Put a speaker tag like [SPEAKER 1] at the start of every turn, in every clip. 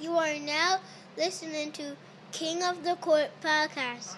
[SPEAKER 1] You are now listening to King of the Court podcast.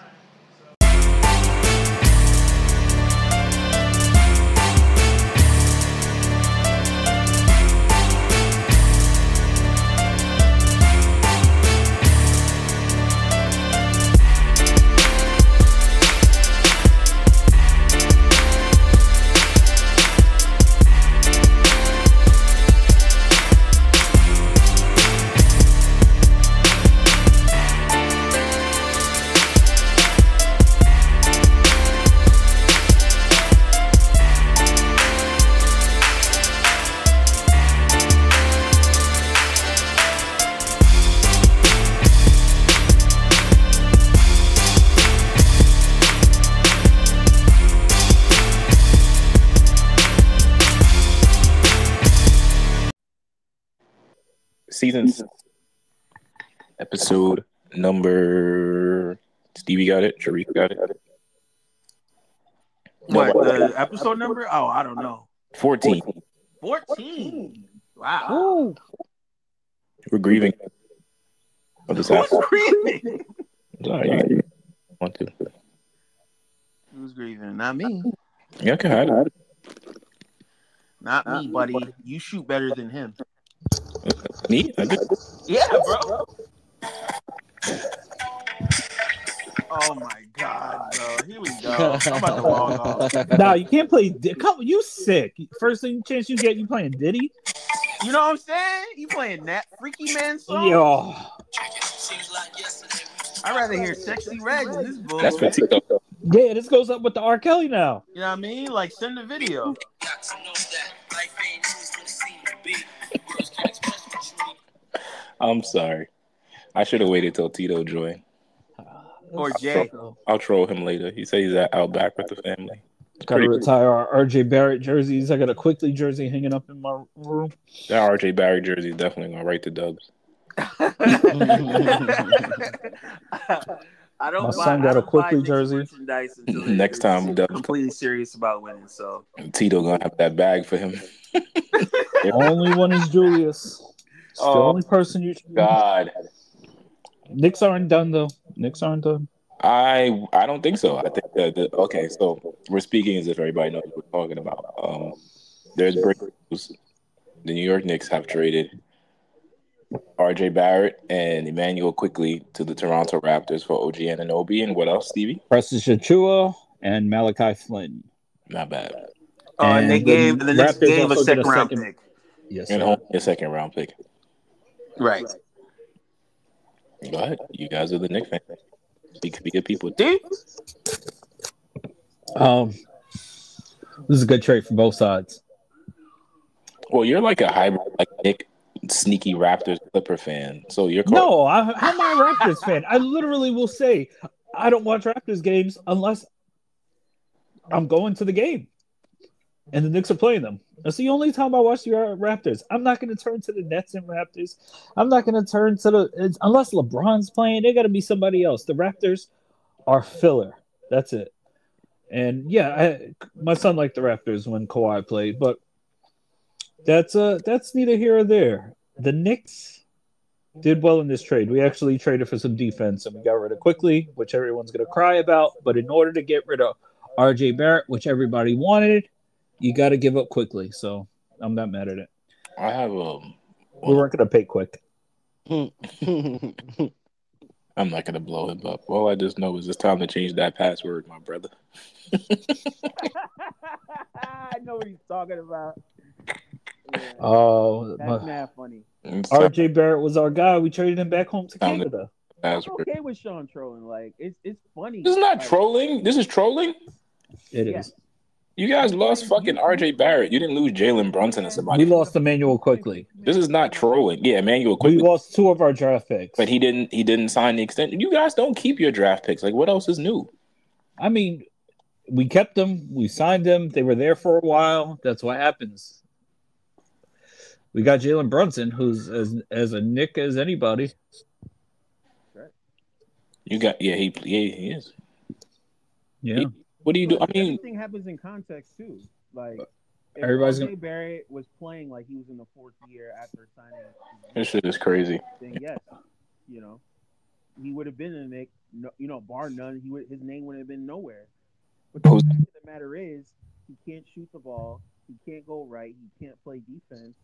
[SPEAKER 2] season s- episode number Stevie got it, Sharif got it.
[SPEAKER 3] What the episode number? Oh, I don't know.
[SPEAKER 2] 14.
[SPEAKER 3] Fourteen. Wow.
[SPEAKER 2] We're grieving. Of this
[SPEAKER 3] Who's
[SPEAKER 2] loss.
[SPEAKER 3] grieving?
[SPEAKER 2] Sorry, you want to.
[SPEAKER 3] Who's grieving? Not me.
[SPEAKER 2] Yeah, I can hide it.
[SPEAKER 3] Not me, buddy. You shoot better than him.
[SPEAKER 2] Me? I did.
[SPEAKER 3] Yeah, bro. Oh my god, bro. Here we go. I'm about to log off.
[SPEAKER 4] No, you can't play. Di- Come, you sick. First thing chance you get, you playing Diddy.
[SPEAKER 3] You know what I'm saying? You playing that freaky man song?
[SPEAKER 4] Yo,
[SPEAKER 3] I'd rather hear sexy red than this bull.
[SPEAKER 2] That's for TikTok.
[SPEAKER 4] yeah, this goes up with the R. Kelly now.
[SPEAKER 3] You know what I mean? Like send the video.
[SPEAKER 2] I'm sorry. I should have waited till Tito joined.
[SPEAKER 3] Or Jay.
[SPEAKER 2] I'll troll him later. He said he's at Outback with the family.
[SPEAKER 4] Got to retire our RJ Barrett jerseys. I got a quickly jersey hanging up in my room.
[SPEAKER 2] That RJ Barry jersey is definitely gonna write the dubs.
[SPEAKER 3] I don't.
[SPEAKER 4] My
[SPEAKER 3] buy,
[SPEAKER 4] son got
[SPEAKER 3] I don't
[SPEAKER 4] a
[SPEAKER 3] buy
[SPEAKER 4] Quickly
[SPEAKER 3] Knicks
[SPEAKER 4] jersey.
[SPEAKER 3] merchandise until they-
[SPEAKER 2] Next time,
[SPEAKER 3] they're
[SPEAKER 2] Doug.
[SPEAKER 3] completely serious about winning. So
[SPEAKER 2] Tito gonna have that bag for him.
[SPEAKER 4] The only one is Julius. It's the
[SPEAKER 2] Oh.
[SPEAKER 4] only person you.
[SPEAKER 2] God.
[SPEAKER 4] Knicks aren't done though. Knicks aren't done.
[SPEAKER 2] I I don't think so. I think that the, okay, so we're speaking as if everybody knows what we're talking about. Um, there's breaking news. The New York Knicks have traded RJ Barrett and Emmanuel quickly to the Toronto Raptors for OG Ananobi and what else, Stevie?
[SPEAKER 4] Precious Achua and Malachi Flynn.
[SPEAKER 2] Not bad.
[SPEAKER 5] Uh,
[SPEAKER 3] oh, and, they
[SPEAKER 4] And
[SPEAKER 3] gave
[SPEAKER 4] the
[SPEAKER 3] the next
[SPEAKER 4] Raptors
[SPEAKER 3] game a
[SPEAKER 4] also did a
[SPEAKER 3] second round
[SPEAKER 4] second-
[SPEAKER 3] pick.
[SPEAKER 4] Yes,
[SPEAKER 2] And
[SPEAKER 4] sir.
[SPEAKER 2] home a second round pick.
[SPEAKER 3] Right.
[SPEAKER 2] Go ahead. You guys are the Knicks fans. Speak speak of people.
[SPEAKER 3] Dude,
[SPEAKER 4] Um, this is a good trade for both sides.
[SPEAKER 2] Well, you're like a hybrid like Nick sneaky Raptors Clipper fan. So you're called
[SPEAKER 4] No, I, I'm not a Raptors fan. I literally will say I don't watch Raptors games unless I'm going to the game and the Knicks are playing them. That's the only time I watch the Raptors. I'm not going to turn to the Nets and Raptors. I'm not going to turn to the it's, unless LeBron's playing. They got to be somebody else. The Raptors are filler. That's it. And yeah, I, my son liked the Raptors when Kawhi played, but that's uh that's neither here or there. The Knicks did well in this trade. We actually traded for some defense and we got rid of quickly, which everyone's going to cry about. But in order to get rid of RJ Barrett, which everybody wanted, you got to give up quickly. So I'm not mad at it.
[SPEAKER 2] I have um
[SPEAKER 4] We weren't going to pay quick.
[SPEAKER 2] I'm not gonna blow him up. All I just know is it's time to change that password, my brother.
[SPEAKER 6] I know what he's talking about. Yeah,
[SPEAKER 4] Oh,
[SPEAKER 6] that's
[SPEAKER 4] my-
[SPEAKER 6] not funny.
[SPEAKER 2] It's time
[SPEAKER 4] RJ Barrett was our guy. We traded him back home to
[SPEAKER 2] Found it.
[SPEAKER 4] Canada.
[SPEAKER 2] to
[SPEAKER 6] I'm
[SPEAKER 2] password.
[SPEAKER 6] okay with Sean trolling. Like it's it's funny.
[SPEAKER 2] This is not
[SPEAKER 6] Like,
[SPEAKER 2] trolling. This is trolling.
[SPEAKER 4] It is.
[SPEAKER 6] Yeah.
[SPEAKER 2] You guys lost fucking RJ Barrett. You didn't lose Jalen Brunson or somebody.
[SPEAKER 4] We lost Emmanuel quickly.
[SPEAKER 2] This is not trolling. Yeah, Emmanuel
[SPEAKER 4] We
[SPEAKER 2] quickly,
[SPEAKER 4] lost two of our draft picks.
[SPEAKER 2] but he didn't. He didn't sign the extension. You guys don't keep your draft picks. Like what else is new?
[SPEAKER 4] I mean, we kept them. We signed them. They were there for a while. That's what happens. We got Jalen Brunson, who's as as a Nick as anybody.
[SPEAKER 2] You got yeah. He yeah he is.
[SPEAKER 4] Yeah,
[SPEAKER 2] What do you do? I mean,
[SPEAKER 6] everything happens in context too. Like if
[SPEAKER 4] Everybody's
[SPEAKER 6] RJ Barrett was playing like he was in the fourth year after signing,
[SPEAKER 2] This shit is crazy.
[SPEAKER 6] then yes, you know, he would have been in it. No, you know, bar none, he would his name wouldn't have been nowhere. But the
[SPEAKER 2] Who's-
[SPEAKER 6] fact of the matter is, he can't shoot the ball, he can't go right, he can't play defense,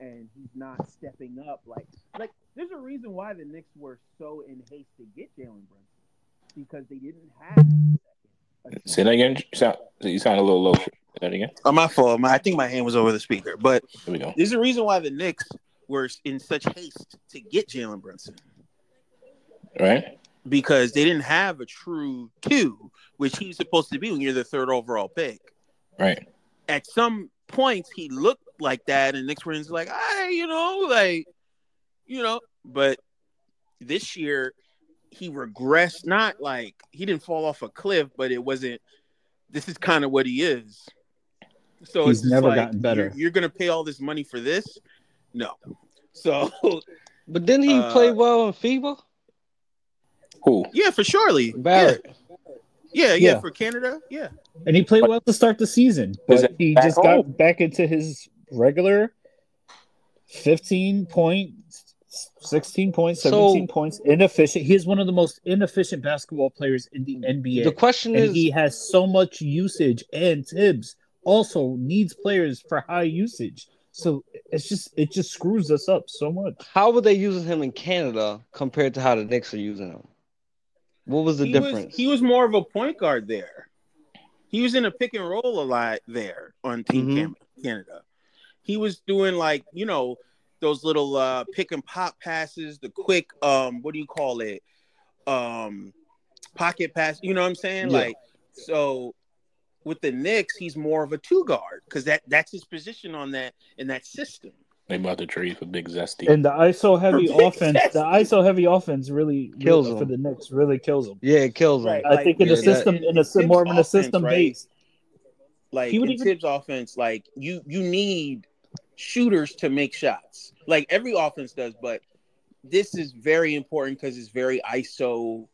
[SPEAKER 6] and he's not stepping up. Like, like there's a reason why the Knicks were so in haste to get Jalen Brunson because they didn't have. a second.
[SPEAKER 2] Say that again. You sound, you sound a little low. Say that again.
[SPEAKER 5] Oh, my fault. My, I think my hand was over the speaker. But
[SPEAKER 2] There we go.
[SPEAKER 5] there's a reason why the Knicks were in such haste to get Jalen Brunson
[SPEAKER 2] Right?
[SPEAKER 5] because they didn't have a true two, which he's supposed to be when you're the third overall pick.
[SPEAKER 2] Right.
[SPEAKER 5] At some points, he looked like that, and Knicks were like, I, you know, like, you know, but this year he regressed. Not like he didn't fall off a cliff, but it wasn't. This is kind of what he is. So
[SPEAKER 4] He's
[SPEAKER 5] it's just
[SPEAKER 4] never
[SPEAKER 5] like,
[SPEAKER 4] gotten better.
[SPEAKER 5] You're, you're gonna pay all this money for this? No. So
[SPEAKER 7] But didn't he
[SPEAKER 5] Uh,
[SPEAKER 7] play well in FIBA?
[SPEAKER 2] Who?
[SPEAKER 5] yeah, for surely. Yeah.
[SPEAKER 7] Barrett.
[SPEAKER 5] Yeah, yeah,
[SPEAKER 4] Yeah.
[SPEAKER 5] for Canada. Yeah.
[SPEAKER 4] And he played well to start the season,
[SPEAKER 2] Was
[SPEAKER 4] but
[SPEAKER 2] it
[SPEAKER 4] he
[SPEAKER 2] back
[SPEAKER 4] just
[SPEAKER 2] home?
[SPEAKER 4] got back into his regular 15 point, 16 points,
[SPEAKER 7] So-
[SPEAKER 4] 17 points, inefficient. He is one of the most inefficient basketball players in the NBA.
[SPEAKER 7] The question
[SPEAKER 4] and
[SPEAKER 7] is,
[SPEAKER 4] he has so much usage, and Tibbs also needs players for high usage. So it's just it just screws us up so much.
[SPEAKER 7] how were they using him in Canada compared to how the Knicks are using him? What was the
[SPEAKER 5] he
[SPEAKER 7] difference?
[SPEAKER 5] was he was more of a point guard there. He was in a pick and roll a lot there on Team
[SPEAKER 4] Mm-hmm.
[SPEAKER 7] Mhm.
[SPEAKER 5] Cam- Canada. He was doing like you know those little uh, pick and pop passes, the quick um what do you call it um pocket pass. You know what I'm saying?
[SPEAKER 4] Yeah.
[SPEAKER 5] Like so with the Knicks, he's more of a two guard because that that's his position on that in that system.
[SPEAKER 2] They bought the trade for Big Zesty.
[SPEAKER 4] And the ISO heavy
[SPEAKER 5] Perfect.
[SPEAKER 4] offense, the ISO heavy offense really
[SPEAKER 7] Kills
[SPEAKER 4] really-
[SPEAKER 7] him.
[SPEAKER 4] for the Knicks really kills him.
[SPEAKER 7] yeah, it kills him.
[SPEAKER 5] Right.
[SPEAKER 4] I think in
[SPEAKER 7] yeah,
[SPEAKER 4] a
[SPEAKER 7] that-
[SPEAKER 4] system in a
[SPEAKER 5] Tibbs
[SPEAKER 4] more of in a
[SPEAKER 5] offense,
[SPEAKER 4] system
[SPEAKER 5] right?
[SPEAKER 4] based.
[SPEAKER 5] like
[SPEAKER 4] He would
[SPEAKER 5] in
[SPEAKER 4] even-
[SPEAKER 5] Tibbs offense, like you you need shooters to make shots. Like every offense does, but this is very important because it's very ISO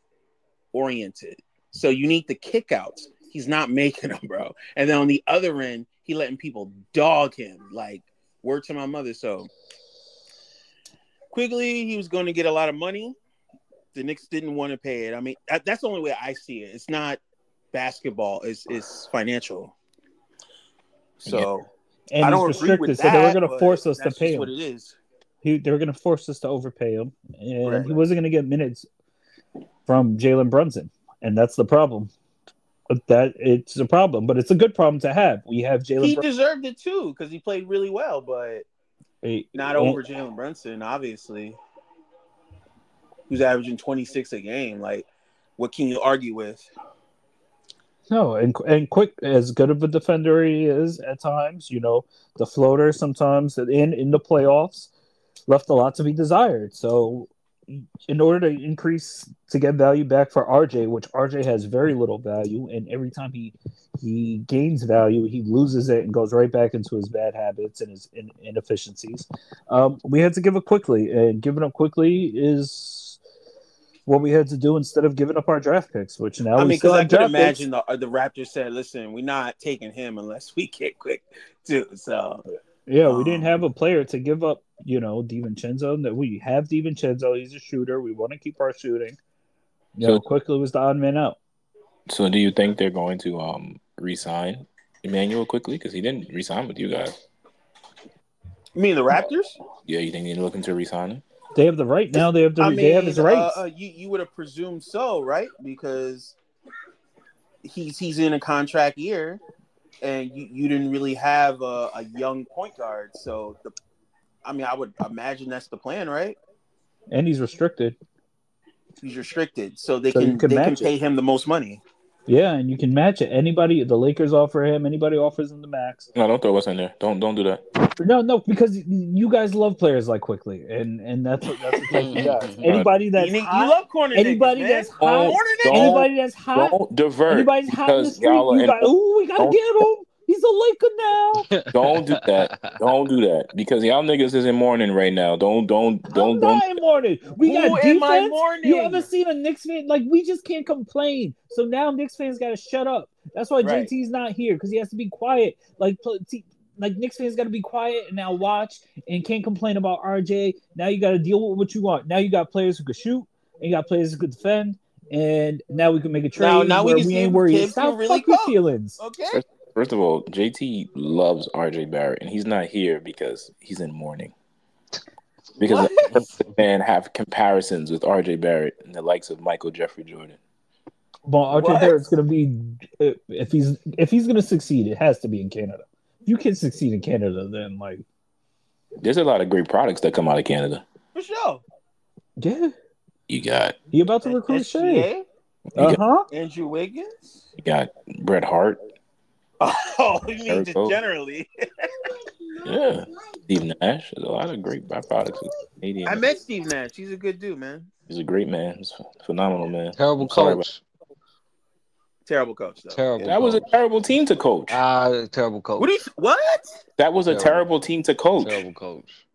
[SPEAKER 5] oriented. So you need the kickouts. He's not making them, bro. And then on the other end, he letting people dog him. Like word to my mother. So quickly, he was going to get a lot of money. The Knicks didn't want to pay it. I mean, that, that's the only way I see it. It's not basketball. It's it's financial. So
[SPEAKER 4] and
[SPEAKER 5] I don't
[SPEAKER 4] he's
[SPEAKER 5] agree with
[SPEAKER 4] restricted, so
[SPEAKER 5] that.
[SPEAKER 4] they were going to
[SPEAKER 5] but
[SPEAKER 4] force us to
[SPEAKER 5] that's
[SPEAKER 4] pay
[SPEAKER 5] just
[SPEAKER 4] him.
[SPEAKER 5] What it is.
[SPEAKER 4] He, they were going to force us to overpay him, and
[SPEAKER 5] Right.
[SPEAKER 4] he wasn't going to get minutes from Jalen Brunson, and that's the problem. But That it's a problem, but it's a good problem to have. We have
[SPEAKER 5] He
[SPEAKER 4] Jalen Brunson.
[SPEAKER 5] deserved it too because he played really well, but not over Jalen Brunson, obviously. Who's averaging twenty six a game? Like, what can you argue with?
[SPEAKER 4] No, and and quick as good of a defender he is at times, you know, the floater sometimes in in the playoffs left a lot to be desired. So in order to increase to get value back for RJ, which RJ has very little value, and every time he he gains value, he loses it and goes right back into his bad habits and his in, inefficiencies. Um, we had to give up quickly, and giving up quickly is what we had to do instead of giving up our draft picks, which now
[SPEAKER 5] I
[SPEAKER 4] we
[SPEAKER 5] mean,
[SPEAKER 4] still
[SPEAKER 5] because I
[SPEAKER 4] have
[SPEAKER 5] could
[SPEAKER 4] draft picks.
[SPEAKER 5] imagine the, the Raptors said, "Listen, we're not taking him unless we get quick too." So
[SPEAKER 4] Yeah, we didn't
[SPEAKER 5] Um,
[SPEAKER 4] have a player to give up, you know, DiVincenzo. That we have DiVincenzo. He's a shooter. We want to keep our shooting. You know,
[SPEAKER 2] So-
[SPEAKER 4] quickly was the odd man out.
[SPEAKER 2] So do you think they're going to um resign Emmanuel quickly? Because he didn't resign with you guys.
[SPEAKER 5] you mean the Raptors?
[SPEAKER 2] Yeah, you think they're looking to resign him?
[SPEAKER 4] They have the right now. They have the.
[SPEAKER 5] I
[SPEAKER 4] they have his
[SPEAKER 5] mean,
[SPEAKER 4] rights.
[SPEAKER 5] Uh, uh, you you would have presumed so, right? Because he's he's in a contract year, and you, you didn't really have a, a young point guard. So, the, I mean, I would imagine that's the plan, right?
[SPEAKER 4] and he's restricted.
[SPEAKER 5] He's restricted, so they
[SPEAKER 4] So you
[SPEAKER 5] can,
[SPEAKER 4] can
[SPEAKER 5] they can
[SPEAKER 4] match it.
[SPEAKER 5] pay him the most money.
[SPEAKER 4] Yeah, and you can match it. Anybody, the Lakers offer him. Anybody offers him the max.
[SPEAKER 2] No, don't throw us in there. Don't don't do that.
[SPEAKER 4] No, no, because you guys love players like quickly, and and that's what that's what you guys. Anybody that's
[SPEAKER 5] You, need, you
[SPEAKER 4] hot-
[SPEAKER 5] love corner.
[SPEAKER 4] anybody
[SPEAKER 5] niggas, man.
[SPEAKER 4] that's hot-
[SPEAKER 5] corner
[SPEAKER 2] Don't-
[SPEAKER 5] niggas.
[SPEAKER 4] anybody that's hot,
[SPEAKER 2] Don't divert.
[SPEAKER 4] anybody's hot in the
[SPEAKER 2] because
[SPEAKER 4] street.
[SPEAKER 2] y'all are
[SPEAKER 4] You
[SPEAKER 2] in-
[SPEAKER 4] got, ooh, we gotta
[SPEAKER 2] Don't-
[SPEAKER 4] get him. He's a Laker now.
[SPEAKER 2] Don't do that. Don't do that. Because y'all niggas is in mourning right now. Don't don't
[SPEAKER 4] Don't,
[SPEAKER 2] don't
[SPEAKER 4] I'm
[SPEAKER 2] don't.
[SPEAKER 4] not in mourning. We
[SPEAKER 5] Who
[SPEAKER 4] got
[SPEAKER 5] am I
[SPEAKER 4] defense.
[SPEAKER 5] mourning?
[SPEAKER 4] You ever seen a Knicks fan? Like we just can't complain. So now Knicks fans got to shut up. That's why
[SPEAKER 5] Right.
[SPEAKER 4] JT's not here because he has to be quiet. Like pl- t- like Knicks fans got to be quiet and now watch and can't complain about RJ. Now you got to deal with what you want. Now you got players who can shoot and you got players who can defend. And now we can make a trade.
[SPEAKER 5] Now- now we
[SPEAKER 4] where
[SPEAKER 5] can see
[SPEAKER 4] ain't
[SPEAKER 5] if
[SPEAKER 4] worried.
[SPEAKER 5] kids
[SPEAKER 4] Stop
[SPEAKER 5] can really
[SPEAKER 4] fuck your
[SPEAKER 5] cook. Oh,
[SPEAKER 4] feelings.
[SPEAKER 5] Okay.
[SPEAKER 2] First of all, JT loves RJ Barrett, and he's not here because he's in mourning. Because and have comparisons with RJ Barrett and the likes of Michael Jeffrey Jordan.
[SPEAKER 4] But Archer
[SPEAKER 5] What?
[SPEAKER 4] Barrett's gonna be if he's if he's gonna succeed, it has to be in Canada. If you can succeed in Canada, then like
[SPEAKER 2] There's a lot of great products that come out of Canada.
[SPEAKER 5] For sure.
[SPEAKER 4] yeah,
[SPEAKER 2] You got
[SPEAKER 4] he about to recruit Shea.
[SPEAKER 5] SGA,
[SPEAKER 4] Uh huh.
[SPEAKER 5] Andrew Wiggins.
[SPEAKER 2] you got Bret Hart,
[SPEAKER 5] Oh, you mean
[SPEAKER 2] Eric
[SPEAKER 5] just
[SPEAKER 2] Bogut.
[SPEAKER 5] generally?
[SPEAKER 2] Yeah. Steve Nash. There's a lot of great byproducts. of Canadian.
[SPEAKER 5] I met Steve Nash. He's a good dude, man.
[SPEAKER 2] He's a great man. He's a phenomenal man.
[SPEAKER 7] Terrible
[SPEAKER 2] I'm sorry
[SPEAKER 7] coach.
[SPEAKER 5] Terrible coach, though.
[SPEAKER 7] Terrible.
[SPEAKER 2] That was a
[SPEAKER 7] coach.
[SPEAKER 2] terrible team to coach.
[SPEAKER 7] ah terrible coach.
[SPEAKER 5] What? do you, what?
[SPEAKER 2] That was a
[SPEAKER 7] Terrible.
[SPEAKER 2] terrible team to coach.
[SPEAKER 7] Terrible coach.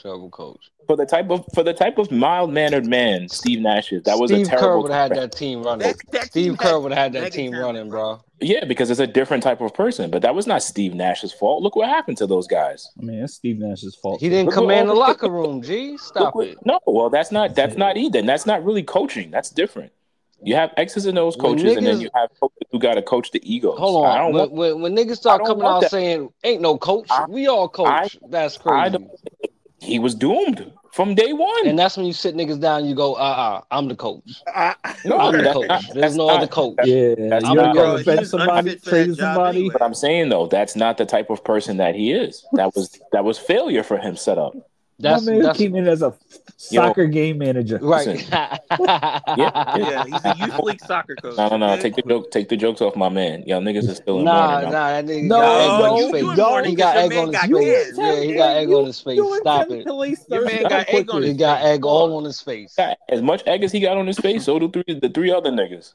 [SPEAKER 7] Terrible coach.
[SPEAKER 2] For the type of for the type of mild mannered man Steve Nash is, that was
[SPEAKER 7] Steve
[SPEAKER 2] a
[SPEAKER 7] Kerr
[SPEAKER 2] terrible
[SPEAKER 7] would have had
[SPEAKER 2] team.
[SPEAKER 7] that team running.
[SPEAKER 5] That- that team
[SPEAKER 7] Steve Kerr
[SPEAKER 5] had
[SPEAKER 7] would have had that
[SPEAKER 5] mega
[SPEAKER 7] team
[SPEAKER 5] talent,
[SPEAKER 7] running, bro.
[SPEAKER 2] Yeah, because it's a different type of person. But that was not Steve Nash's fault. Look what happened to those guys.
[SPEAKER 4] I mean, that's Steve Nash's fault.
[SPEAKER 7] He didn't
[SPEAKER 2] Look what
[SPEAKER 7] command the
[SPEAKER 2] all the-
[SPEAKER 7] locker room. G,
[SPEAKER 2] Look
[SPEAKER 7] stop
[SPEAKER 2] what-
[SPEAKER 7] it.
[SPEAKER 2] No, well that's not that's not Eden. That's not really coaching. That's different. You have X's and O's
[SPEAKER 7] When
[SPEAKER 2] coaches, and then
[SPEAKER 7] niggas-
[SPEAKER 2] you have coaches who got to coach the egos.
[SPEAKER 7] Hold
[SPEAKER 2] I
[SPEAKER 7] on.
[SPEAKER 2] don't
[SPEAKER 7] When,
[SPEAKER 2] want.
[SPEAKER 7] when, when niggas start
[SPEAKER 2] don't
[SPEAKER 7] coming
[SPEAKER 2] want
[SPEAKER 7] out
[SPEAKER 2] that.
[SPEAKER 7] saying, "Ain't no coach,"
[SPEAKER 2] I-
[SPEAKER 7] we all coach.
[SPEAKER 2] I-
[SPEAKER 7] that's
[SPEAKER 2] I
[SPEAKER 7] crazy.
[SPEAKER 2] don't- He was doomed from day one.
[SPEAKER 7] And that's when you sit niggas down. and You go, "Uh, uh I'm the coach.
[SPEAKER 5] I,
[SPEAKER 2] No,
[SPEAKER 7] I'm the
[SPEAKER 2] Oh, that's
[SPEAKER 7] coach.
[SPEAKER 2] not-
[SPEAKER 7] There's
[SPEAKER 2] that's
[SPEAKER 7] no
[SPEAKER 2] not-
[SPEAKER 7] other coach."
[SPEAKER 2] that's-
[SPEAKER 4] Yeah,
[SPEAKER 2] that's not-
[SPEAKER 4] you're not
[SPEAKER 2] Bro,
[SPEAKER 4] gonna
[SPEAKER 5] he
[SPEAKER 4] defend
[SPEAKER 5] was
[SPEAKER 4] somebody,
[SPEAKER 5] unfit for that
[SPEAKER 4] trade
[SPEAKER 5] job
[SPEAKER 4] somebody.
[SPEAKER 5] anyway.
[SPEAKER 2] But I'm saying though, that's not the type of person that he is. That was that was failure for him set up.
[SPEAKER 7] That's
[SPEAKER 4] My man
[SPEAKER 7] that's
[SPEAKER 4] came in as a soccer game manager.
[SPEAKER 7] right.
[SPEAKER 2] Listen.
[SPEAKER 5] yeah, he's a youth league soccer coach.
[SPEAKER 2] No, no, no.
[SPEAKER 5] okay?
[SPEAKER 2] Take the joke. Take the jokes off my man. Y'all niggas are still in
[SPEAKER 7] Nah,
[SPEAKER 2] mourning.
[SPEAKER 7] nah,
[SPEAKER 2] Nah.
[SPEAKER 7] that nigga
[SPEAKER 4] No,
[SPEAKER 7] got egg
[SPEAKER 4] no, you
[SPEAKER 7] on his
[SPEAKER 4] in
[SPEAKER 7] face.
[SPEAKER 4] mourning
[SPEAKER 7] He got
[SPEAKER 5] 'cause
[SPEAKER 7] egg
[SPEAKER 5] your
[SPEAKER 7] on his
[SPEAKER 5] man got
[SPEAKER 7] face.
[SPEAKER 5] kids.
[SPEAKER 7] Yeah, he got egg on his face. Stop it.
[SPEAKER 5] Your man got egg on
[SPEAKER 7] He
[SPEAKER 5] his
[SPEAKER 7] got egg all on his face.
[SPEAKER 2] As much egg as he got on his face, so do three the three other niggas.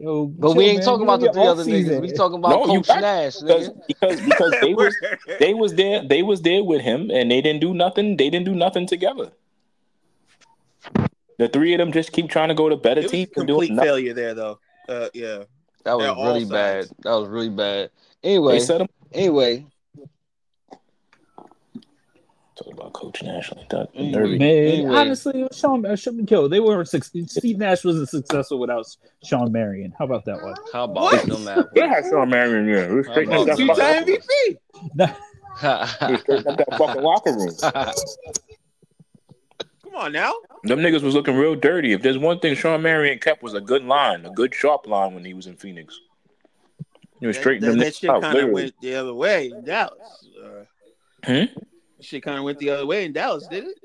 [SPEAKER 4] Yo,
[SPEAKER 7] But
[SPEAKER 4] chill,
[SPEAKER 7] we ain't
[SPEAKER 4] man.
[SPEAKER 7] talking
[SPEAKER 4] You're
[SPEAKER 7] about the
[SPEAKER 4] in
[SPEAKER 7] three
[SPEAKER 4] your
[SPEAKER 7] other niggas.
[SPEAKER 4] off-season.
[SPEAKER 7] We talking about
[SPEAKER 2] No, you
[SPEAKER 7] Coach
[SPEAKER 2] got-
[SPEAKER 7] Nash,
[SPEAKER 2] Because
[SPEAKER 7] nigga.
[SPEAKER 2] because because they was
[SPEAKER 5] Word.
[SPEAKER 2] they was there they was there with him and they didn't do nothing. They didn't do nothing together. The three of them just keep trying to go to better
[SPEAKER 5] It was a
[SPEAKER 2] teams and
[SPEAKER 5] complete
[SPEAKER 2] doing nothing.
[SPEAKER 5] failure there, though. Uh, yeah. They're
[SPEAKER 7] That was
[SPEAKER 5] all
[SPEAKER 7] really bad.
[SPEAKER 5] sides.
[SPEAKER 7] That was really bad.
[SPEAKER 2] They
[SPEAKER 7] Anyway,
[SPEAKER 2] set him
[SPEAKER 7] anyway,
[SPEAKER 2] talk about Coach Nash like that. The
[SPEAKER 7] Mm.
[SPEAKER 2] nerve.
[SPEAKER 4] Man,
[SPEAKER 7] Anyway.
[SPEAKER 4] honestly, it was Sean it shouldn't kill. They were suc- Steve Nash wasn't successful without Sean Marion. How about that one?
[SPEAKER 7] how about
[SPEAKER 5] What?
[SPEAKER 7] them apples?
[SPEAKER 2] Yeah, Sean Marion. Yeah, Let's
[SPEAKER 7] How
[SPEAKER 5] Oh,
[SPEAKER 2] straighten up
[SPEAKER 7] about
[SPEAKER 2] that
[SPEAKER 7] them
[SPEAKER 2] fucking-
[SPEAKER 5] Two-time MVP.
[SPEAKER 7] apples?
[SPEAKER 2] let's straighten up that fucking locker room.
[SPEAKER 5] Come on now.
[SPEAKER 2] Them niggas was looking real dirty. If there's one thing Sean Marion kept was a good line, a good sharp line when he was in Phoenix. You know,
[SPEAKER 5] That-
[SPEAKER 2] straighten
[SPEAKER 5] that,
[SPEAKER 2] them
[SPEAKER 5] that
[SPEAKER 2] niggas
[SPEAKER 5] shit
[SPEAKER 2] out.
[SPEAKER 5] kind of
[SPEAKER 2] literally.
[SPEAKER 5] went the other way in Dallas. Uh,
[SPEAKER 2] Hmm?
[SPEAKER 5] Shit kind of went the other way in Dallas, did it?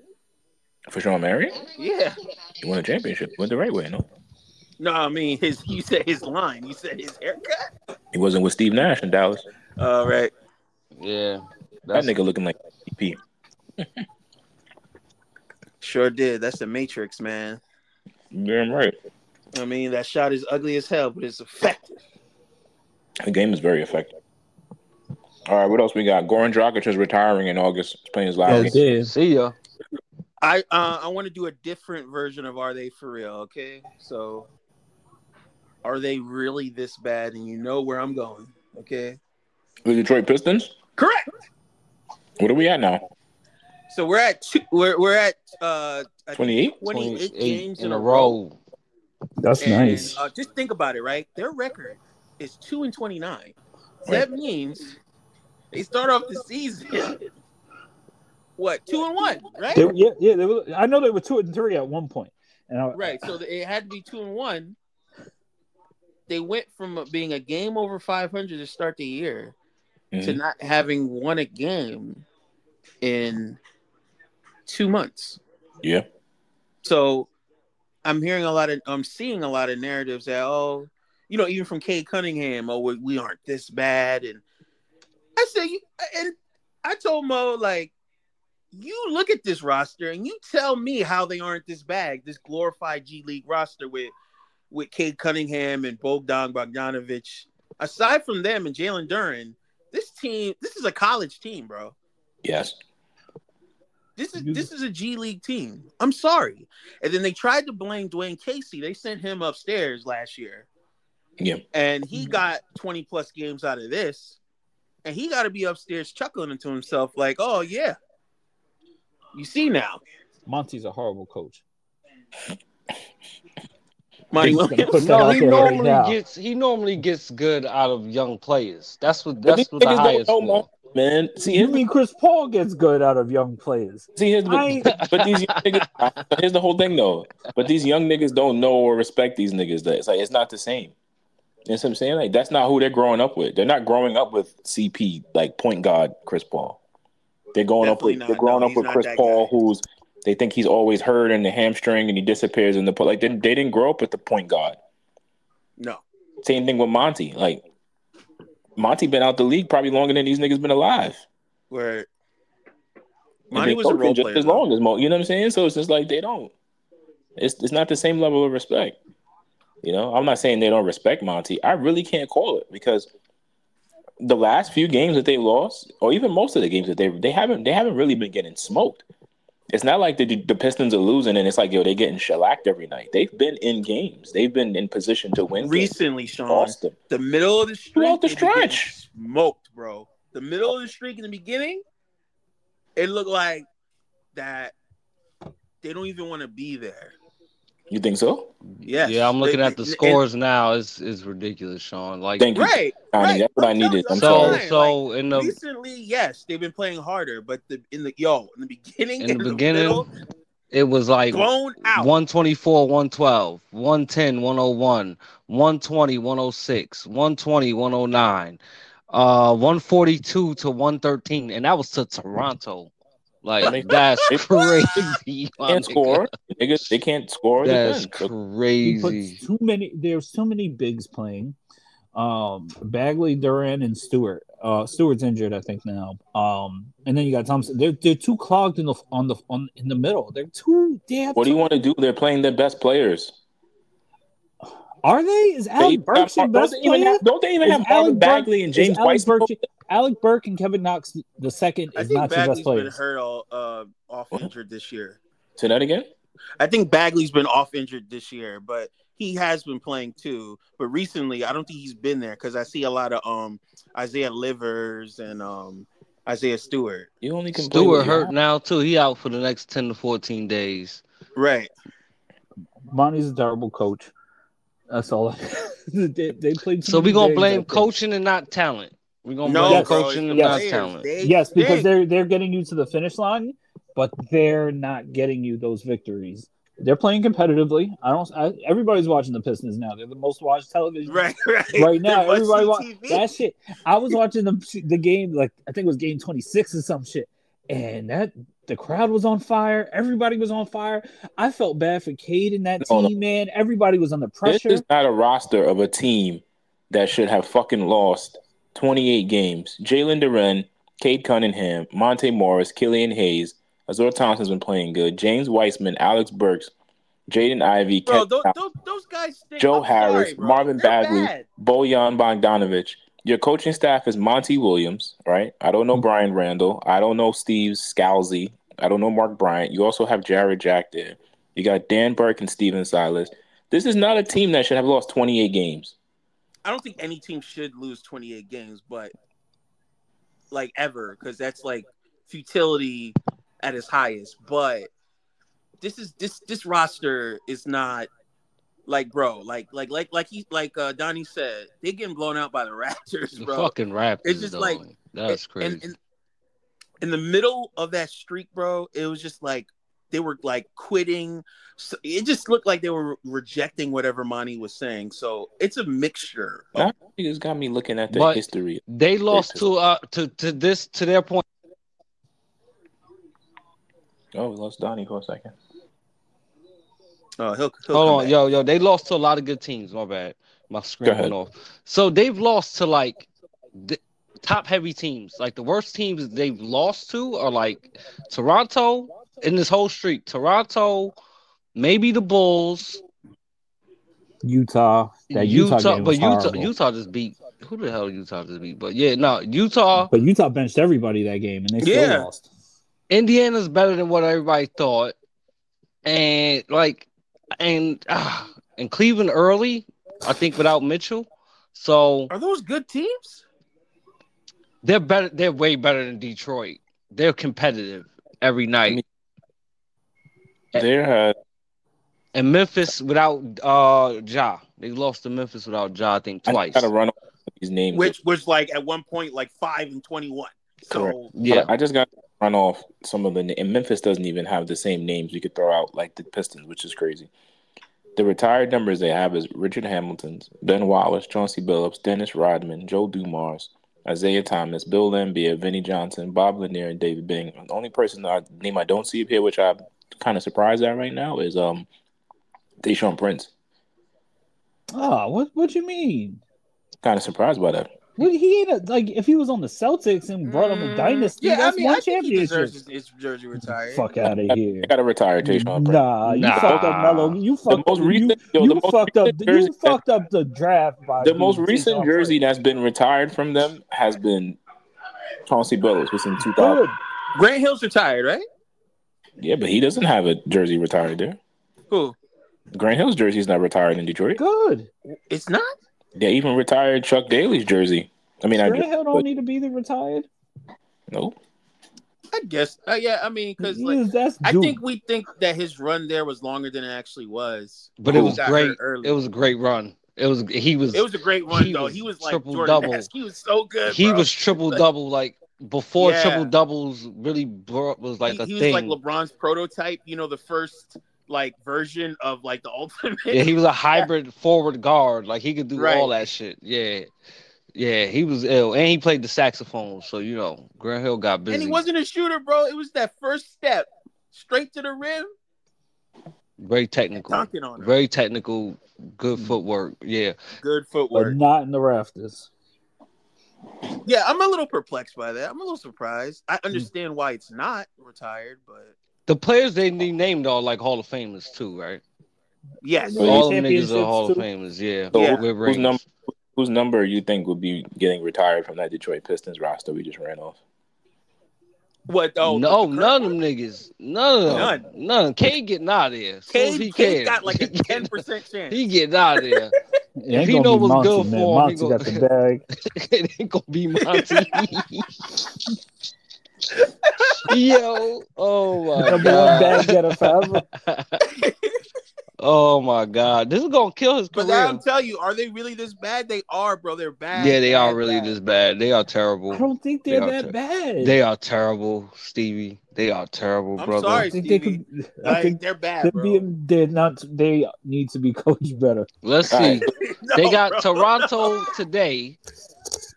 [SPEAKER 2] For Sean Marion,
[SPEAKER 5] Yeah.
[SPEAKER 2] he won a championship. Went the right way, no?
[SPEAKER 5] No, I mean his. You said his line. You said his haircut.
[SPEAKER 2] He wasn't with Steve Nash in Dallas.
[SPEAKER 5] All right.
[SPEAKER 7] yeah,
[SPEAKER 2] That
[SPEAKER 7] that's
[SPEAKER 2] nigga looking like CP.
[SPEAKER 5] Sure did. That's the Matrix, man.
[SPEAKER 2] Damn right.
[SPEAKER 5] I mean that shot is ugly as hell, but it's effective.
[SPEAKER 2] The game is very effective. All right, what else we got? Goran Dragic is retiring in August. He's playing his last game.
[SPEAKER 4] did.
[SPEAKER 7] see ya.
[SPEAKER 5] I uh, I want to do a different version of Are They For Real? Okay, so are they really this bad? And you know where I'm going. Okay,
[SPEAKER 2] The Detroit Pistons.
[SPEAKER 5] correct.
[SPEAKER 2] What are we at now?
[SPEAKER 5] So we're at two, we're we're at uh I think
[SPEAKER 2] 28?
[SPEAKER 5] 28 games
[SPEAKER 7] in a row.
[SPEAKER 4] That's
[SPEAKER 5] And,
[SPEAKER 4] nice.
[SPEAKER 5] Uh, just think about it, right? Their record is two and 29. So
[SPEAKER 2] Right.
[SPEAKER 5] That means they start off the season what two and one, right?
[SPEAKER 4] They, yeah, yeah. They were, I know they were two and three at one point. And I,
[SPEAKER 5] Right. So it had to be two and one. They went from being a game over 500 to start the year to
[SPEAKER 2] Mhm.
[SPEAKER 5] not having won a game in two months.
[SPEAKER 2] Yeah.
[SPEAKER 5] So I'm hearing a lot of, I'm seeing a lot of narratives that, oh, you know, even from Kay Cunningham, oh, we, we aren't this bad. And I said, you- and I told Mo, like, you look at this roster and you tell me how they aren't this bad, this glorified G League roster with with Cade Cunningham and Bogdan Bogdanovich. Aside from them and Jalen Duran, this team, this is a college team, bro.
[SPEAKER 2] Yes.
[SPEAKER 5] This is
[SPEAKER 4] You-
[SPEAKER 5] this is a G League team. I'm sorry. And then they tried to blame Dwayne Casey. They sent him upstairs last year,
[SPEAKER 2] Yeah.
[SPEAKER 5] and he got 20 plus games out of this. and he got to be upstairs chuckling to himself, like, "Oh yeah, you see now,
[SPEAKER 4] Monty's a horrible coach.
[SPEAKER 5] Monty
[SPEAKER 4] He's gonna put
[SPEAKER 5] Williams."
[SPEAKER 4] that
[SPEAKER 7] No,
[SPEAKER 4] out
[SPEAKER 7] he
[SPEAKER 4] there right
[SPEAKER 7] normally
[SPEAKER 4] now.
[SPEAKER 7] gets he normally gets good out of young players. That's what
[SPEAKER 2] But
[SPEAKER 7] that's
[SPEAKER 2] these
[SPEAKER 7] what the
[SPEAKER 2] niggas don't
[SPEAKER 7] highest.
[SPEAKER 2] know
[SPEAKER 7] for.
[SPEAKER 2] man. See,
[SPEAKER 4] You
[SPEAKER 2] here's,
[SPEAKER 4] mean Chris Paul gets good out of young players?
[SPEAKER 2] see, here's
[SPEAKER 4] I-
[SPEAKER 2] but, but these young niggas, here's the whole thing though. But these young niggas don't know or respect these niggas. That it's like it's not the same. You know what I'm saying? Like that's not who they're growing up with. They're not growing up with CP like point guard Chris Paul. They're going
[SPEAKER 5] Definitely
[SPEAKER 2] up with
[SPEAKER 5] not.
[SPEAKER 2] they're growing
[SPEAKER 5] No,
[SPEAKER 2] up
[SPEAKER 5] he's
[SPEAKER 2] with
[SPEAKER 5] not
[SPEAKER 2] Chris
[SPEAKER 5] that
[SPEAKER 2] Paul,
[SPEAKER 5] guy.
[SPEAKER 2] who's they think he's always hurt in the hamstring and he disappears in the po- like they, they didn't grow up with the point guard.
[SPEAKER 5] No,
[SPEAKER 2] Same thing with Monty. Like Monty been out the league probably longer than these niggas been alive.
[SPEAKER 5] where
[SPEAKER 2] And
[SPEAKER 5] Monty
[SPEAKER 2] been
[SPEAKER 5] was a
[SPEAKER 2] coaching
[SPEAKER 5] role
[SPEAKER 2] just
[SPEAKER 5] player.
[SPEAKER 2] as
[SPEAKER 5] though.
[SPEAKER 2] long as Mo. You know what I'm saying? So it's just like they don't. It's it's not the same level of respect. You know, I'm not saying they don't respect Monty. I really can't call it because the last few games that they lost, or even most of the games that they they haven't they haven't really been getting smoked. It's not like the the Pistons are losing and it's like yo they're getting shellacked every night. They've been in games. They've been in position to win. games.
[SPEAKER 5] Recently, Sean,
[SPEAKER 2] Lost them.
[SPEAKER 5] the middle of the streak,
[SPEAKER 2] Throughout the
[SPEAKER 5] they be getting
[SPEAKER 2] stretch.
[SPEAKER 5] smoked, bro. The middle of the streak in the beginning, it looked like that they don't even want to be there.
[SPEAKER 2] You think so?
[SPEAKER 5] Yes.
[SPEAKER 7] Yeah, I'm looking
[SPEAKER 5] They-
[SPEAKER 7] at the
[SPEAKER 5] and-
[SPEAKER 7] scores now. It's is ridiculous, Sean. Like
[SPEAKER 2] Thank you.
[SPEAKER 5] Right,
[SPEAKER 2] I mean,
[SPEAKER 5] right.
[SPEAKER 2] that's what I
[SPEAKER 5] I'm telling
[SPEAKER 2] needed.
[SPEAKER 5] you,
[SPEAKER 2] I'm
[SPEAKER 7] so
[SPEAKER 2] sorry.
[SPEAKER 5] trying,
[SPEAKER 7] so in
[SPEAKER 5] like,
[SPEAKER 7] the
[SPEAKER 5] recently, yes, they've been playing harder, but the in the yo in the beginning,
[SPEAKER 7] in the beginning
[SPEAKER 5] middle,
[SPEAKER 7] it was like
[SPEAKER 5] blown out.
[SPEAKER 7] 124, 112, 110, 101, 120, 106, 120, 109, uh 142 to 113 and that was to Toronto.
[SPEAKER 2] They-
[SPEAKER 7] Like that's
[SPEAKER 2] they-
[SPEAKER 7] crazy. my
[SPEAKER 2] Can't
[SPEAKER 7] nigga.
[SPEAKER 2] score. Niggas, they can't score. or
[SPEAKER 7] That's
[SPEAKER 2] defend. So
[SPEAKER 4] He
[SPEAKER 7] crazy.
[SPEAKER 4] puts too many. There's so many bigs playing. Um, Bagley, Duran, and Stewart. Uh, Stewart's injured, I think now. Um, and then you got Thompson. They're they're too clogged in the on the on in the middle. They're too. They have
[SPEAKER 2] What do
[SPEAKER 4] too-
[SPEAKER 2] you want to do? They're playing their best players.
[SPEAKER 4] Are they? Is Alec
[SPEAKER 2] even got
[SPEAKER 4] Burks the
[SPEAKER 2] Mar- don't
[SPEAKER 4] best
[SPEAKER 2] they even
[SPEAKER 4] player?
[SPEAKER 2] have, don't they even
[SPEAKER 4] Is
[SPEAKER 2] have
[SPEAKER 4] Alec
[SPEAKER 2] Marvin
[SPEAKER 4] Burke-
[SPEAKER 2] Bagley and
[SPEAKER 4] is
[SPEAKER 2] James
[SPEAKER 4] Alec
[SPEAKER 2] White?
[SPEAKER 4] Burke, Alec Burke and Kevin Knox the second
[SPEAKER 5] I
[SPEAKER 4] is
[SPEAKER 5] think
[SPEAKER 4] not your
[SPEAKER 5] Bagley's
[SPEAKER 4] best
[SPEAKER 5] been
[SPEAKER 4] player.
[SPEAKER 5] hurt all uh, off
[SPEAKER 2] What?
[SPEAKER 5] injured this year.
[SPEAKER 2] Say that again.
[SPEAKER 5] I think Bagley's been off injured this year, but he has been playing too. But recently, I don't think he's been there because I see a lot of um Isaiah Livers and um Isaiah Stewart.
[SPEAKER 2] You only can play
[SPEAKER 7] Stewart
[SPEAKER 2] with your-
[SPEAKER 7] hurt now too. He out for the next 10 to 14 days.
[SPEAKER 5] Right.
[SPEAKER 4] Monty's a terrible coach. That's all. they, they played. too
[SPEAKER 7] So
[SPEAKER 4] many
[SPEAKER 7] we're gonna
[SPEAKER 4] bigs,
[SPEAKER 7] blame
[SPEAKER 4] I think.
[SPEAKER 7] coaching and not talent. We're gonna
[SPEAKER 5] No,
[SPEAKER 7] blame
[SPEAKER 4] Yes.
[SPEAKER 5] bro, it's
[SPEAKER 7] coaching
[SPEAKER 5] the
[SPEAKER 7] and
[SPEAKER 4] Yes.
[SPEAKER 7] not
[SPEAKER 5] players.
[SPEAKER 7] talent.
[SPEAKER 5] They
[SPEAKER 4] Yes, because
[SPEAKER 5] stink.
[SPEAKER 4] they're they're getting you to the finish line, but they're not getting you those victories. They're playing competitively. I don't. I, everybody's watching the Pistons now. They're the most watched television
[SPEAKER 5] right, right,
[SPEAKER 4] right now.
[SPEAKER 5] Must-see
[SPEAKER 4] Everybody wa-
[SPEAKER 5] TV.
[SPEAKER 4] that shit. I was watching the the game like I think it was game twenty six or some shit, and that the crowd was on fire. Everybody was on fire. I felt bad for Cade and that
[SPEAKER 2] No, no.
[SPEAKER 4] team, man. Everybody was under pressure.
[SPEAKER 2] This is not a roster of a team that should have fucking lost 28 games. Jalen Duran, Cade Cunningham, Monte Morris, Killian Hayes, Azor Thompson's been playing good. James Weissman, Alex Burks, Jaden Ivey,
[SPEAKER 5] bro.
[SPEAKER 2] Kevin
[SPEAKER 5] Those,
[SPEAKER 2] Knox,
[SPEAKER 5] those, those guys stink.
[SPEAKER 2] Joe
[SPEAKER 5] I'm
[SPEAKER 2] Harris,
[SPEAKER 5] sorry, bro.
[SPEAKER 2] Marvin
[SPEAKER 5] They're
[SPEAKER 2] Bagley.
[SPEAKER 5] bad.
[SPEAKER 2] Bojan Bogdanovic. Your coaching staff is Monty Williams, right? I don't know Brian Randall. I don't know Steve Scalzi. I don't know Mark Bryant. You also have Jared Jack there. You got Dan Burke and Steven Silas. This is not a team that should have lost 28 games.
[SPEAKER 5] I don't think any team should lose 28 games, but like ever, because that's like futility at its highest. But this is this this roster is not like bro, like like like like he like uh Donnie said, they're getting blown out by the Raptors,
[SPEAKER 7] The
[SPEAKER 5] bro.
[SPEAKER 7] fucking Raptors.
[SPEAKER 5] It's just
[SPEAKER 7] though.
[SPEAKER 5] like-
[SPEAKER 7] that's
[SPEAKER 5] And-
[SPEAKER 7] crazy.
[SPEAKER 5] And, and in the middle of that streak, bro, it was just like they were like quitting. So it just looked like they were rejecting whatever Monty was saying. So it's a mixture.
[SPEAKER 2] Now, you just got me looking at the
[SPEAKER 7] But-
[SPEAKER 2] history.
[SPEAKER 7] they lost to uh to, to this to their point.
[SPEAKER 2] Oh, we lost Donnie for a second.
[SPEAKER 5] Oh, he'll, he'll come
[SPEAKER 7] Hold on,
[SPEAKER 5] back.
[SPEAKER 7] yo, yo, they lost to a lot of good teams. My bad. My
[SPEAKER 2] Go
[SPEAKER 7] screen
[SPEAKER 2] ahead.
[SPEAKER 7] went off. So they've lost to like the top heavy teams. Like the worst teams they've lost to are like Toronto in this whole streak. Toronto, maybe the Bulls,
[SPEAKER 4] Utah. That Utah,
[SPEAKER 7] Utah,
[SPEAKER 4] game
[SPEAKER 7] but
[SPEAKER 4] was
[SPEAKER 7] Utah
[SPEAKER 4] horrible.
[SPEAKER 7] Utah just beat who the hell Utah just beat? But yeah, no, Utah,
[SPEAKER 4] But Utah benched everybody that game, and they still
[SPEAKER 5] Yeah.
[SPEAKER 4] lost.
[SPEAKER 7] Indiana's better than what everybody thought. And like and ah, and Cleveland early, I think without Mitchell. So
[SPEAKER 5] Are those good teams?
[SPEAKER 7] They're better. They're way better than Detroit. They're competitive every night.
[SPEAKER 2] There uh, had
[SPEAKER 7] And Memphis without uh Ja, they lost to Memphis without Ja. I think
[SPEAKER 2] I
[SPEAKER 7] twice.
[SPEAKER 2] gotta run off these names.
[SPEAKER 5] which was like at one point like five and twenty-one. So
[SPEAKER 2] Correct.
[SPEAKER 7] Yeah,
[SPEAKER 2] I just got to run off some of the. na- And Memphis doesn't even have the same names you could throw out like the Pistons, which is crazy. The retired numbers they have is Richard Hamilton's, Ben Wallace, Chauncey Billups, Dennis Rodman, Joe Dumars, Isaiah Thomas, Bill Lambia, Vinnie Johnson, Bob Lanier, and David Bing. The only person that I, name I don't see up here, which I'm kind of surprised at right now, is um Deshaun Prince.
[SPEAKER 4] Oh, what what you mean?
[SPEAKER 2] Kind of surprised by that.
[SPEAKER 4] What he ain't a, like if he was on the Celtics and brought up a
[SPEAKER 7] Mm.
[SPEAKER 4] dynasty,
[SPEAKER 5] yeah, I
[SPEAKER 4] that's
[SPEAKER 5] mean,
[SPEAKER 4] one
[SPEAKER 5] I think he
[SPEAKER 4] championship.
[SPEAKER 5] deserves his, his jersey retired.
[SPEAKER 4] Fuck out of here.
[SPEAKER 2] I gotta retire Deshaun Prince.
[SPEAKER 4] Nah, you
[SPEAKER 7] Nah.
[SPEAKER 4] fucked up Melo. You fucked
[SPEAKER 2] most recent-
[SPEAKER 4] you,
[SPEAKER 2] yo,
[SPEAKER 4] you
[SPEAKER 2] the most
[SPEAKER 4] fucked up
[SPEAKER 2] recent
[SPEAKER 4] you
[SPEAKER 2] jersey-
[SPEAKER 4] fucked up the draft by
[SPEAKER 2] the most
[SPEAKER 4] doing
[SPEAKER 2] recent
[SPEAKER 4] Deshaun
[SPEAKER 2] jersey that's been retired from them has been Chauncey Billups, was in
[SPEAKER 4] Prince.
[SPEAKER 2] 2000.
[SPEAKER 4] Good.
[SPEAKER 5] Grant Hill's retired, right?
[SPEAKER 2] Yeah, but he doesn't have a jersey retired there.
[SPEAKER 5] Who?
[SPEAKER 2] Grant Hill's jersey is not retired in Detroit.
[SPEAKER 4] Good.
[SPEAKER 5] It's not.
[SPEAKER 2] They even retired Chuck Daly's jersey. I mean, I
[SPEAKER 4] Grant
[SPEAKER 2] just,
[SPEAKER 4] Hill
[SPEAKER 2] but-
[SPEAKER 4] don't e- need to be the retired.
[SPEAKER 2] nope.
[SPEAKER 5] I guess. Uh, yeah, I mean, because
[SPEAKER 4] He
[SPEAKER 5] like
[SPEAKER 4] is- that's
[SPEAKER 5] I
[SPEAKER 4] Duke.
[SPEAKER 5] think we think that his run there was longer than it actually was.
[SPEAKER 7] but it
[SPEAKER 5] He
[SPEAKER 7] was
[SPEAKER 5] got
[SPEAKER 7] great.
[SPEAKER 5] hurt early.
[SPEAKER 7] It was a great run. It was he was
[SPEAKER 5] It was a great run
[SPEAKER 7] He
[SPEAKER 5] though.
[SPEAKER 7] was
[SPEAKER 5] he was like
[SPEAKER 7] triple
[SPEAKER 5] Jordan
[SPEAKER 7] double.
[SPEAKER 5] Esque. He was so good.
[SPEAKER 7] he
[SPEAKER 5] bro.
[SPEAKER 7] was triple double like before
[SPEAKER 5] Yeah.
[SPEAKER 7] triple doubles really brought, was like
[SPEAKER 5] he,
[SPEAKER 7] a
[SPEAKER 5] he
[SPEAKER 7] thing.
[SPEAKER 5] was like LeBron's prototype. You know, the first like version of like the ultimate.
[SPEAKER 7] yeah, he was a hybrid forward guard. Like he could do
[SPEAKER 5] Right.
[SPEAKER 7] all that shit. Yeah. Yeah, he was ill. And he played the saxophone. So, you know, Grant Hill got busy.
[SPEAKER 5] and he wasn't a shooter, bro. It was that first step straight to the rim,
[SPEAKER 7] very technical.
[SPEAKER 5] dunking on him.
[SPEAKER 7] Very technical, good footwork. Yeah.
[SPEAKER 5] Good
[SPEAKER 4] but
[SPEAKER 5] footwork.
[SPEAKER 4] not in the rafters.
[SPEAKER 5] Yeah, I'm a little perplexed by that. I'm a little surprised. I
[SPEAKER 7] Hmm.
[SPEAKER 5] understand why it's not retired, but
[SPEAKER 7] The players they named are like Hall of Famers too, right?
[SPEAKER 5] yes.
[SPEAKER 2] Well,
[SPEAKER 7] All them niggas are
[SPEAKER 4] championships,
[SPEAKER 7] Hall of
[SPEAKER 4] too.
[SPEAKER 7] Famers, yeah.
[SPEAKER 2] So
[SPEAKER 5] Yeah.
[SPEAKER 2] who-
[SPEAKER 7] With
[SPEAKER 2] whose
[SPEAKER 7] rings.
[SPEAKER 2] number whose number you think would be getting retired from that Detroit Pistons roster we just ran off?
[SPEAKER 5] What? Oh,
[SPEAKER 7] no,
[SPEAKER 5] the current
[SPEAKER 7] none of them niggas. None of them. None.
[SPEAKER 5] None.
[SPEAKER 7] None. K getting out of here. Soon as
[SPEAKER 5] Cade,
[SPEAKER 7] he
[SPEAKER 5] Cade
[SPEAKER 7] can.
[SPEAKER 5] got like a
[SPEAKER 7] He
[SPEAKER 5] ten
[SPEAKER 7] getting-
[SPEAKER 5] percent chance.
[SPEAKER 7] He getting out of there.
[SPEAKER 4] It ain't
[SPEAKER 7] he
[SPEAKER 4] gonna
[SPEAKER 7] know
[SPEAKER 4] be
[SPEAKER 7] what's
[SPEAKER 4] Monty,
[SPEAKER 7] good
[SPEAKER 4] man.
[SPEAKER 7] for him,
[SPEAKER 4] Monty
[SPEAKER 7] he Oh
[SPEAKER 4] got the bag.
[SPEAKER 7] it ain't gonna be Monty. Yo, oh my
[SPEAKER 4] Number one
[SPEAKER 7] god.
[SPEAKER 4] bag getter forever.
[SPEAKER 7] Oh my god. This is gonna kill his
[SPEAKER 5] But
[SPEAKER 7] career.
[SPEAKER 5] I'm telling you, are they really this bad? They are, bro. They're bad.
[SPEAKER 7] yeah, they are
[SPEAKER 5] bad,
[SPEAKER 7] really
[SPEAKER 5] bad.
[SPEAKER 7] this bad. They are
[SPEAKER 4] I
[SPEAKER 7] terrible.
[SPEAKER 4] don't think
[SPEAKER 7] They
[SPEAKER 4] they're
[SPEAKER 7] are
[SPEAKER 4] that
[SPEAKER 7] ter-
[SPEAKER 4] bad.
[SPEAKER 7] They are terrible, Stevie. They are terrible,
[SPEAKER 5] I'm
[SPEAKER 7] brother.
[SPEAKER 4] I
[SPEAKER 5] sorry.
[SPEAKER 4] think they could. I
[SPEAKER 5] Like,
[SPEAKER 4] think
[SPEAKER 5] they're
[SPEAKER 4] they're
[SPEAKER 5] bad, bro.
[SPEAKER 4] being. They're not. They need to be coached better.
[SPEAKER 7] Let's
[SPEAKER 2] All
[SPEAKER 7] see.
[SPEAKER 2] right.
[SPEAKER 5] No,
[SPEAKER 7] they got
[SPEAKER 5] bro.
[SPEAKER 7] Toronto today.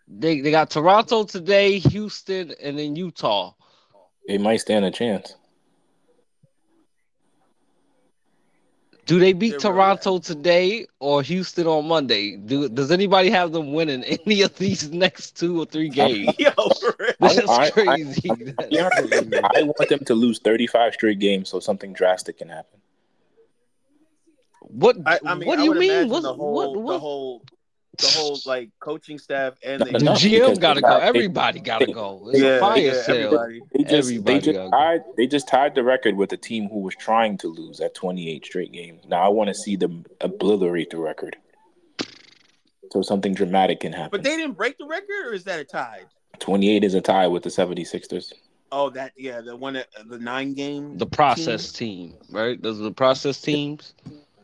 [SPEAKER 7] They they got Toronto today, Houston, and then Utah.
[SPEAKER 2] They might stand a chance.
[SPEAKER 7] Do they beat
[SPEAKER 5] They're real
[SPEAKER 7] Toronto today or Houston on Monday? Do does anybody have them winning any of these next two or three games?
[SPEAKER 5] Yo, for real.
[SPEAKER 7] That's
[SPEAKER 2] I- I-
[SPEAKER 7] crazy. That's
[SPEAKER 2] Yeah,
[SPEAKER 7] crazy.
[SPEAKER 2] I want them to lose 35 straight games so something drastic can happen.
[SPEAKER 7] What
[SPEAKER 5] I, I mean,
[SPEAKER 7] what
[SPEAKER 5] I
[SPEAKER 7] do you
[SPEAKER 5] would
[SPEAKER 7] mean?
[SPEAKER 5] imagine
[SPEAKER 7] What's,
[SPEAKER 5] the whole,
[SPEAKER 7] what
[SPEAKER 5] the
[SPEAKER 7] what
[SPEAKER 5] whole, the whole like coaching staff and
[SPEAKER 2] Not
[SPEAKER 5] the
[SPEAKER 7] the
[SPEAKER 2] enough because
[SPEAKER 7] GM gotta
[SPEAKER 2] they
[SPEAKER 7] go.
[SPEAKER 2] got- they-
[SPEAKER 7] Everybody gotta go. It's
[SPEAKER 5] yeah,
[SPEAKER 7] a fire
[SPEAKER 5] yeah,
[SPEAKER 7] sale.
[SPEAKER 5] everybody.
[SPEAKER 2] They just
[SPEAKER 7] Everybody
[SPEAKER 2] they
[SPEAKER 7] ugly.
[SPEAKER 2] just tied they just tied the record with a team who was trying to lose at 28 straight games. Now I want to see them obliterate the record. So something dramatic can happen.
[SPEAKER 5] But they didn't break the record, or is that a tie?
[SPEAKER 2] 28 is a tie with the 76ers.
[SPEAKER 5] Oh, that yeah, the one that the nine game.
[SPEAKER 7] The process team, right? Those are the process teams.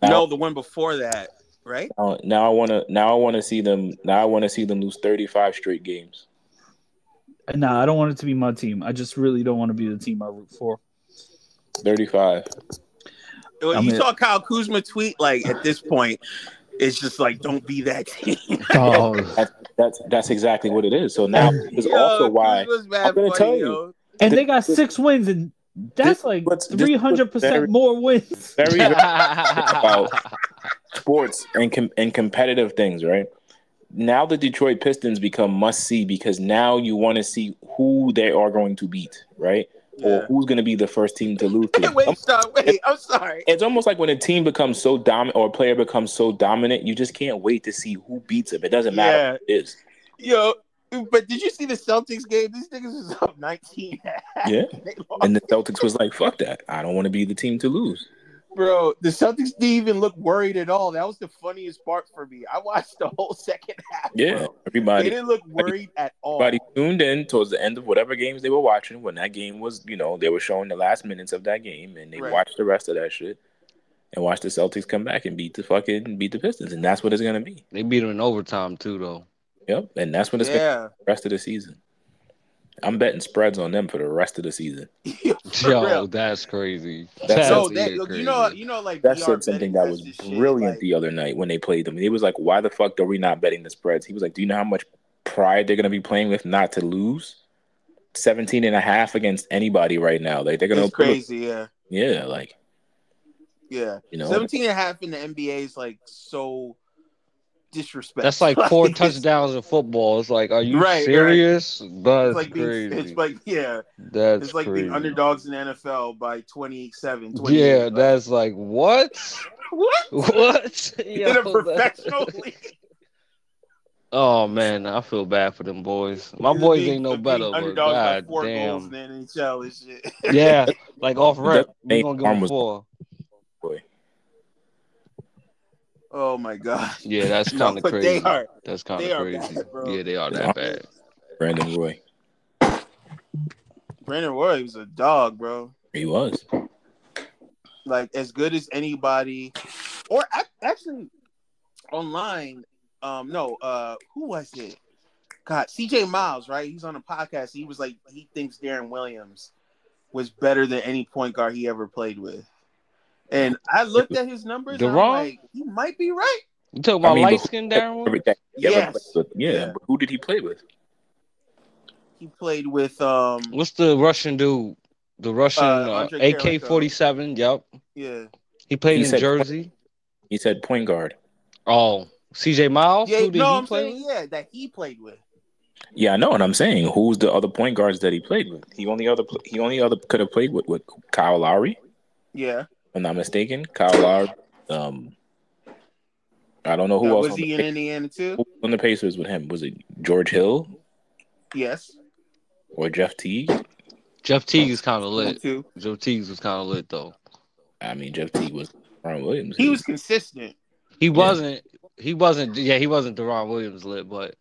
[SPEAKER 5] No, the one before that, right?
[SPEAKER 2] Now, now I want to now I want to see them now I want to see them lose 35 straight games.
[SPEAKER 4] Nah, I don't want it to be my team. I just really don't want to be the team I root for.
[SPEAKER 2] 35.
[SPEAKER 5] Well,
[SPEAKER 4] I
[SPEAKER 5] you
[SPEAKER 4] mean-
[SPEAKER 5] saw Kyle Kuzma tweet like at this point, it's just like don't be that team.
[SPEAKER 4] Oh,
[SPEAKER 2] That's that's that's exactly what it is. So now is
[SPEAKER 5] Yo,
[SPEAKER 2] also why
[SPEAKER 5] Kuzma's mad
[SPEAKER 2] I'm gonna
[SPEAKER 5] funny,
[SPEAKER 2] tell you.
[SPEAKER 5] yo.
[SPEAKER 4] and they got six wins, and that's like
[SPEAKER 2] what's- this-
[SPEAKER 4] three hundred percent more wins.
[SPEAKER 2] very very sports and com- and competitive things, right? Now the Detroit Pistons become must see because now you want to see who they are going to beat, right? Or
[SPEAKER 5] Yeah.
[SPEAKER 2] who's going to be the first team to lose. To. Um,
[SPEAKER 5] wait, stop, wait. I'm sorry.
[SPEAKER 2] It's almost like when a team becomes so dominant or a player becomes so dominant, you just can't wait to see who beats them. It doesn't matter
[SPEAKER 5] Yeah.
[SPEAKER 2] who it is.
[SPEAKER 5] Yo, but did you see the Celtics game? These niggas was up 19.
[SPEAKER 2] Yeah.
[SPEAKER 5] They lost.
[SPEAKER 2] And the Celtics was like, "Fuck that! I don't want to be the team to lose."
[SPEAKER 5] Bro, the Celtics didn't even look worried at all. That was the funniest part for me. I watched the whole second half.
[SPEAKER 2] Yeah,
[SPEAKER 5] bro. they
[SPEAKER 2] everybody,
[SPEAKER 5] didn't look worried at all.
[SPEAKER 2] everybody tuned in towards the end of whatever games they were watching. When that game was, you know, they were showing the last minutes of that game, and they
[SPEAKER 5] Right.
[SPEAKER 2] watched the rest of that shit, and watched the Celtics come back and beat the fucking beat the Pistons, and that's what it's gonna be.
[SPEAKER 7] They beat him in overtime too, though.
[SPEAKER 2] Yep, and that's what it's gonna
[SPEAKER 5] Yeah,
[SPEAKER 2] be the rest of the season. I'm betting spreads on them for the rest of the season.
[SPEAKER 5] For
[SPEAKER 7] Yo,
[SPEAKER 5] real.
[SPEAKER 7] that's crazy.
[SPEAKER 2] That's-
[SPEAKER 5] so
[SPEAKER 7] That's
[SPEAKER 5] that
[SPEAKER 7] even
[SPEAKER 5] you know,
[SPEAKER 7] crazy.
[SPEAKER 5] you know, like
[SPEAKER 2] That
[SPEAKER 5] we are
[SPEAKER 2] said something
[SPEAKER 5] betting
[SPEAKER 2] that
[SPEAKER 5] against
[SPEAKER 2] was
[SPEAKER 5] this shit,
[SPEAKER 2] brilliant
[SPEAKER 5] like-
[SPEAKER 2] the other night when they played them. He was like, "Why the fuck are we not betting the spreads?" He was like, "Do you know how much pride they're going to be playing with not to lose 17 and a half against anybody right now? Like they're going to
[SPEAKER 5] it's crazy. Yeah,
[SPEAKER 2] Yeah, like
[SPEAKER 5] yeah.
[SPEAKER 2] you know,
[SPEAKER 5] 17 and a half in the NBA is like so disrespectful.
[SPEAKER 7] That's like four
[SPEAKER 5] it's-
[SPEAKER 7] touchdowns in football. It's like, are you
[SPEAKER 5] Right, right.
[SPEAKER 7] serious? That's
[SPEAKER 5] It's like
[SPEAKER 7] crazy.
[SPEAKER 5] being, it's like yeah,
[SPEAKER 7] that's
[SPEAKER 5] it's like
[SPEAKER 7] crazy.
[SPEAKER 5] being underdogs in the NFL by 27, 28.
[SPEAKER 7] Yeah,
[SPEAKER 5] Like,
[SPEAKER 7] that's like what?
[SPEAKER 5] what
[SPEAKER 7] what?
[SPEAKER 5] in
[SPEAKER 7] Yo,
[SPEAKER 5] a
[SPEAKER 7] that-
[SPEAKER 5] professional league.
[SPEAKER 7] Oh man, I feel bad for them boys. My
[SPEAKER 5] It's
[SPEAKER 7] boys
[SPEAKER 5] being-
[SPEAKER 7] ain't no
[SPEAKER 5] being
[SPEAKER 7] better, but
[SPEAKER 5] Underdogs by
[SPEAKER 7] god
[SPEAKER 5] four goals in
[SPEAKER 7] damn.
[SPEAKER 5] the NHL and shit.
[SPEAKER 7] Yeah, like off rep,
[SPEAKER 2] That's-
[SPEAKER 7] we gonna give
[SPEAKER 2] Arm
[SPEAKER 7] them
[SPEAKER 2] was-
[SPEAKER 7] four.
[SPEAKER 5] Oh my god.
[SPEAKER 7] Yeah, that's
[SPEAKER 5] No,
[SPEAKER 7] kind of
[SPEAKER 5] but
[SPEAKER 7] crazy.
[SPEAKER 5] They are.
[SPEAKER 7] That's kind
[SPEAKER 5] they
[SPEAKER 7] of
[SPEAKER 5] are
[SPEAKER 7] crazy.
[SPEAKER 5] bad, bro.
[SPEAKER 7] yeah, they are
[SPEAKER 2] Yeah.
[SPEAKER 7] that bad.
[SPEAKER 2] Brandon Roy,
[SPEAKER 5] Brandon Roy was a dog, bro.
[SPEAKER 2] he was.
[SPEAKER 5] Like as good as anybody, or ac- actually online. Um, no, uh, who was it? God, CJ Miles, right? He's on a podcast. He was like, he thinks Darren Williams was better than any point guard he ever played with. And I looked at his numbers. And I'm
[SPEAKER 7] DeRozan?
[SPEAKER 5] like, he might be right.
[SPEAKER 7] You talking
[SPEAKER 2] I
[SPEAKER 7] about
[SPEAKER 2] mean, but-
[SPEAKER 7] light skinned Darren? Williams?
[SPEAKER 2] Everything. he ever
[SPEAKER 5] Yes.
[SPEAKER 2] played with- yeah,
[SPEAKER 5] Yeah.
[SPEAKER 2] but who did he play with?
[SPEAKER 5] He played with um,
[SPEAKER 7] What's the Russian dude? The Russian
[SPEAKER 5] Uh,
[SPEAKER 7] uh,
[SPEAKER 5] Andre Karatsev.
[SPEAKER 7] AK forty seven. Yep,
[SPEAKER 5] yeah,
[SPEAKER 7] he played
[SPEAKER 2] He
[SPEAKER 7] in
[SPEAKER 2] said-
[SPEAKER 7] Jersey.
[SPEAKER 2] He said point guard.
[SPEAKER 7] Oh, CJ Miles.
[SPEAKER 5] yeah.
[SPEAKER 7] Who did
[SPEAKER 5] No,
[SPEAKER 7] he
[SPEAKER 5] I'm
[SPEAKER 7] play?
[SPEAKER 5] saying
[SPEAKER 7] with?
[SPEAKER 5] yeah that he played with.
[SPEAKER 2] Yeah, I know, and I'm saying who's the other point guards that he played with? He only other pl- he only other could have played with with Kyle Lowry.
[SPEAKER 5] Yeah.
[SPEAKER 2] if I'm not mistaken. Kyle Lowry. Um, I don't know who
[SPEAKER 5] Uh,
[SPEAKER 2] else
[SPEAKER 5] was
[SPEAKER 2] on, the
[SPEAKER 5] he in
[SPEAKER 2] Pacers,
[SPEAKER 5] Indiana too?
[SPEAKER 2] who was on the Pacers with him. Was it George Hill
[SPEAKER 5] Yes.
[SPEAKER 2] or Jeff Teague?
[SPEAKER 7] Jeff Teague is kind of
[SPEAKER 5] Me
[SPEAKER 7] lit.
[SPEAKER 5] too.
[SPEAKER 7] Jeff Teague was kind of lit though.
[SPEAKER 2] I mean, Jeff Teague was Ron Williams.
[SPEAKER 5] He was consistent.
[SPEAKER 7] He wasn't. He wasn't. Yeah, he wasn't Deron Williams lit, but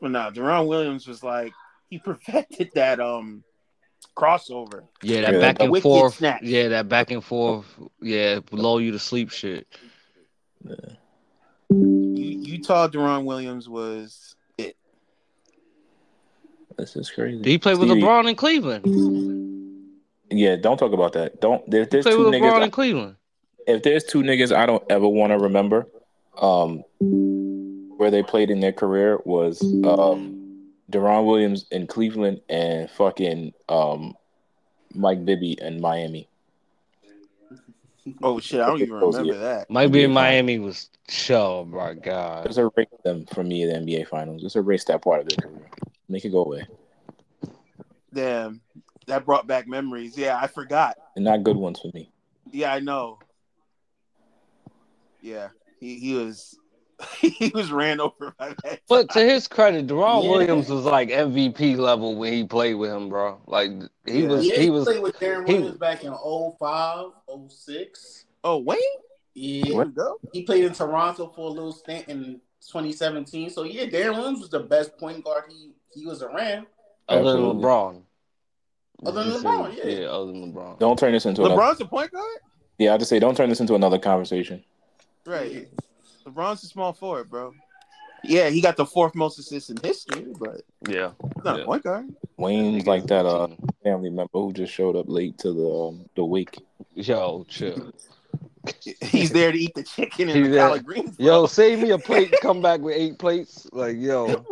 [SPEAKER 5] Well, no, Deron Williams was like he perfected that um crossover.
[SPEAKER 7] yeah, that
[SPEAKER 2] Yeah,
[SPEAKER 7] back
[SPEAKER 2] that
[SPEAKER 7] and
[SPEAKER 5] wicked
[SPEAKER 7] forth.
[SPEAKER 5] snap.
[SPEAKER 7] Yeah, that back and forth. Yeah, lull you to sleep shit.
[SPEAKER 5] U- Utah Deron Williams was it.
[SPEAKER 2] This is crazy.
[SPEAKER 7] Did he play with
[SPEAKER 2] See,
[SPEAKER 7] LeBron in Cleveland?
[SPEAKER 2] Yeah, don't talk about that. Don't. There,
[SPEAKER 7] He
[SPEAKER 2] there's
[SPEAKER 7] played
[SPEAKER 2] two
[SPEAKER 7] with LeBron
[SPEAKER 2] niggas.
[SPEAKER 7] in Cleveland.
[SPEAKER 2] If there's two niggas, I don't ever want to remember. Um, where they played in their career was um, Deron Williams in Cleveland and fucking um, Mike Bibby in Miami.
[SPEAKER 5] Oh shit, I don't even
[SPEAKER 2] Those
[SPEAKER 5] remember that.
[SPEAKER 7] Might be in
[SPEAKER 2] Yeah.
[SPEAKER 7] Miami was. Oh my god.
[SPEAKER 2] Just erase them from me in the NBA Finals. Just erase that part of their career. Make it go away.
[SPEAKER 5] Damn. That brought back memories. Yeah, I forgot.
[SPEAKER 2] And not good ones for me.
[SPEAKER 5] Yeah, I know. Yeah. He he was he was ran over by that.
[SPEAKER 7] But to his credit, Deron
[SPEAKER 5] Yeah.
[SPEAKER 7] Williams was like MVP level when he played with him, bro. Like he
[SPEAKER 5] Yeah.
[SPEAKER 7] was, he was.
[SPEAKER 8] played with Darren
[SPEAKER 7] he-
[SPEAKER 8] Williams back in 05, 06.
[SPEAKER 5] Oh, Wayne?
[SPEAKER 8] Yeah,
[SPEAKER 5] Here we go.
[SPEAKER 8] he played in Toronto for a little stint in 2017. So yeah, Darren Williams was the best point guard he he was around.
[SPEAKER 7] Other than
[SPEAKER 2] Absolutely.
[SPEAKER 7] LeBron.
[SPEAKER 8] Other than
[SPEAKER 7] Just
[SPEAKER 8] LeBron,
[SPEAKER 7] say-
[SPEAKER 8] yeah.
[SPEAKER 7] other than LeBron.
[SPEAKER 2] Don't turn this into another.
[SPEAKER 5] LeBron's a point guard?
[SPEAKER 2] Yeah, I just say don't turn this into another conversation.
[SPEAKER 5] Right. LeBron's a small forward, bro. Yeah, he got the fourth most assists in history, but
[SPEAKER 7] Yeah.
[SPEAKER 5] he's not
[SPEAKER 7] Yeah.
[SPEAKER 5] a point guard.
[SPEAKER 2] Wayne's like that uh family member who just showed up late to the um, the wake.
[SPEAKER 7] Yo, chill.
[SPEAKER 5] He's there to eat the chicken and
[SPEAKER 7] He's
[SPEAKER 5] the
[SPEAKER 7] there.
[SPEAKER 5] collard greens. bro.
[SPEAKER 7] Yo, save me a plate. Come back with eight plates. Like yo.
[SPEAKER 5] Word.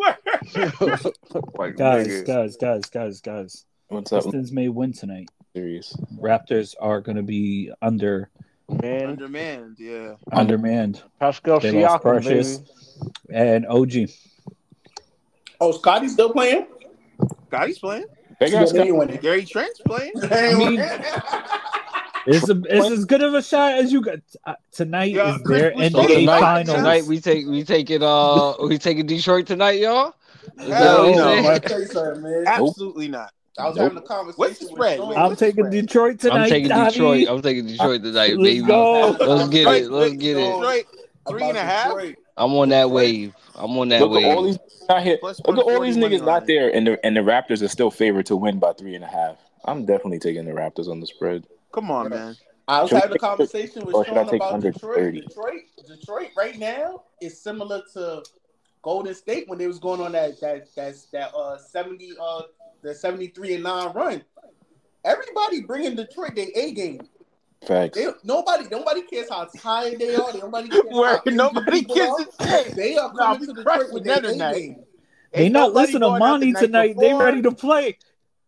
[SPEAKER 7] like,
[SPEAKER 4] Guys,
[SPEAKER 7] nigga.
[SPEAKER 4] guys, guys, guys, guys.
[SPEAKER 2] What's up?
[SPEAKER 4] Pistons may win tonight.
[SPEAKER 2] Serious.
[SPEAKER 4] Raptors are going to be under
[SPEAKER 7] man,
[SPEAKER 5] Undermanned, yeah.
[SPEAKER 4] undermanned,
[SPEAKER 7] Pascal
[SPEAKER 4] They lost
[SPEAKER 7] Siakam,
[SPEAKER 4] Precious.
[SPEAKER 7] baby.
[SPEAKER 4] and OG.
[SPEAKER 8] Oh, Scotty's still playing?
[SPEAKER 5] God, he's playing.
[SPEAKER 2] They got
[SPEAKER 8] Yeah,
[SPEAKER 2] Scott-
[SPEAKER 8] they winning.
[SPEAKER 5] Gary Trent's playing.
[SPEAKER 8] They winning.
[SPEAKER 4] It's, a, it's as good of a shot as you got. Uh, tonight
[SPEAKER 5] Yeah,
[SPEAKER 4] is
[SPEAKER 5] Chris,
[SPEAKER 4] their
[SPEAKER 5] we
[SPEAKER 7] So
[SPEAKER 5] Hey,
[SPEAKER 4] NBA
[SPEAKER 5] should-
[SPEAKER 7] tonight,
[SPEAKER 4] finals.
[SPEAKER 7] tonight we take we taking uh we taking Detroit tonight, y'all.
[SPEAKER 5] Hell
[SPEAKER 7] what I'm
[SPEAKER 5] no.
[SPEAKER 7] saying?
[SPEAKER 8] Let me tell you something, man.
[SPEAKER 5] Absolutely not.
[SPEAKER 8] I was
[SPEAKER 2] Nope.
[SPEAKER 8] having a conversation.
[SPEAKER 5] What's the
[SPEAKER 8] with
[SPEAKER 5] spread?
[SPEAKER 8] Sean.
[SPEAKER 5] Wait,
[SPEAKER 4] I'm
[SPEAKER 5] what's the
[SPEAKER 4] taking
[SPEAKER 5] spread?
[SPEAKER 4] Detroit tonight.
[SPEAKER 7] I'm taking
[SPEAKER 4] Tommy.
[SPEAKER 7] Detroit. I'm taking Detroit tonight,
[SPEAKER 4] Let's
[SPEAKER 7] baby.
[SPEAKER 4] go.
[SPEAKER 7] Let's get
[SPEAKER 5] Right,
[SPEAKER 7] it. Let's
[SPEAKER 5] wait,
[SPEAKER 7] get it.
[SPEAKER 5] Detroit, three and a
[SPEAKER 8] About
[SPEAKER 5] half?
[SPEAKER 8] Detroit.
[SPEAKER 7] I'm on that wave. I'm on that
[SPEAKER 2] Look at all
[SPEAKER 7] wave.
[SPEAKER 2] these not here.
[SPEAKER 5] Plus
[SPEAKER 2] Look at all these
[SPEAKER 5] 140 money
[SPEAKER 2] niggas
[SPEAKER 5] on
[SPEAKER 2] not
[SPEAKER 5] it.
[SPEAKER 2] there, and the and the Raptors are still favored to win by three and a half. I'm definitely taking the Raptors on the spread.
[SPEAKER 5] Come on, man.
[SPEAKER 8] I was
[SPEAKER 2] Should we
[SPEAKER 8] having a
[SPEAKER 2] take-
[SPEAKER 8] conversation with
[SPEAKER 2] or should I
[SPEAKER 8] Sean
[SPEAKER 2] take
[SPEAKER 8] about
[SPEAKER 2] under
[SPEAKER 8] Detroit.
[SPEAKER 2] 30?
[SPEAKER 8] Detroit, Detroit, right now is similar to Golden State when they was going on that that that's that uh seventy uh the seventy three and nine run. Everybody bringing Detroit their A game.
[SPEAKER 2] Facts.
[SPEAKER 8] They, nobody nobody cares how tired they are. They- Nobody cares
[SPEAKER 5] Where
[SPEAKER 8] how injured
[SPEAKER 5] nobody
[SPEAKER 8] people
[SPEAKER 5] gives
[SPEAKER 8] are.
[SPEAKER 5] a shit.
[SPEAKER 8] They are
[SPEAKER 5] Nah,
[SPEAKER 8] coming
[SPEAKER 5] we
[SPEAKER 8] to
[SPEAKER 5] crushed
[SPEAKER 8] Detroit with their
[SPEAKER 5] another
[SPEAKER 8] A
[SPEAKER 5] night.
[SPEAKER 8] game.
[SPEAKER 4] They
[SPEAKER 5] Ain't
[SPEAKER 4] not
[SPEAKER 5] nobody
[SPEAKER 4] listening to
[SPEAKER 5] going out the
[SPEAKER 4] Monty
[SPEAKER 5] night
[SPEAKER 4] tonight. They
[SPEAKER 5] before.
[SPEAKER 4] ready to play.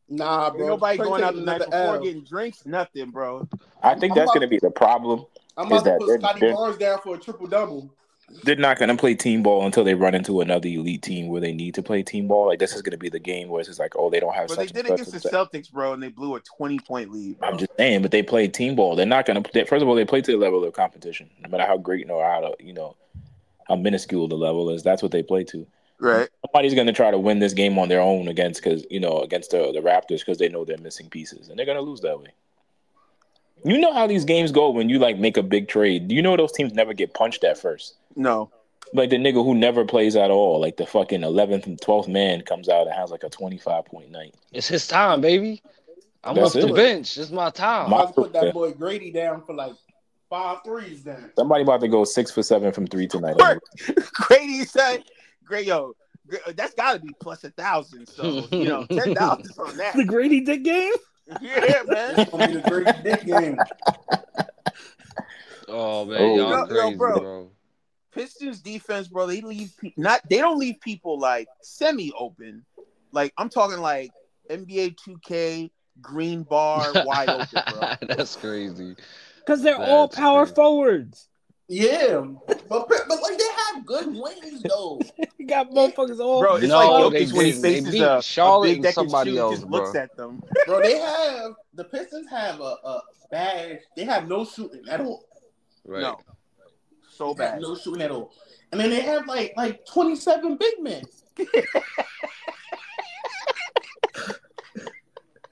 [SPEAKER 8] Nah,
[SPEAKER 5] Ain't
[SPEAKER 8] bro.
[SPEAKER 5] nobody
[SPEAKER 8] Detroit
[SPEAKER 5] going out the
[SPEAKER 8] taking
[SPEAKER 5] night
[SPEAKER 8] another
[SPEAKER 5] before
[SPEAKER 8] L.
[SPEAKER 5] getting drinks, nothing, bro.
[SPEAKER 2] I think that's
[SPEAKER 8] I'm about-
[SPEAKER 2] going to be the problem.
[SPEAKER 8] I'm
[SPEAKER 2] Is
[SPEAKER 8] about
[SPEAKER 2] that
[SPEAKER 8] to
[SPEAKER 2] they're-
[SPEAKER 8] put Scotty
[SPEAKER 2] they're-
[SPEAKER 8] Barnes down for a triple double.
[SPEAKER 2] They're not going to play team ball until they run into another elite team where they need to play team ball. Like this is going to be the game where it's just like, oh, they don't have
[SPEAKER 5] But they
[SPEAKER 2] such.
[SPEAKER 5] did
[SPEAKER 2] and
[SPEAKER 5] against the
[SPEAKER 2] such
[SPEAKER 5] Celtics, bro, and they blew a twenty point lead. Bro.
[SPEAKER 2] I'm just saying, but they play team ball. They're not going to. First of all, they play to the level of competition, no matter how great or how you know how minuscule the level is. That's what they play to.
[SPEAKER 5] right.
[SPEAKER 2] Somebody's going to try to win this game on their own against because you know against the, the Raptors because they know they're missing pieces and they're going to lose that way. You know how these games go when you like make a big trade. You know those teams never get punched at first.
[SPEAKER 5] No.
[SPEAKER 2] like the nigga who never plays at all, like the fucking eleventh and twelfth man comes out and has like a twenty five point night.
[SPEAKER 7] It's his time, baby. I'm
[SPEAKER 2] That's
[SPEAKER 7] off the
[SPEAKER 2] it.
[SPEAKER 7] bench. It's my time.
[SPEAKER 8] I'm about to put
[SPEAKER 2] Yeah.
[SPEAKER 8] that boy Grady down for like five threes then.
[SPEAKER 2] Somebody about to go six for seven from three tonight.
[SPEAKER 5] Work. Grady said, "Great, yo, gr- that's got to be plus a thousand. So you know, ten dollars on
[SPEAKER 4] The
[SPEAKER 5] that.
[SPEAKER 4] Grady Dick game.
[SPEAKER 5] yeah, man.
[SPEAKER 8] It's gonna be the great dick game.
[SPEAKER 7] Oh man,
[SPEAKER 2] Oh.
[SPEAKER 7] y'all
[SPEAKER 5] Yo, yo,
[SPEAKER 7] crazy,
[SPEAKER 5] bro.
[SPEAKER 7] bro.
[SPEAKER 5] Pistons defense, bro. They leave pe- not. They don't leave people like semi open. Like I'm talking like NBA 2K green bar wide open, bro.
[SPEAKER 7] That's crazy.
[SPEAKER 4] Because they're all
[SPEAKER 7] That's
[SPEAKER 4] power
[SPEAKER 7] crazy.
[SPEAKER 4] forwards.
[SPEAKER 8] Yeah, but but like they have good wings though.
[SPEAKER 4] You got motherfuckers all.
[SPEAKER 5] Bro, it's
[SPEAKER 7] No,
[SPEAKER 5] like
[SPEAKER 7] they
[SPEAKER 5] Jokic when he
[SPEAKER 7] didn't. They
[SPEAKER 5] faces
[SPEAKER 7] beat
[SPEAKER 5] a, a
[SPEAKER 7] Charlotte
[SPEAKER 5] big
[SPEAKER 7] and
[SPEAKER 5] deck and
[SPEAKER 7] somebody
[SPEAKER 5] shoe,
[SPEAKER 7] else,
[SPEAKER 5] just looks
[SPEAKER 7] bro.
[SPEAKER 5] at them.
[SPEAKER 8] Bro, they have the Pistons have a, a bad. They have no shooting at all.
[SPEAKER 7] Right.
[SPEAKER 5] No, so
[SPEAKER 8] They have
[SPEAKER 5] bad.
[SPEAKER 8] no shooting at all. And then they have like like twenty seven big men.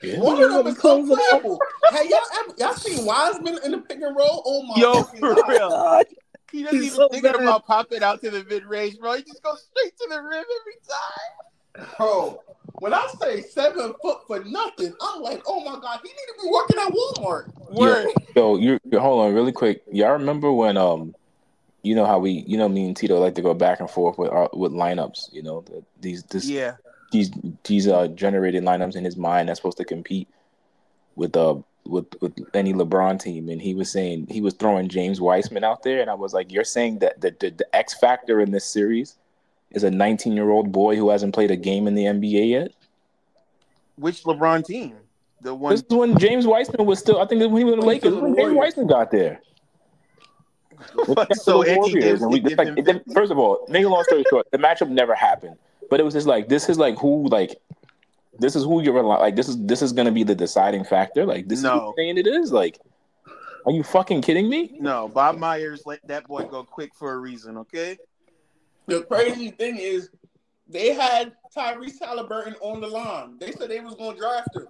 [SPEAKER 2] Yeah.
[SPEAKER 8] One of them is
[SPEAKER 4] Close it out.
[SPEAKER 8] unplayable. Hey, y'all ever, y'all seen Wiseman in the pick and roll? Oh my
[SPEAKER 5] Yo,
[SPEAKER 8] fucking
[SPEAKER 5] for
[SPEAKER 8] God.
[SPEAKER 5] real.
[SPEAKER 4] God.
[SPEAKER 5] He doesn't
[SPEAKER 4] He's
[SPEAKER 5] even
[SPEAKER 4] so
[SPEAKER 5] think
[SPEAKER 4] bad.
[SPEAKER 5] about popping out to the mid range, bro. He just goes straight to the rim every time.
[SPEAKER 8] Bro, when I say seven foot for nothing, I'm like, oh my god, he need to be working at Walmart.
[SPEAKER 5] Word.
[SPEAKER 2] Yo, you you- hold on really quick. Y'all remember when um, you know how we you know me and Tito like to go back and forth with our, with lineups. You know the, these this
[SPEAKER 5] Yeah.
[SPEAKER 2] these these uh generated lineups in his mind that's supposed to compete with uh with with any LeBron team, and he was saying he was throwing James Weissman out there, and I was like, you're saying that the the, the X factor in this series is a 19 year old boy who hasn't played a game in the NBA yet.
[SPEAKER 5] Which LeBron team? The one.
[SPEAKER 2] This is when James Weissman was still. I think when he was in the
[SPEAKER 8] When he
[SPEAKER 2] Lakers,
[SPEAKER 8] was
[SPEAKER 2] when
[SPEAKER 8] with the
[SPEAKER 2] James
[SPEAKER 8] Warriors.
[SPEAKER 2] Weissman got there.
[SPEAKER 5] so
[SPEAKER 2] the
[SPEAKER 5] Anthony Davis
[SPEAKER 2] Warriors, and we
[SPEAKER 5] can
[SPEAKER 2] just
[SPEAKER 5] give
[SPEAKER 2] like
[SPEAKER 5] him
[SPEAKER 2] it, didn't-
[SPEAKER 5] 50?
[SPEAKER 2] first of all, make a long story short, the matchup never happened. But it was just like this is like who like this is who you're relying like this is this is gonna be the deciding factor. Like this is
[SPEAKER 5] No.
[SPEAKER 2] what you're saying it is. Like, are you fucking kidding me?
[SPEAKER 5] No, Bob Myers let that boy go quick for a reason, okay?
[SPEAKER 8] The crazy thing is, they had Tyrese Halliburton on the line. They said they was gonna draft him.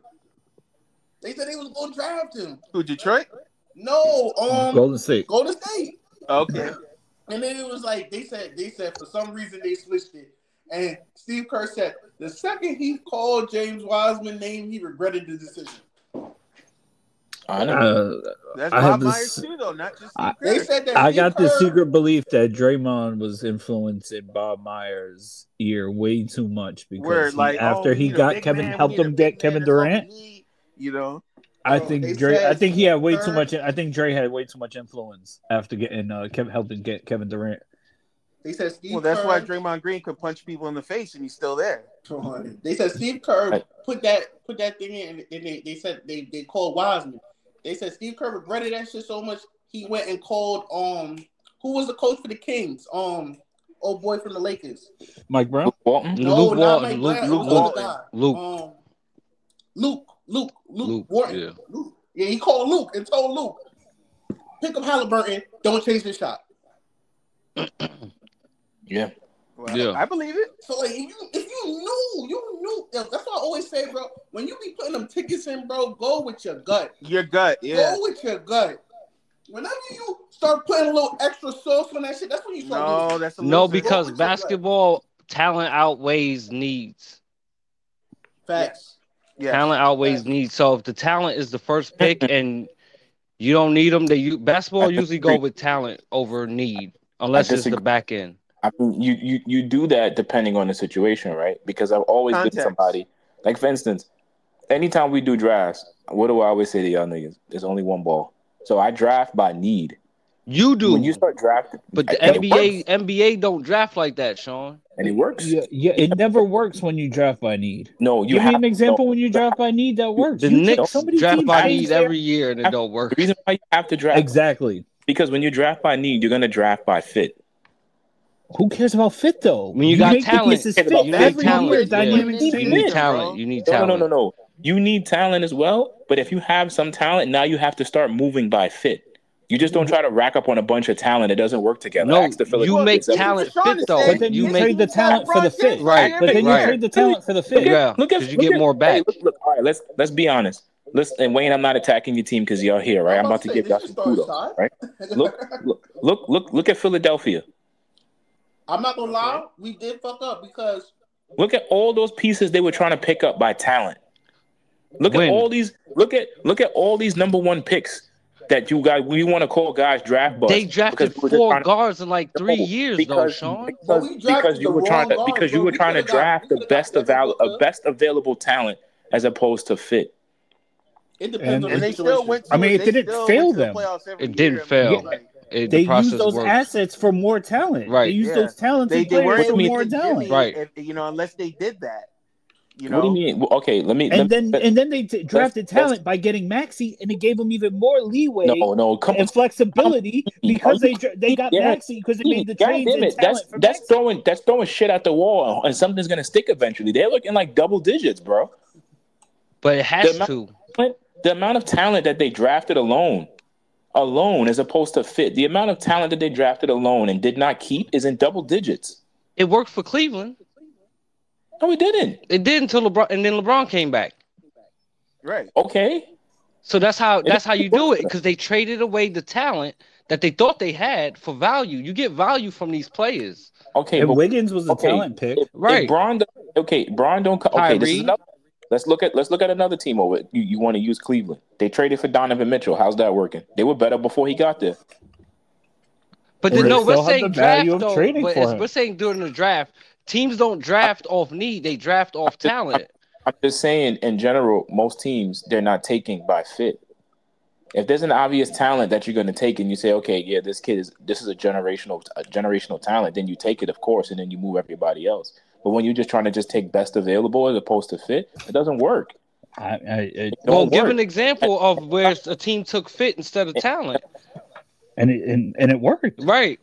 [SPEAKER 8] They said they was gonna draft him.
[SPEAKER 5] Who, Detroit?
[SPEAKER 8] No, um,
[SPEAKER 4] Golden State.
[SPEAKER 8] Golden State.
[SPEAKER 5] Okay.
[SPEAKER 8] And then it was like they said they said for some reason they switched it. And Steve Kerr said the second he called James Wiseman's name, he regretted the decision.
[SPEAKER 2] I know.
[SPEAKER 4] Uh,
[SPEAKER 5] That's
[SPEAKER 4] I
[SPEAKER 5] Bob
[SPEAKER 4] have
[SPEAKER 5] Myers
[SPEAKER 4] this-
[SPEAKER 5] too, though, not just
[SPEAKER 4] I-
[SPEAKER 5] Steve
[SPEAKER 8] They
[SPEAKER 5] Kerr.
[SPEAKER 8] said that
[SPEAKER 4] I
[SPEAKER 8] Steve
[SPEAKER 4] got the
[SPEAKER 8] Kerr-
[SPEAKER 4] secret belief that Draymond was influencing Bob Myers' ear way too much because
[SPEAKER 5] Where
[SPEAKER 4] he-
[SPEAKER 5] like
[SPEAKER 4] after
[SPEAKER 5] oh, we
[SPEAKER 4] he
[SPEAKER 5] need a
[SPEAKER 4] got
[SPEAKER 5] big
[SPEAKER 4] Kevin
[SPEAKER 5] man, we
[SPEAKER 4] helped
[SPEAKER 5] need a
[SPEAKER 4] him
[SPEAKER 5] big
[SPEAKER 4] get
[SPEAKER 5] man,
[SPEAKER 4] Kevin
[SPEAKER 5] that's all we
[SPEAKER 4] Durant.
[SPEAKER 5] need, You know,
[SPEAKER 4] I
[SPEAKER 8] Bro,
[SPEAKER 4] think
[SPEAKER 8] they
[SPEAKER 4] Dre. I
[SPEAKER 8] said-
[SPEAKER 4] think he had way too
[SPEAKER 8] Curry-
[SPEAKER 4] much. I think Dre had way too much influence after getting uh, Kevin helping get Kevin Durant.
[SPEAKER 8] They said Steve.
[SPEAKER 5] well, that's
[SPEAKER 8] Kerr,
[SPEAKER 5] why Draymond Green could punch people in the face and he's still there.
[SPEAKER 8] They said Steve Kerr
[SPEAKER 2] Right.
[SPEAKER 8] put that put that thing in, and they, they said they they called Wiseman. They said Steve Kerr regretted that shit so much he went and called um who was the coach for the Kings um old boy from the Lakers.
[SPEAKER 4] Mike Brown.
[SPEAKER 2] Luke Walton.
[SPEAKER 8] No,
[SPEAKER 7] Luke Walton.
[SPEAKER 8] not Mike
[SPEAKER 7] Luke,
[SPEAKER 8] Brown.
[SPEAKER 5] Luke
[SPEAKER 8] It was
[SPEAKER 5] Walton.
[SPEAKER 8] the other guy.
[SPEAKER 7] Luke,
[SPEAKER 8] Um, Luke, Luke, Luke,
[SPEAKER 7] Luke.
[SPEAKER 8] Warren.
[SPEAKER 7] Yeah.
[SPEAKER 8] Luke. Yeah, he called Luke and told Luke, pick up Halliburton, don't change the shot.
[SPEAKER 2] Yeah.
[SPEAKER 3] Well,
[SPEAKER 7] Yeah.
[SPEAKER 3] I believe it.
[SPEAKER 8] So like, if you if you knew, you knew. That's what I always say, bro. When you be putting them tickets in, bro, go with your gut.
[SPEAKER 3] Your gut, yeah.
[SPEAKER 8] Go with your gut. Whenever you start putting a little extra sauce on that shit, that's when you start.
[SPEAKER 3] No,
[SPEAKER 8] losing.
[SPEAKER 3] that's a
[SPEAKER 7] No,
[SPEAKER 3] little bit-
[SPEAKER 7] because
[SPEAKER 8] What's your gut?
[SPEAKER 7] basketball talent outweighs needs.
[SPEAKER 8] facts.
[SPEAKER 3] yeah.
[SPEAKER 7] Talent outweighs needs. So if the talent is the first pick and you don't need them, they you basketball usually go with talent over need, unless it's the
[SPEAKER 2] disagree.
[SPEAKER 7] back end.
[SPEAKER 2] I mean, you, you you do that depending on the situation, right? Because I've always
[SPEAKER 3] Context.
[SPEAKER 2] been somebody. Like for instance, anytime we do drafts, what do I always say to y'all niggas? There's only one ball, so I draft by need.
[SPEAKER 7] You do,
[SPEAKER 2] When you start drafting,
[SPEAKER 7] but the
[SPEAKER 2] and it
[SPEAKER 7] NBA
[SPEAKER 2] works,
[SPEAKER 7] NBA don't draft like that, Sean.
[SPEAKER 2] and it works.
[SPEAKER 4] Yeah, yeah, it never works when you draft by need.
[SPEAKER 2] No, you
[SPEAKER 4] Give
[SPEAKER 2] have
[SPEAKER 4] me an example
[SPEAKER 2] no,
[SPEAKER 4] when you draft by need that works.
[SPEAKER 7] The
[SPEAKER 4] You take
[SPEAKER 7] Knicks
[SPEAKER 4] somebody's
[SPEAKER 7] draft
[SPEAKER 4] team
[SPEAKER 7] by
[SPEAKER 4] out of
[SPEAKER 7] need
[SPEAKER 4] there.
[SPEAKER 7] every year and it don't
[SPEAKER 2] The
[SPEAKER 7] work.
[SPEAKER 2] reason why you have to draft
[SPEAKER 4] Exactly.
[SPEAKER 2] because when you draft by need, you're gonna draft by fit.
[SPEAKER 4] Who cares about fit though?
[SPEAKER 7] When you got
[SPEAKER 4] make
[SPEAKER 7] talent,
[SPEAKER 4] the pieces
[SPEAKER 2] Cares
[SPEAKER 4] fit
[SPEAKER 2] about
[SPEAKER 7] You need
[SPEAKER 4] every
[SPEAKER 7] talent.
[SPEAKER 4] year.
[SPEAKER 7] yeah.
[SPEAKER 4] Dynamic
[SPEAKER 3] You
[SPEAKER 4] team
[SPEAKER 7] You
[SPEAKER 3] fit
[SPEAKER 7] need
[SPEAKER 4] fit.
[SPEAKER 3] him,
[SPEAKER 7] talent.
[SPEAKER 3] bro.
[SPEAKER 7] You need
[SPEAKER 2] No, no,
[SPEAKER 7] talent.
[SPEAKER 2] no, no, no. You need talent as well, but if you have some talent, now you have to start moving by fit. You just don't try to rack up on a bunch of talent. It doesn't work together.
[SPEAKER 7] No,
[SPEAKER 2] Ask the
[SPEAKER 7] you
[SPEAKER 2] Philadelphia
[SPEAKER 7] make
[SPEAKER 3] This is
[SPEAKER 2] 76ers.
[SPEAKER 7] talent
[SPEAKER 3] what Sean
[SPEAKER 7] fit
[SPEAKER 3] is
[SPEAKER 7] though.
[SPEAKER 3] saying.
[SPEAKER 4] But then
[SPEAKER 7] You
[SPEAKER 4] you
[SPEAKER 3] This
[SPEAKER 7] make
[SPEAKER 4] trade
[SPEAKER 3] is
[SPEAKER 4] the
[SPEAKER 3] what
[SPEAKER 4] talent for the
[SPEAKER 3] LeBron James
[SPEAKER 4] fit.
[SPEAKER 7] Right,
[SPEAKER 3] and
[SPEAKER 4] But then you
[SPEAKER 7] right.
[SPEAKER 4] trade the talent for the
[SPEAKER 2] Look
[SPEAKER 4] fit.
[SPEAKER 2] at,
[SPEAKER 7] Yeah,
[SPEAKER 2] look at,
[SPEAKER 7] 'cause you
[SPEAKER 2] look
[SPEAKER 7] get
[SPEAKER 2] at-
[SPEAKER 7] more
[SPEAKER 2] Hey,
[SPEAKER 7] back.
[SPEAKER 2] look, look. All right, let's let's be honest. Let's and Wayne, I'm not attacking your team because y'all here, right? I'm about to
[SPEAKER 8] say,
[SPEAKER 2] give
[SPEAKER 8] did
[SPEAKER 2] y'all
[SPEAKER 8] you
[SPEAKER 2] some
[SPEAKER 8] start
[SPEAKER 2] kudos,
[SPEAKER 8] shot?
[SPEAKER 2] right? Look, look, look, look, look at Philadelphia.
[SPEAKER 8] I'm not gonna lie, we did fuck up because
[SPEAKER 2] Look at all those pieces they were trying to pick up by talent. Look
[SPEAKER 7] When?
[SPEAKER 2] at all these. Look at look at all these number one picks that you guys we want to call guys draft busts.
[SPEAKER 7] They
[SPEAKER 2] we
[SPEAKER 7] drafted
[SPEAKER 2] were just
[SPEAKER 7] four
[SPEAKER 2] trying to-
[SPEAKER 7] guards in like three
[SPEAKER 2] No,
[SPEAKER 7] years though,
[SPEAKER 2] because,
[SPEAKER 7] Sean.
[SPEAKER 8] But
[SPEAKER 2] Because,
[SPEAKER 8] we drafted
[SPEAKER 2] because you
[SPEAKER 8] the
[SPEAKER 2] were trying
[SPEAKER 8] wrong
[SPEAKER 2] to
[SPEAKER 8] guards,
[SPEAKER 2] because you
[SPEAKER 8] bro.
[SPEAKER 2] were
[SPEAKER 8] We
[SPEAKER 2] trying to
[SPEAKER 8] coulda got-
[SPEAKER 2] draft
[SPEAKER 8] we
[SPEAKER 2] the
[SPEAKER 8] coulda got
[SPEAKER 2] best avail-
[SPEAKER 8] Devin
[SPEAKER 2] a
[SPEAKER 8] Booker.
[SPEAKER 2] best available talent as opposed to fit.
[SPEAKER 8] it depends
[SPEAKER 4] And-
[SPEAKER 8] on the
[SPEAKER 3] And they
[SPEAKER 8] situation.
[SPEAKER 3] still went. To,
[SPEAKER 4] I mean, it
[SPEAKER 3] they
[SPEAKER 4] didn't
[SPEAKER 3] still
[SPEAKER 4] fail
[SPEAKER 3] went to the
[SPEAKER 4] them.
[SPEAKER 3] playoffs every
[SPEAKER 7] It
[SPEAKER 3] year.
[SPEAKER 7] didn't
[SPEAKER 3] I mean,
[SPEAKER 7] fail.
[SPEAKER 3] like,
[SPEAKER 7] It,
[SPEAKER 4] They
[SPEAKER 7] the
[SPEAKER 4] used
[SPEAKER 7] process
[SPEAKER 4] those
[SPEAKER 7] worked.
[SPEAKER 4] assets for more talent. They
[SPEAKER 7] Right.
[SPEAKER 4] used
[SPEAKER 3] Yeah.
[SPEAKER 4] those
[SPEAKER 3] they
[SPEAKER 4] talented
[SPEAKER 3] they
[SPEAKER 4] players
[SPEAKER 3] weren't
[SPEAKER 4] for
[SPEAKER 3] able
[SPEAKER 4] more
[SPEAKER 3] to
[SPEAKER 4] talent.
[SPEAKER 3] Jimmy
[SPEAKER 7] Right.
[SPEAKER 3] if you know unless they did that. You know.
[SPEAKER 2] What do you mean? Well, Okay, let me.
[SPEAKER 4] And
[SPEAKER 2] Let,
[SPEAKER 4] then
[SPEAKER 2] let-
[SPEAKER 4] and then they t- drafted
[SPEAKER 2] let's- let's-
[SPEAKER 4] talent by getting Maxi, and it gave them even more leeway
[SPEAKER 2] no, no, come on.
[SPEAKER 4] and flexibility
[SPEAKER 2] Are
[SPEAKER 4] because
[SPEAKER 2] you
[SPEAKER 4] they dr- they got
[SPEAKER 2] Yeah.
[SPEAKER 4] Maxi because they made the
[SPEAKER 2] God
[SPEAKER 4] trades
[SPEAKER 2] damn
[SPEAKER 4] and
[SPEAKER 2] it! That's
[SPEAKER 4] talent for
[SPEAKER 2] that's
[SPEAKER 4] Maxi.
[SPEAKER 2] throwing that's throwing shit at the wall, and something's gonna stick eventually. They're looking like double digits, bro.
[SPEAKER 7] But it has
[SPEAKER 2] amount-
[SPEAKER 7] to.
[SPEAKER 2] But the amount of talent that they drafted alone, alone, as opposed to fit, the amount of talent that they drafted alone and did not keep is in double digits.
[SPEAKER 7] It worked for Cleveland.
[SPEAKER 2] No, it didn't.
[SPEAKER 7] It did until LeBron and then LeBron came back.
[SPEAKER 3] Right.
[SPEAKER 2] Okay.
[SPEAKER 7] So that's how
[SPEAKER 2] It
[SPEAKER 7] that's how you
[SPEAKER 2] doesn't
[SPEAKER 7] do
[SPEAKER 2] work for
[SPEAKER 7] it
[SPEAKER 2] them.
[SPEAKER 7] because they traded away the talent that they thought they had for value. You get value from these players,
[SPEAKER 2] Okay,
[SPEAKER 4] And
[SPEAKER 2] but
[SPEAKER 4] Wiggins was a
[SPEAKER 2] okay,
[SPEAKER 4] talent pick.
[SPEAKER 2] if,
[SPEAKER 7] right?
[SPEAKER 2] if Braun, don't- okay, Braun don't. co- Okay, this is
[SPEAKER 7] Kyrie.
[SPEAKER 2] another. Let's look at let's look at another team over. You, you want to use Cleveland? They traded for Donovan Mitchell. How's that working? They were better before he got there.
[SPEAKER 7] But
[SPEAKER 4] And
[SPEAKER 7] then
[SPEAKER 4] they
[SPEAKER 7] no, we're
[SPEAKER 4] still have the
[SPEAKER 7] saying
[SPEAKER 4] value
[SPEAKER 7] draft
[SPEAKER 4] of
[SPEAKER 7] though.
[SPEAKER 4] trading
[SPEAKER 7] But
[SPEAKER 4] for
[SPEAKER 7] it's,
[SPEAKER 4] him.
[SPEAKER 7] we're saying during the draft, teams don't draft off need; they draft off talent.
[SPEAKER 2] I'm just saying, in general, most teams they're not taking by fit. If there's an obvious talent that you're going to take, and you say, okay, yeah, this kid is this is a generational a generational talent, then you take it, of course, and then you move everybody else. But when you're just trying to just take best available as opposed to fit, it doesn't work.
[SPEAKER 4] I, I, it,
[SPEAKER 2] It don't
[SPEAKER 7] Well, give
[SPEAKER 2] work.
[SPEAKER 7] an example of where a team took fit instead of talent,
[SPEAKER 4] and it and, and it worked,
[SPEAKER 7] right?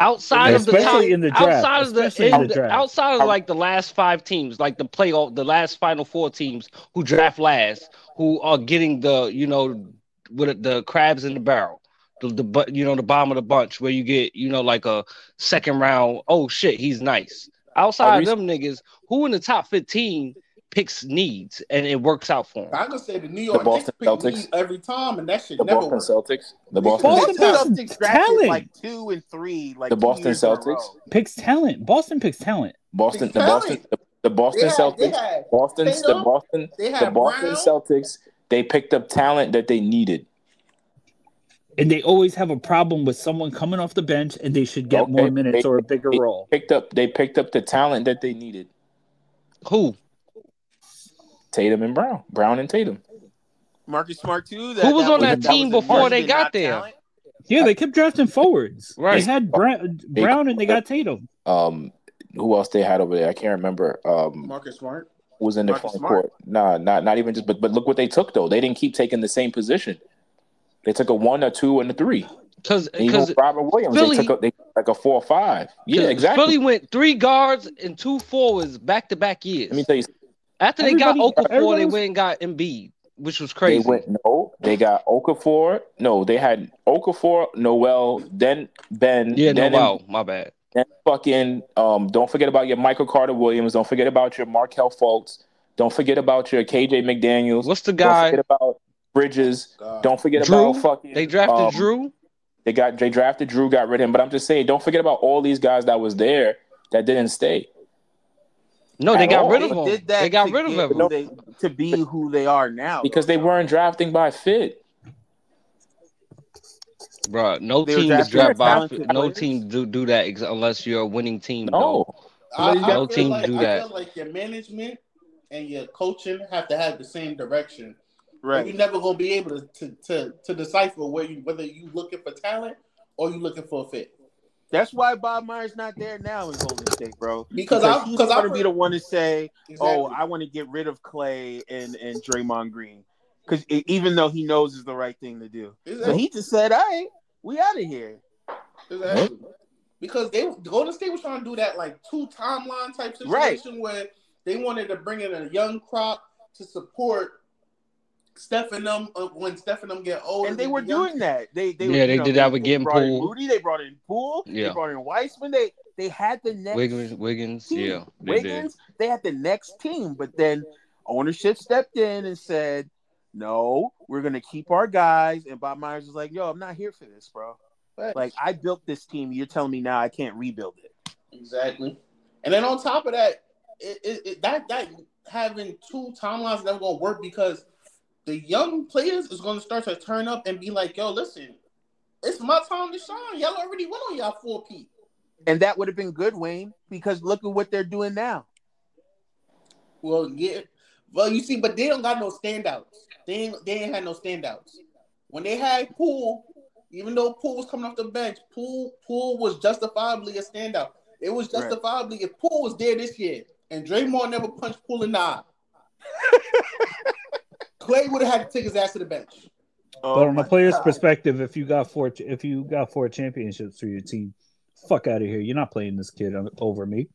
[SPEAKER 7] Outside
[SPEAKER 4] and
[SPEAKER 7] of the top,
[SPEAKER 4] especially in the draft,
[SPEAKER 7] outside of the,
[SPEAKER 4] especially in
[SPEAKER 7] in
[SPEAKER 4] the
[SPEAKER 7] the
[SPEAKER 4] draft.
[SPEAKER 7] outside of like the last five teams, like the playoff, the last final four teams who draft last, who are getting the you know with the crabs in the barrel, the the bu- you know the bottom of the bunch where you get you know like a second round. Oh shit, he's nice.
[SPEAKER 2] I
[SPEAKER 7] Outside of
[SPEAKER 2] rec-
[SPEAKER 7] them niggas, who in the top fifteen picks needs and it works out for them.
[SPEAKER 8] I'm gonna say the New
[SPEAKER 2] the
[SPEAKER 8] York Knicks
[SPEAKER 2] Boston
[SPEAKER 8] pick
[SPEAKER 2] Celtics,
[SPEAKER 8] me every time, and that shit
[SPEAKER 2] the
[SPEAKER 8] never
[SPEAKER 2] Boston
[SPEAKER 8] works.
[SPEAKER 2] Celtics, the
[SPEAKER 8] They should
[SPEAKER 2] Boston,
[SPEAKER 8] have
[SPEAKER 4] Boston
[SPEAKER 8] picked
[SPEAKER 4] picks
[SPEAKER 3] Celtics
[SPEAKER 8] talent.
[SPEAKER 3] drafted
[SPEAKER 4] talent.
[SPEAKER 3] like two and three, like
[SPEAKER 2] the
[SPEAKER 3] two
[SPEAKER 2] Boston
[SPEAKER 3] years in a
[SPEAKER 2] Celtics,
[SPEAKER 3] row.
[SPEAKER 4] Picks talent. Boston picks talent.
[SPEAKER 2] Boston,
[SPEAKER 8] Pick
[SPEAKER 2] the Boston,
[SPEAKER 8] talent.
[SPEAKER 2] the, the Boston
[SPEAKER 8] They had, they
[SPEAKER 2] Celtics,
[SPEAKER 8] had
[SPEAKER 2] Boston, the
[SPEAKER 8] Tatum.
[SPEAKER 2] Boston,
[SPEAKER 8] They
[SPEAKER 2] the
[SPEAKER 8] had
[SPEAKER 2] Boston
[SPEAKER 8] Brown.
[SPEAKER 2] Celtics. They picked up talent that they needed.
[SPEAKER 4] And they always have a problem with someone coming off the bench, and they should get more
[SPEAKER 2] Okay,
[SPEAKER 4] minutes
[SPEAKER 2] they,
[SPEAKER 4] or a bigger
[SPEAKER 2] they
[SPEAKER 4] role.
[SPEAKER 2] picked up, they picked up the talent that they needed.
[SPEAKER 7] Who?
[SPEAKER 2] Tatum and Brown, Brown and Tatum.
[SPEAKER 3] Marcus Smart too. That
[SPEAKER 7] Who was
[SPEAKER 3] that
[SPEAKER 7] on
[SPEAKER 3] was a,
[SPEAKER 7] that
[SPEAKER 3] that was
[SPEAKER 7] team
[SPEAKER 3] a
[SPEAKER 7] before they
[SPEAKER 3] need and
[SPEAKER 7] got
[SPEAKER 3] not
[SPEAKER 7] there?
[SPEAKER 3] talent.
[SPEAKER 4] Yeah, they kept drafting forwards. They
[SPEAKER 7] Right.
[SPEAKER 4] had Brown,
[SPEAKER 2] They,
[SPEAKER 4] Brown and they got Tatum.
[SPEAKER 2] um, who else they had over there? I can't remember. Um,
[SPEAKER 8] Marcus Smart.
[SPEAKER 2] who was in the
[SPEAKER 3] Marcus
[SPEAKER 2] front
[SPEAKER 3] Smart.
[SPEAKER 2] court? Nah, not not even just. But but look what they took though. They didn't keep taking the same position. They took a one, a two, and a three.
[SPEAKER 7] Cause,
[SPEAKER 2] And even
[SPEAKER 7] cause
[SPEAKER 2] with Robert Williams, they
[SPEAKER 7] Philly-
[SPEAKER 2] took a, they took like a four or five. Yeah,
[SPEAKER 7] 'Cause
[SPEAKER 2] exactly.
[SPEAKER 7] Philly went three guards and two forwards back to back
[SPEAKER 2] Let me
[SPEAKER 7] years.
[SPEAKER 2] tell you,
[SPEAKER 7] After they got
[SPEAKER 4] Everybody,
[SPEAKER 7] Okafor,
[SPEAKER 4] everybody
[SPEAKER 7] they
[SPEAKER 4] was
[SPEAKER 7] went and got Embiid, which was
[SPEAKER 2] they
[SPEAKER 7] crazy.
[SPEAKER 2] went no, they got Okafor. No, they had Okafor, Noel, then Ben,
[SPEAKER 7] Yeah,
[SPEAKER 2] then Embiid.
[SPEAKER 7] Noel, my bad.
[SPEAKER 2] And fucking um, don't forget about your Michael Carter Williams. Don't forget about your Markel Fultz. Don't forget about your KJ McDaniels.
[SPEAKER 7] What's the
[SPEAKER 2] Don't
[SPEAKER 7] guy?
[SPEAKER 2] forget about Bridges.
[SPEAKER 8] Oh, God.
[SPEAKER 2] Don't forget
[SPEAKER 7] Drew?
[SPEAKER 2] about fucking.
[SPEAKER 7] They drafted
[SPEAKER 2] um,
[SPEAKER 7] Drew.
[SPEAKER 2] They got they drafted Drew, got rid of him. But I'm just saying, don't forget about all these guys that was there that didn't stay.
[SPEAKER 7] No, they
[SPEAKER 2] at
[SPEAKER 7] got
[SPEAKER 2] all.
[SPEAKER 7] rid
[SPEAKER 5] They
[SPEAKER 7] of him.
[SPEAKER 5] did that
[SPEAKER 7] They got
[SPEAKER 5] to
[SPEAKER 7] rid of
[SPEAKER 5] get
[SPEAKER 7] him.
[SPEAKER 5] who they- to be who they are now.
[SPEAKER 2] because they weren't drafting by fit.
[SPEAKER 7] Bruh, no
[SPEAKER 5] They were
[SPEAKER 7] team is
[SPEAKER 5] drafting
[SPEAKER 7] draft by
[SPEAKER 5] talented
[SPEAKER 7] no
[SPEAKER 5] players?
[SPEAKER 7] team do do that ex- unless you're a winning team.
[SPEAKER 2] No,
[SPEAKER 7] though.
[SPEAKER 2] Some
[SPEAKER 8] I,
[SPEAKER 2] of these
[SPEAKER 8] I
[SPEAKER 2] guys-
[SPEAKER 7] No
[SPEAKER 8] feel
[SPEAKER 7] team
[SPEAKER 8] like
[SPEAKER 7] do
[SPEAKER 8] I
[SPEAKER 7] that.
[SPEAKER 8] feel like your management and your coaching have to have the same direction.
[SPEAKER 5] Right.
[SPEAKER 8] You're never gonna be able to to, to, to decipher where you whether you looking for talent or you looking for a fit.
[SPEAKER 5] That's why Bob Myers not there now in Golden State, bro.
[SPEAKER 8] Because I-
[SPEAKER 5] he's
[SPEAKER 8] because I
[SPEAKER 5] going to
[SPEAKER 8] heard-
[SPEAKER 5] be the one to say, "Oh,
[SPEAKER 8] Exactly.
[SPEAKER 5] I want to get rid of Clay and and Draymond Green," because even though he knows it's the right thing to do, so
[SPEAKER 8] exactly.
[SPEAKER 5] he just said, "All right, we out of here."
[SPEAKER 8] exactly. Because they Golden State was trying to do that like two timeline type situation
[SPEAKER 5] Right.
[SPEAKER 8] where they wanted to bring in a young crop to support Steph and them uh, when Steph and them get old.
[SPEAKER 5] And they
[SPEAKER 8] get
[SPEAKER 5] were
[SPEAKER 8] young.
[SPEAKER 5] doing that. They they
[SPEAKER 7] Yeah,
[SPEAKER 5] you
[SPEAKER 7] they
[SPEAKER 5] know,
[SPEAKER 7] did that with
[SPEAKER 5] they
[SPEAKER 7] getting
[SPEAKER 5] brought in
[SPEAKER 7] Poole.
[SPEAKER 5] Moody. They brought in Poole.
[SPEAKER 7] Yeah.
[SPEAKER 5] They brought in Weissman. They they had the next
[SPEAKER 7] Wiggins, Wiggins,
[SPEAKER 5] team.
[SPEAKER 7] yeah, they did.
[SPEAKER 5] Wiggins, they had the next team, but then ownership stepped in and said, "No, we're gonna keep our guys." And Bob Myers was like, "Yo, I'm not here for this, bro.
[SPEAKER 8] But-
[SPEAKER 5] Like, I built this team. You're telling me now I can't rebuild it."
[SPEAKER 8] Exactly. And then on top of that, it, it, it, that that having two timelines is never gonna work because the young players is gonna start to turn up and be like, "Yo, listen, it's my time to shine. Y'all already went on y'all four P.
[SPEAKER 5] And that would have been good, Wayne, because look at what they're doing now.
[SPEAKER 8] Well, yeah. Well, you see, but they don't got no standouts. They ain't, they ain't had no standouts. When they had Poole, even though Poole was coming off the bench, Poole Poole was justifiably a standout. It was
[SPEAKER 5] Right.
[SPEAKER 8] justifiably if Poole was there this year and Draymond never punched Poole in the eye, Clay would have had to take his ass to the bench.
[SPEAKER 4] But
[SPEAKER 5] Oh
[SPEAKER 4] on a player's perspective, if you got four, if you got four championships for your team, fuck out of here. You're not playing this kid on- over me.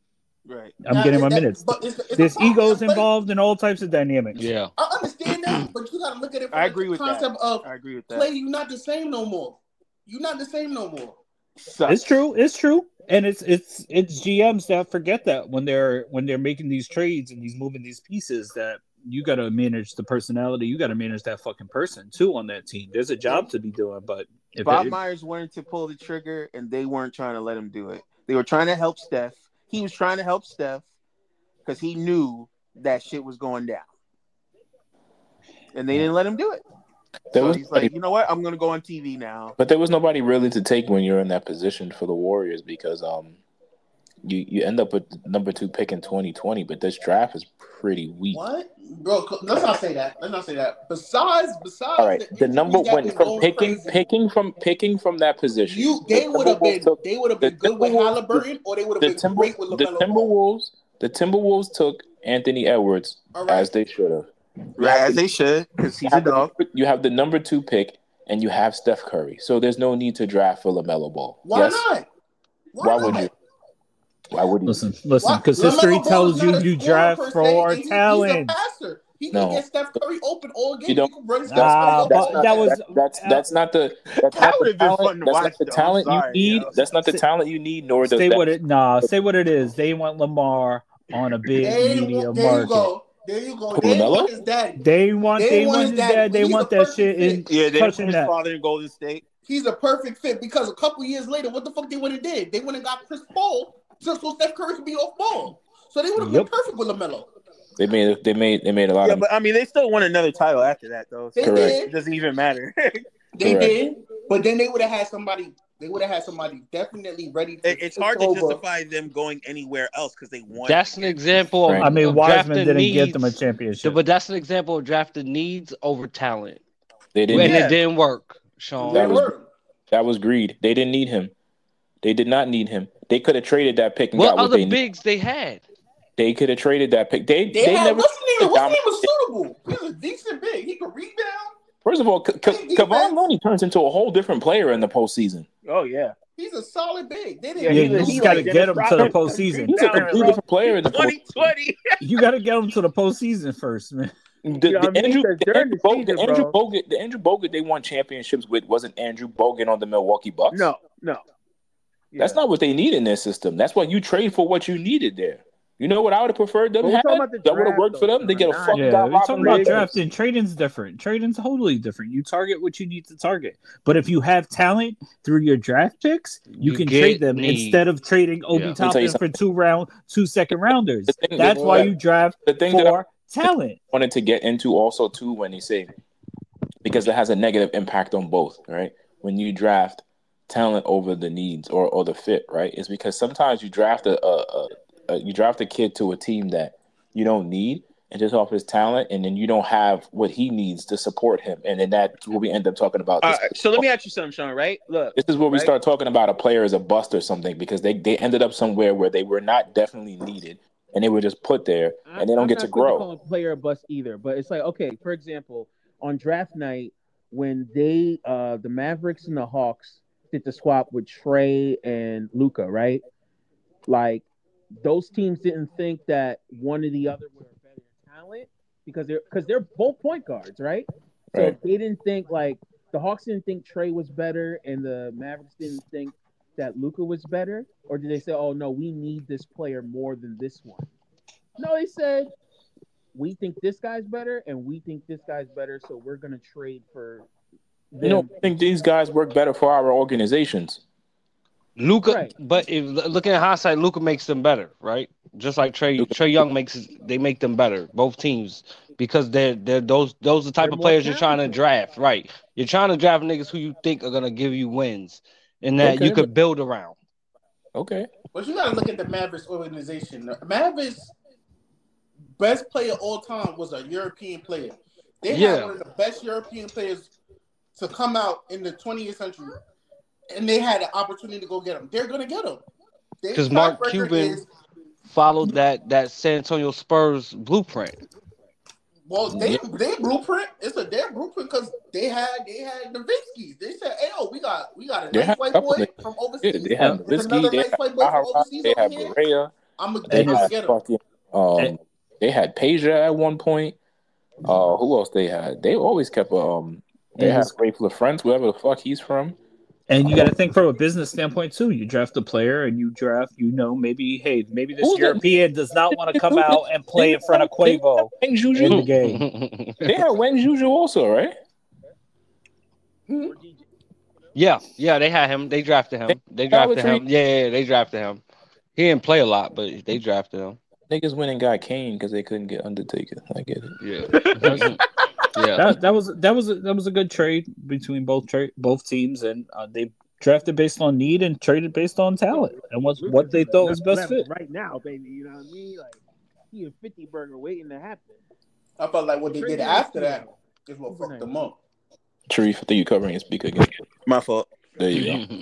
[SPEAKER 5] right?
[SPEAKER 4] I'm
[SPEAKER 8] Now,
[SPEAKER 4] getting
[SPEAKER 8] it-
[SPEAKER 4] my
[SPEAKER 8] that-
[SPEAKER 4] minutes.
[SPEAKER 8] But it's, it's
[SPEAKER 4] There's
[SPEAKER 8] about-
[SPEAKER 4] egos
[SPEAKER 8] like,
[SPEAKER 4] involved and all types of dynamics.
[SPEAKER 7] Yeah,
[SPEAKER 8] I understand that, but you got to look at it from
[SPEAKER 5] I
[SPEAKER 8] the
[SPEAKER 5] agree with that.
[SPEAKER 8] concept of
[SPEAKER 5] I agree with that.
[SPEAKER 8] Clay. You're not the same no more. You're not the same no more.
[SPEAKER 5] Sucks.
[SPEAKER 4] It's true. It's true. And it's it's it's GMs that forget that when they're when they're making these trades and he's moving these pieces that you got to manage the personality. You got to manage that fucking person too on that team. There's a job to be doing, but if
[SPEAKER 5] Bob
[SPEAKER 4] it-
[SPEAKER 5] Myers wanted to pull the trigger, and they weren't trying to let him do it. They were trying to help Steph. He was trying to help Steph because he knew that shit was going down, and they didn't let him do it.
[SPEAKER 2] There
[SPEAKER 5] so
[SPEAKER 2] was
[SPEAKER 5] he's like, you know what? I'm gonna go on TV now.
[SPEAKER 2] But there was nobody really to take when you're in that position for the Warriors because um you, you end up with number two pick in 2020, but this draft is pretty weak.
[SPEAKER 8] What, bro? co- Let's not say that. Let's not say that. Besides, besides,
[SPEAKER 2] All right, the
[SPEAKER 8] injuries
[SPEAKER 2] number
[SPEAKER 8] that
[SPEAKER 2] one
[SPEAKER 8] been
[SPEAKER 2] from
[SPEAKER 8] going
[SPEAKER 2] picking
[SPEAKER 8] crazy,
[SPEAKER 2] picking from picking from that position.
[SPEAKER 8] You, they
[SPEAKER 2] the
[SPEAKER 8] would have been,
[SPEAKER 2] Timberwolves took-
[SPEAKER 8] they would have
[SPEAKER 2] the
[SPEAKER 8] been good with
[SPEAKER 2] Timberwolves-
[SPEAKER 8] Halliburton, or they would have
[SPEAKER 2] The
[SPEAKER 8] been
[SPEAKER 2] Timber
[SPEAKER 8] great with
[SPEAKER 2] the
[SPEAKER 8] Lamelo. Ball.
[SPEAKER 2] Timberwolves the Timberwolves took Anthony Edwards
[SPEAKER 8] All
[SPEAKER 2] as
[SPEAKER 8] right,
[SPEAKER 2] they should have.
[SPEAKER 5] Right, as they should, because
[SPEAKER 2] You
[SPEAKER 5] he's a
[SPEAKER 2] have, the,
[SPEAKER 5] dog.
[SPEAKER 2] number- you have the number two pick and you have Steph Curry, so there's no need to draft for Lamelo Ball.
[SPEAKER 8] why
[SPEAKER 2] Yes.
[SPEAKER 8] not?
[SPEAKER 2] Why
[SPEAKER 8] not?
[SPEAKER 2] would you? Why would you?
[SPEAKER 4] listen, listen,
[SPEAKER 8] Why-
[SPEAKER 4] because
[SPEAKER 8] LaMelo
[SPEAKER 4] history
[SPEAKER 8] Ball is
[SPEAKER 4] tells
[SPEAKER 8] not
[SPEAKER 4] you
[SPEAKER 8] a
[SPEAKER 4] you
[SPEAKER 8] scorer
[SPEAKER 4] draft
[SPEAKER 8] per se,
[SPEAKER 4] for
[SPEAKER 8] and he-
[SPEAKER 4] talent.
[SPEAKER 8] He's a passer. He
[SPEAKER 2] No.
[SPEAKER 8] can get Steph Curry open all game.
[SPEAKER 2] You don't-
[SPEAKER 8] He can run Steph Curry
[SPEAKER 4] Nah,
[SPEAKER 8] open
[SPEAKER 2] That's
[SPEAKER 4] but
[SPEAKER 8] all
[SPEAKER 2] not
[SPEAKER 4] that
[SPEAKER 8] game.
[SPEAKER 4] was
[SPEAKER 2] that's that's not the that's
[SPEAKER 5] uh, That
[SPEAKER 2] not
[SPEAKER 5] would
[SPEAKER 2] the
[SPEAKER 5] have been fun
[SPEAKER 2] talent
[SPEAKER 5] to
[SPEAKER 2] that's
[SPEAKER 5] watch.
[SPEAKER 2] not the
[SPEAKER 5] Though. I'm
[SPEAKER 2] talent you
[SPEAKER 5] sorry,
[SPEAKER 2] need.
[SPEAKER 5] yo.
[SPEAKER 2] That's not the
[SPEAKER 4] Say-
[SPEAKER 2] talent you need, nor does
[SPEAKER 4] say what
[SPEAKER 2] that.
[SPEAKER 4] it nah, say what it is. They want Lamar on a big
[SPEAKER 8] Hey,
[SPEAKER 4] media
[SPEAKER 8] there you
[SPEAKER 4] market.
[SPEAKER 8] go. There you go.
[SPEAKER 2] Who,
[SPEAKER 8] They
[SPEAKER 2] LaMelo?
[SPEAKER 8] want his daddy.
[SPEAKER 4] They want
[SPEAKER 8] They
[SPEAKER 4] they
[SPEAKER 8] want
[SPEAKER 4] want
[SPEAKER 8] his
[SPEAKER 4] his
[SPEAKER 8] daddy.
[SPEAKER 4] dad, they
[SPEAKER 8] He's
[SPEAKER 4] want
[SPEAKER 8] the
[SPEAKER 4] that
[SPEAKER 8] perfect
[SPEAKER 4] shit
[SPEAKER 8] fit.
[SPEAKER 4] in
[SPEAKER 5] Yeah, they put
[SPEAKER 4] touching
[SPEAKER 5] his
[SPEAKER 4] that.
[SPEAKER 5] father in Golden State.
[SPEAKER 8] He's a perfect fit because a couple years later, what the fuck they would have did? They would have got Chris Paul just so Steph Curry could be off ball. So they would have
[SPEAKER 4] Yep.
[SPEAKER 8] been perfect with Lamelo.
[SPEAKER 2] They made they made they made a lot
[SPEAKER 5] Yeah,
[SPEAKER 2] of
[SPEAKER 5] but I mean, they still won another title after that, though.
[SPEAKER 8] They
[SPEAKER 5] So
[SPEAKER 2] Correct.
[SPEAKER 5] it
[SPEAKER 8] did.
[SPEAKER 5] doesn't even matter. it,
[SPEAKER 8] They
[SPEAKER 2] Correct.
[SPEAKER 8] did. But then they would have had somebody. They would have had somebody definitely ready to.
[SPEAKER 5] it's
[SPEAKER 8] take
[SPEAKER 5] hard to
[SPEAKER 8] over.
[SPEAKER 5] justify them going anywhere else because they won.
[SPEAKER 7] that's an example. Of,
[SPEAKER 2] Right.
[SPEAKER 4] I mean
[SPEAKER 7] of
[SPEAKER 4] Wiseman
[SPEAKER 7] drafting
[SPEAKER 4] didn't
[SPEAKER 7] needs,
[SPEAKER 4] get them a championship.
[SPEAKER 7] but that's an example of drafting needs over talent,
[SPEAKER 2] They
[SPEAKER 7] and
[SPEAKER 2] didn't.
[SPEAKER 5] Yeah.
[SPEAKER 7] it didn't work, Sean.
[SPEAKER 8] They
[SPEAKER 2] That was-
[SPEAKER 8] were.
[SPEAKER 2] That was greed. They didn't need him. They did not need him. They could have traded that pick and
[SPEAKER 7] what
[SPEAKER 2] got what
[SPEAKER 7] other
[SPEAKER 2] they need.
[SPEAKER 7] bigs they had?
[SPEAKER 2] They could have traded that pick. They
[SPEAKER 8] They,
[SPEAKER 2] they,
[SPEAKER 8] had
[SPEAKER 2] never.
[SPEAKER 8] what's the name? What's the
[SPEAKER 2] Dom-
[SPEAKER 8] name was suitable. He was a decent big. He could rebound.
[SPEAKER 2] First of all, K- K- Kevon Looney turns into a whole different player in the postseason.
[SPEAKER 5] Oh yeah,
[SPEAKER 8] He's a solid big. They didn't.
[SPEAKER 5] yeah.
[SPEAKER 4] Yeah,
[SPEAKER 5] he
[SPEAKER 4] you
[SPEAKER 5] was-
[SPEAKER 4] just
[SPEAKER 5] he
[SPEAKER 4] gotta
[SPEAKER 5] like
[SPEAKER 4] get
[SPEAKER 5] Dennis
[SPEAKER 4] him to the
[SPEAKER 5] Rodman,
[SPEAKER 4] postseason.
[SPEAKER 2] He's a
[SPEAKER 5] Darren
[SPEAKER 2] completely
[SPEAKER 5] Russell,
[SPEAKER 2] different player in the postseason.
[SPEAKER 5] 2020.
[SPEAKER 4] You gotta get him to the postseason first, man.
[SPEAKER 2] The,
[SPEAKER 6] You know what
[SPEAKER 2] the
[SPEAKER 6] I mean?
[SPEAKER 2] Andrew,
[SPEAKER 6] 'Cause
[SPEAKER 2] the
[SPEAKER 6] during
[SPEAKER 2] Andrew,
[SPEAKER 6] the
[SPEAKER 2] Bogut, the
[SPEAKER 6] season,
[SPEAKER 2] Andrew
[SPEAKER 6] bro.
[SPEAKER 2] Bogut, the Andrew Bogut, they won championships with wasn't Andrew Bogut on the Milwaukee Bucks.
[SPEAKER 5] No, no.
[SPEAKER 2] That's not what they need in their system. That's why you trade for what you needed there. You know what I would have preferred them
[SPEAKER 3] But we're
[SPEAKER 2] have?
[SPEAKER 3] talking about the
[SPEAKER 2] That would have
[SPEAKER 3] draft,
[SPEAKER 2] worked for
[SPEAKER 3] though,
[SPEAKER 2] them. They get a
[SPEAKER 3] John.
[SPEAKER 2] fucking
[SPEAKER 4] Yeah,
[SPEAKER 2] guy
[SPEAKER 4] we're talking
[SPEAKER 2] Robin
[SPEAKER 4] about
[SPEAKER 2] Lopez.
[SPEAKER 4] draft and trading's different. Trading's totally different. You target what you need to target. But if you have talent through your draft picks, you,
[SPEAKER 7] You
[SPEAKER 4] can
[SPEAKER 7] get
[SPEAKER 4] trade them
[SPEAKER 7] need.
[SPEAKER 4] instead of trading Obi
[SPEAKER 7] Yeah. Let me
[SPEAKER 2] tell you
[SPEAKER 4] Toppin for two round, two second rounders.
[SPEAKER 2] The thing
[SPEAKER 4] That's
[SPEAKER 2] that-
[SPEAKER 4] why you draft
[SPEAKER 2] The thing that I
[SPEAKER 4] for talent.
[SPEAKER 2] wanted to get into also too when they say because it has a negative impact on both, right? When you draft talent over the needs or, or the fit, right? It's because sometimes you draft a, a, a, a you draft a kid to a team that you don't need and just off his talent and then you don't have what he needs to support him and then that's what we end up talking about
[SPEAKER 5] All
[SPEAKER 2] this,
[SPEAKER 5] right, so let me ask you something, Sean. Right? Look,
[SPEAKER 2] this is where we
[SPEAKER 5] Right.
[SPEAKER 2] start talking about a player as a bust or something because they, they ended up somewhere where they were not definitely needed and they were just put there and they don't
[SPEAKER 6] I'm
[SPEAKER 2] get
[SPEAKER 6] not
[SPEAKER 2] to
[SPEAKER 6] supposed
[SPEAKER 2] grow.
[SPEAKER 6] call him player bust either, but it's like okay, for example, on draft night when they uh the Mavericks and the Hawks did the swap with Trey and Luca, right? Like those teams didn't think that one or the other were a better talent because they're because they're both point guards, right? So
[SPEAKER 2] Right.
[SPEAKER 6] they didn't think like the Hawks didn't think Trey was better and the Mavericks didn't think that Luca was better, or did they say, "Oh no, we need this player more than this one"? No, they said, "We think this guy's better, and we think this guy's better, so we're gonna trade for."
[SPEAKER 2] You know,
[SPEAKER 6] Them.
[SPEAKER 2] I think these guys work better for our organizations.
[SPEAKER 7] Luca,
[SPEAKER 6] Right.
[SPEAKER 7] but if looking at hindsight, Luca makes them better, right? Just like Trey
[SPEAKER 2] Luka-
[SPEAKER 7] Trey Young makes they make them better, both teams, because they're they're those those are the type
[SPEAKER 6] They're
[SPEAKER 7] of
[SPEAKER 6] more
[SPEAKER 7] players you're trying to
[SPEAKER 6] talented.
[SPEAKER 7] draft, right? You're trying to draft niggas who you think are gonna give you wins and that
[SPEAKER 2] Okay,
[SPEAKER 7] you could build around.
[SPEAKER 2] Okay.
[SPEAKER 8] But you gotta look at the Mavericks organization. The Mavericks best player all time was a European player. They
[SPEAKER 7] Yeah.
[SPEAKER 8] had one of the best European players to come out in the 20th century, and they had an opportunity to go get him. They're gonna get him. Their
[SPEAKER 7] 'Cause
[SPEAKER 8] track
[SPEAKER 7] Mark
[SPEAKER 8] record
[SPEAKER 7] Cuban-
[SPEAKER 8] is-
[SPEAKER 7] Followed that that San Antonio Spurs blueprint.
[SPEAKER 8] well, they
[SPEAKER 2] Yeah.
[SPEAKER 8] they blueprint. It's a their blueprint because they had they had the Vinskys. They said, "Hey, yo, we got we got a
[SPEAKER 2] They
[SPEAKER 8] nice
[SPEAKER 2] had
[SPEAKER 8] white
[SPEAKER 2] a couple
[SPEAKER 8] boy
[SPEAKER 2] of-
[SPEAKER 8] from
[SPEAKER 2] Yeah,
[SPEAKER 8] overseas.
[SPEAKER 2] they have
[SPEAKER 8] There's another
[SPEAKER 2] Nowitzki, they
[SPEAKER 8] nice
[SPEAKER 2] had
[SPEAKER 8] white boy from
[SPEAKER 2] Bahara,
[SPEAKER 8] overseas
[SPEAKER 2] they
[SPEAKER 8] over
[SPEAKER 2] had
[SPEAKER 8] here.
[SPEAKER 2] Barea,
[SPEAKER 8] I'm gonna
[SPEAKER 2] they
[SPEAKER 8] I'm gonna
[SPEAKER 2] had
[SPEAKER 8] get him."
[SPEAKER 2] fucking um, they had Peja at one point. Uh, who else they had? They always kept a, um, they
[SPEAKER 4] And
[SPEAKER 2] had
[SPEAKER 4] it's-
[SPEAKER 2] Rafe LaFrance, wherever the fuck he's from.
[SPEAKER 4] And you got to think from a business standpoint too. You draft a player, and you draft, you know, maybe hey, maybe this
[SPEAKER 2] Who's that-
[SPEAKER 4] European does not want to come out and play in front of Quavo
[SPEAKER 2] Wang
[SPEAKER 4] in the
[SPEAKER 2] Juju.
[SPEAKER 4] game.
[SPEAKER 2] They had Wang Juju also, right?
[SPEAKER 7] yeah, yeah, they had him. They drafted him. They
[SPEAKER 2] Dollar
[SPEAKER 7] drafted
[SPEAKER 2] Tree-
[SPEAKER 7] him. Yeah, yeah, they drafted him. He didn't play a lot, but they drafted him.
[SPEAKER 2] Niggas went and got Kane because they couldn't get Undertaker. I get it.
[SPEAKER 7] Yeah. yeah.
[SPEAKER 4] That, that was that was a, that was a good trade between both tra- both teams, and uh, they drafted based on need and traded based on talent and was
[SPEAKER 6] Luka's
[SPEAKER 4] what they
[SPEAKER 6] on the
[SPEAKER 4] thought
[SPEAKER 6] nut
[SPEAKER 4] was best
[SPEAKER 6] level
[SPEAKER 4] fit.
[SPEAKER 6] right now, baby. You know what I mean? Like he a fifty burger waiting to happen.
[SPEAKER 8] I felt like what they did
[SPEAKER 6] Trade
[SPEAKER 8] after
[SPEAKER 6] nice,
[SPEAKER 8] that is what
[SPEAKER 6] Super
[SPEAKER 8] fucked them
[SPEAKER 6] nice.
[SPEAKER 8] up.
[SPEAKER 2] Sharif, I think you're covering his speaker again.
[SPEAKER 5] my fault.
[SPEAKER 2] There you go.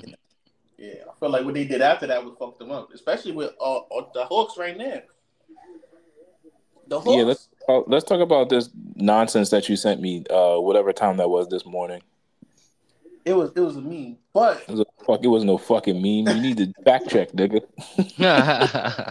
[SPEAKER 8] Yeah, I feel like what they did after that would fuck them up, especially with uh, uh, the Hawks right now. The Hawks.
[SPEAKER 2] Yeah, let's uh, let's talk about this nonsense that you sent me, uh, whatever time that was this morning.
[SPEAKER 8] It was it was a meme, but
[SPEAKER 2] It was a fuck. It was no fucking meme. You need to fact check, nigga.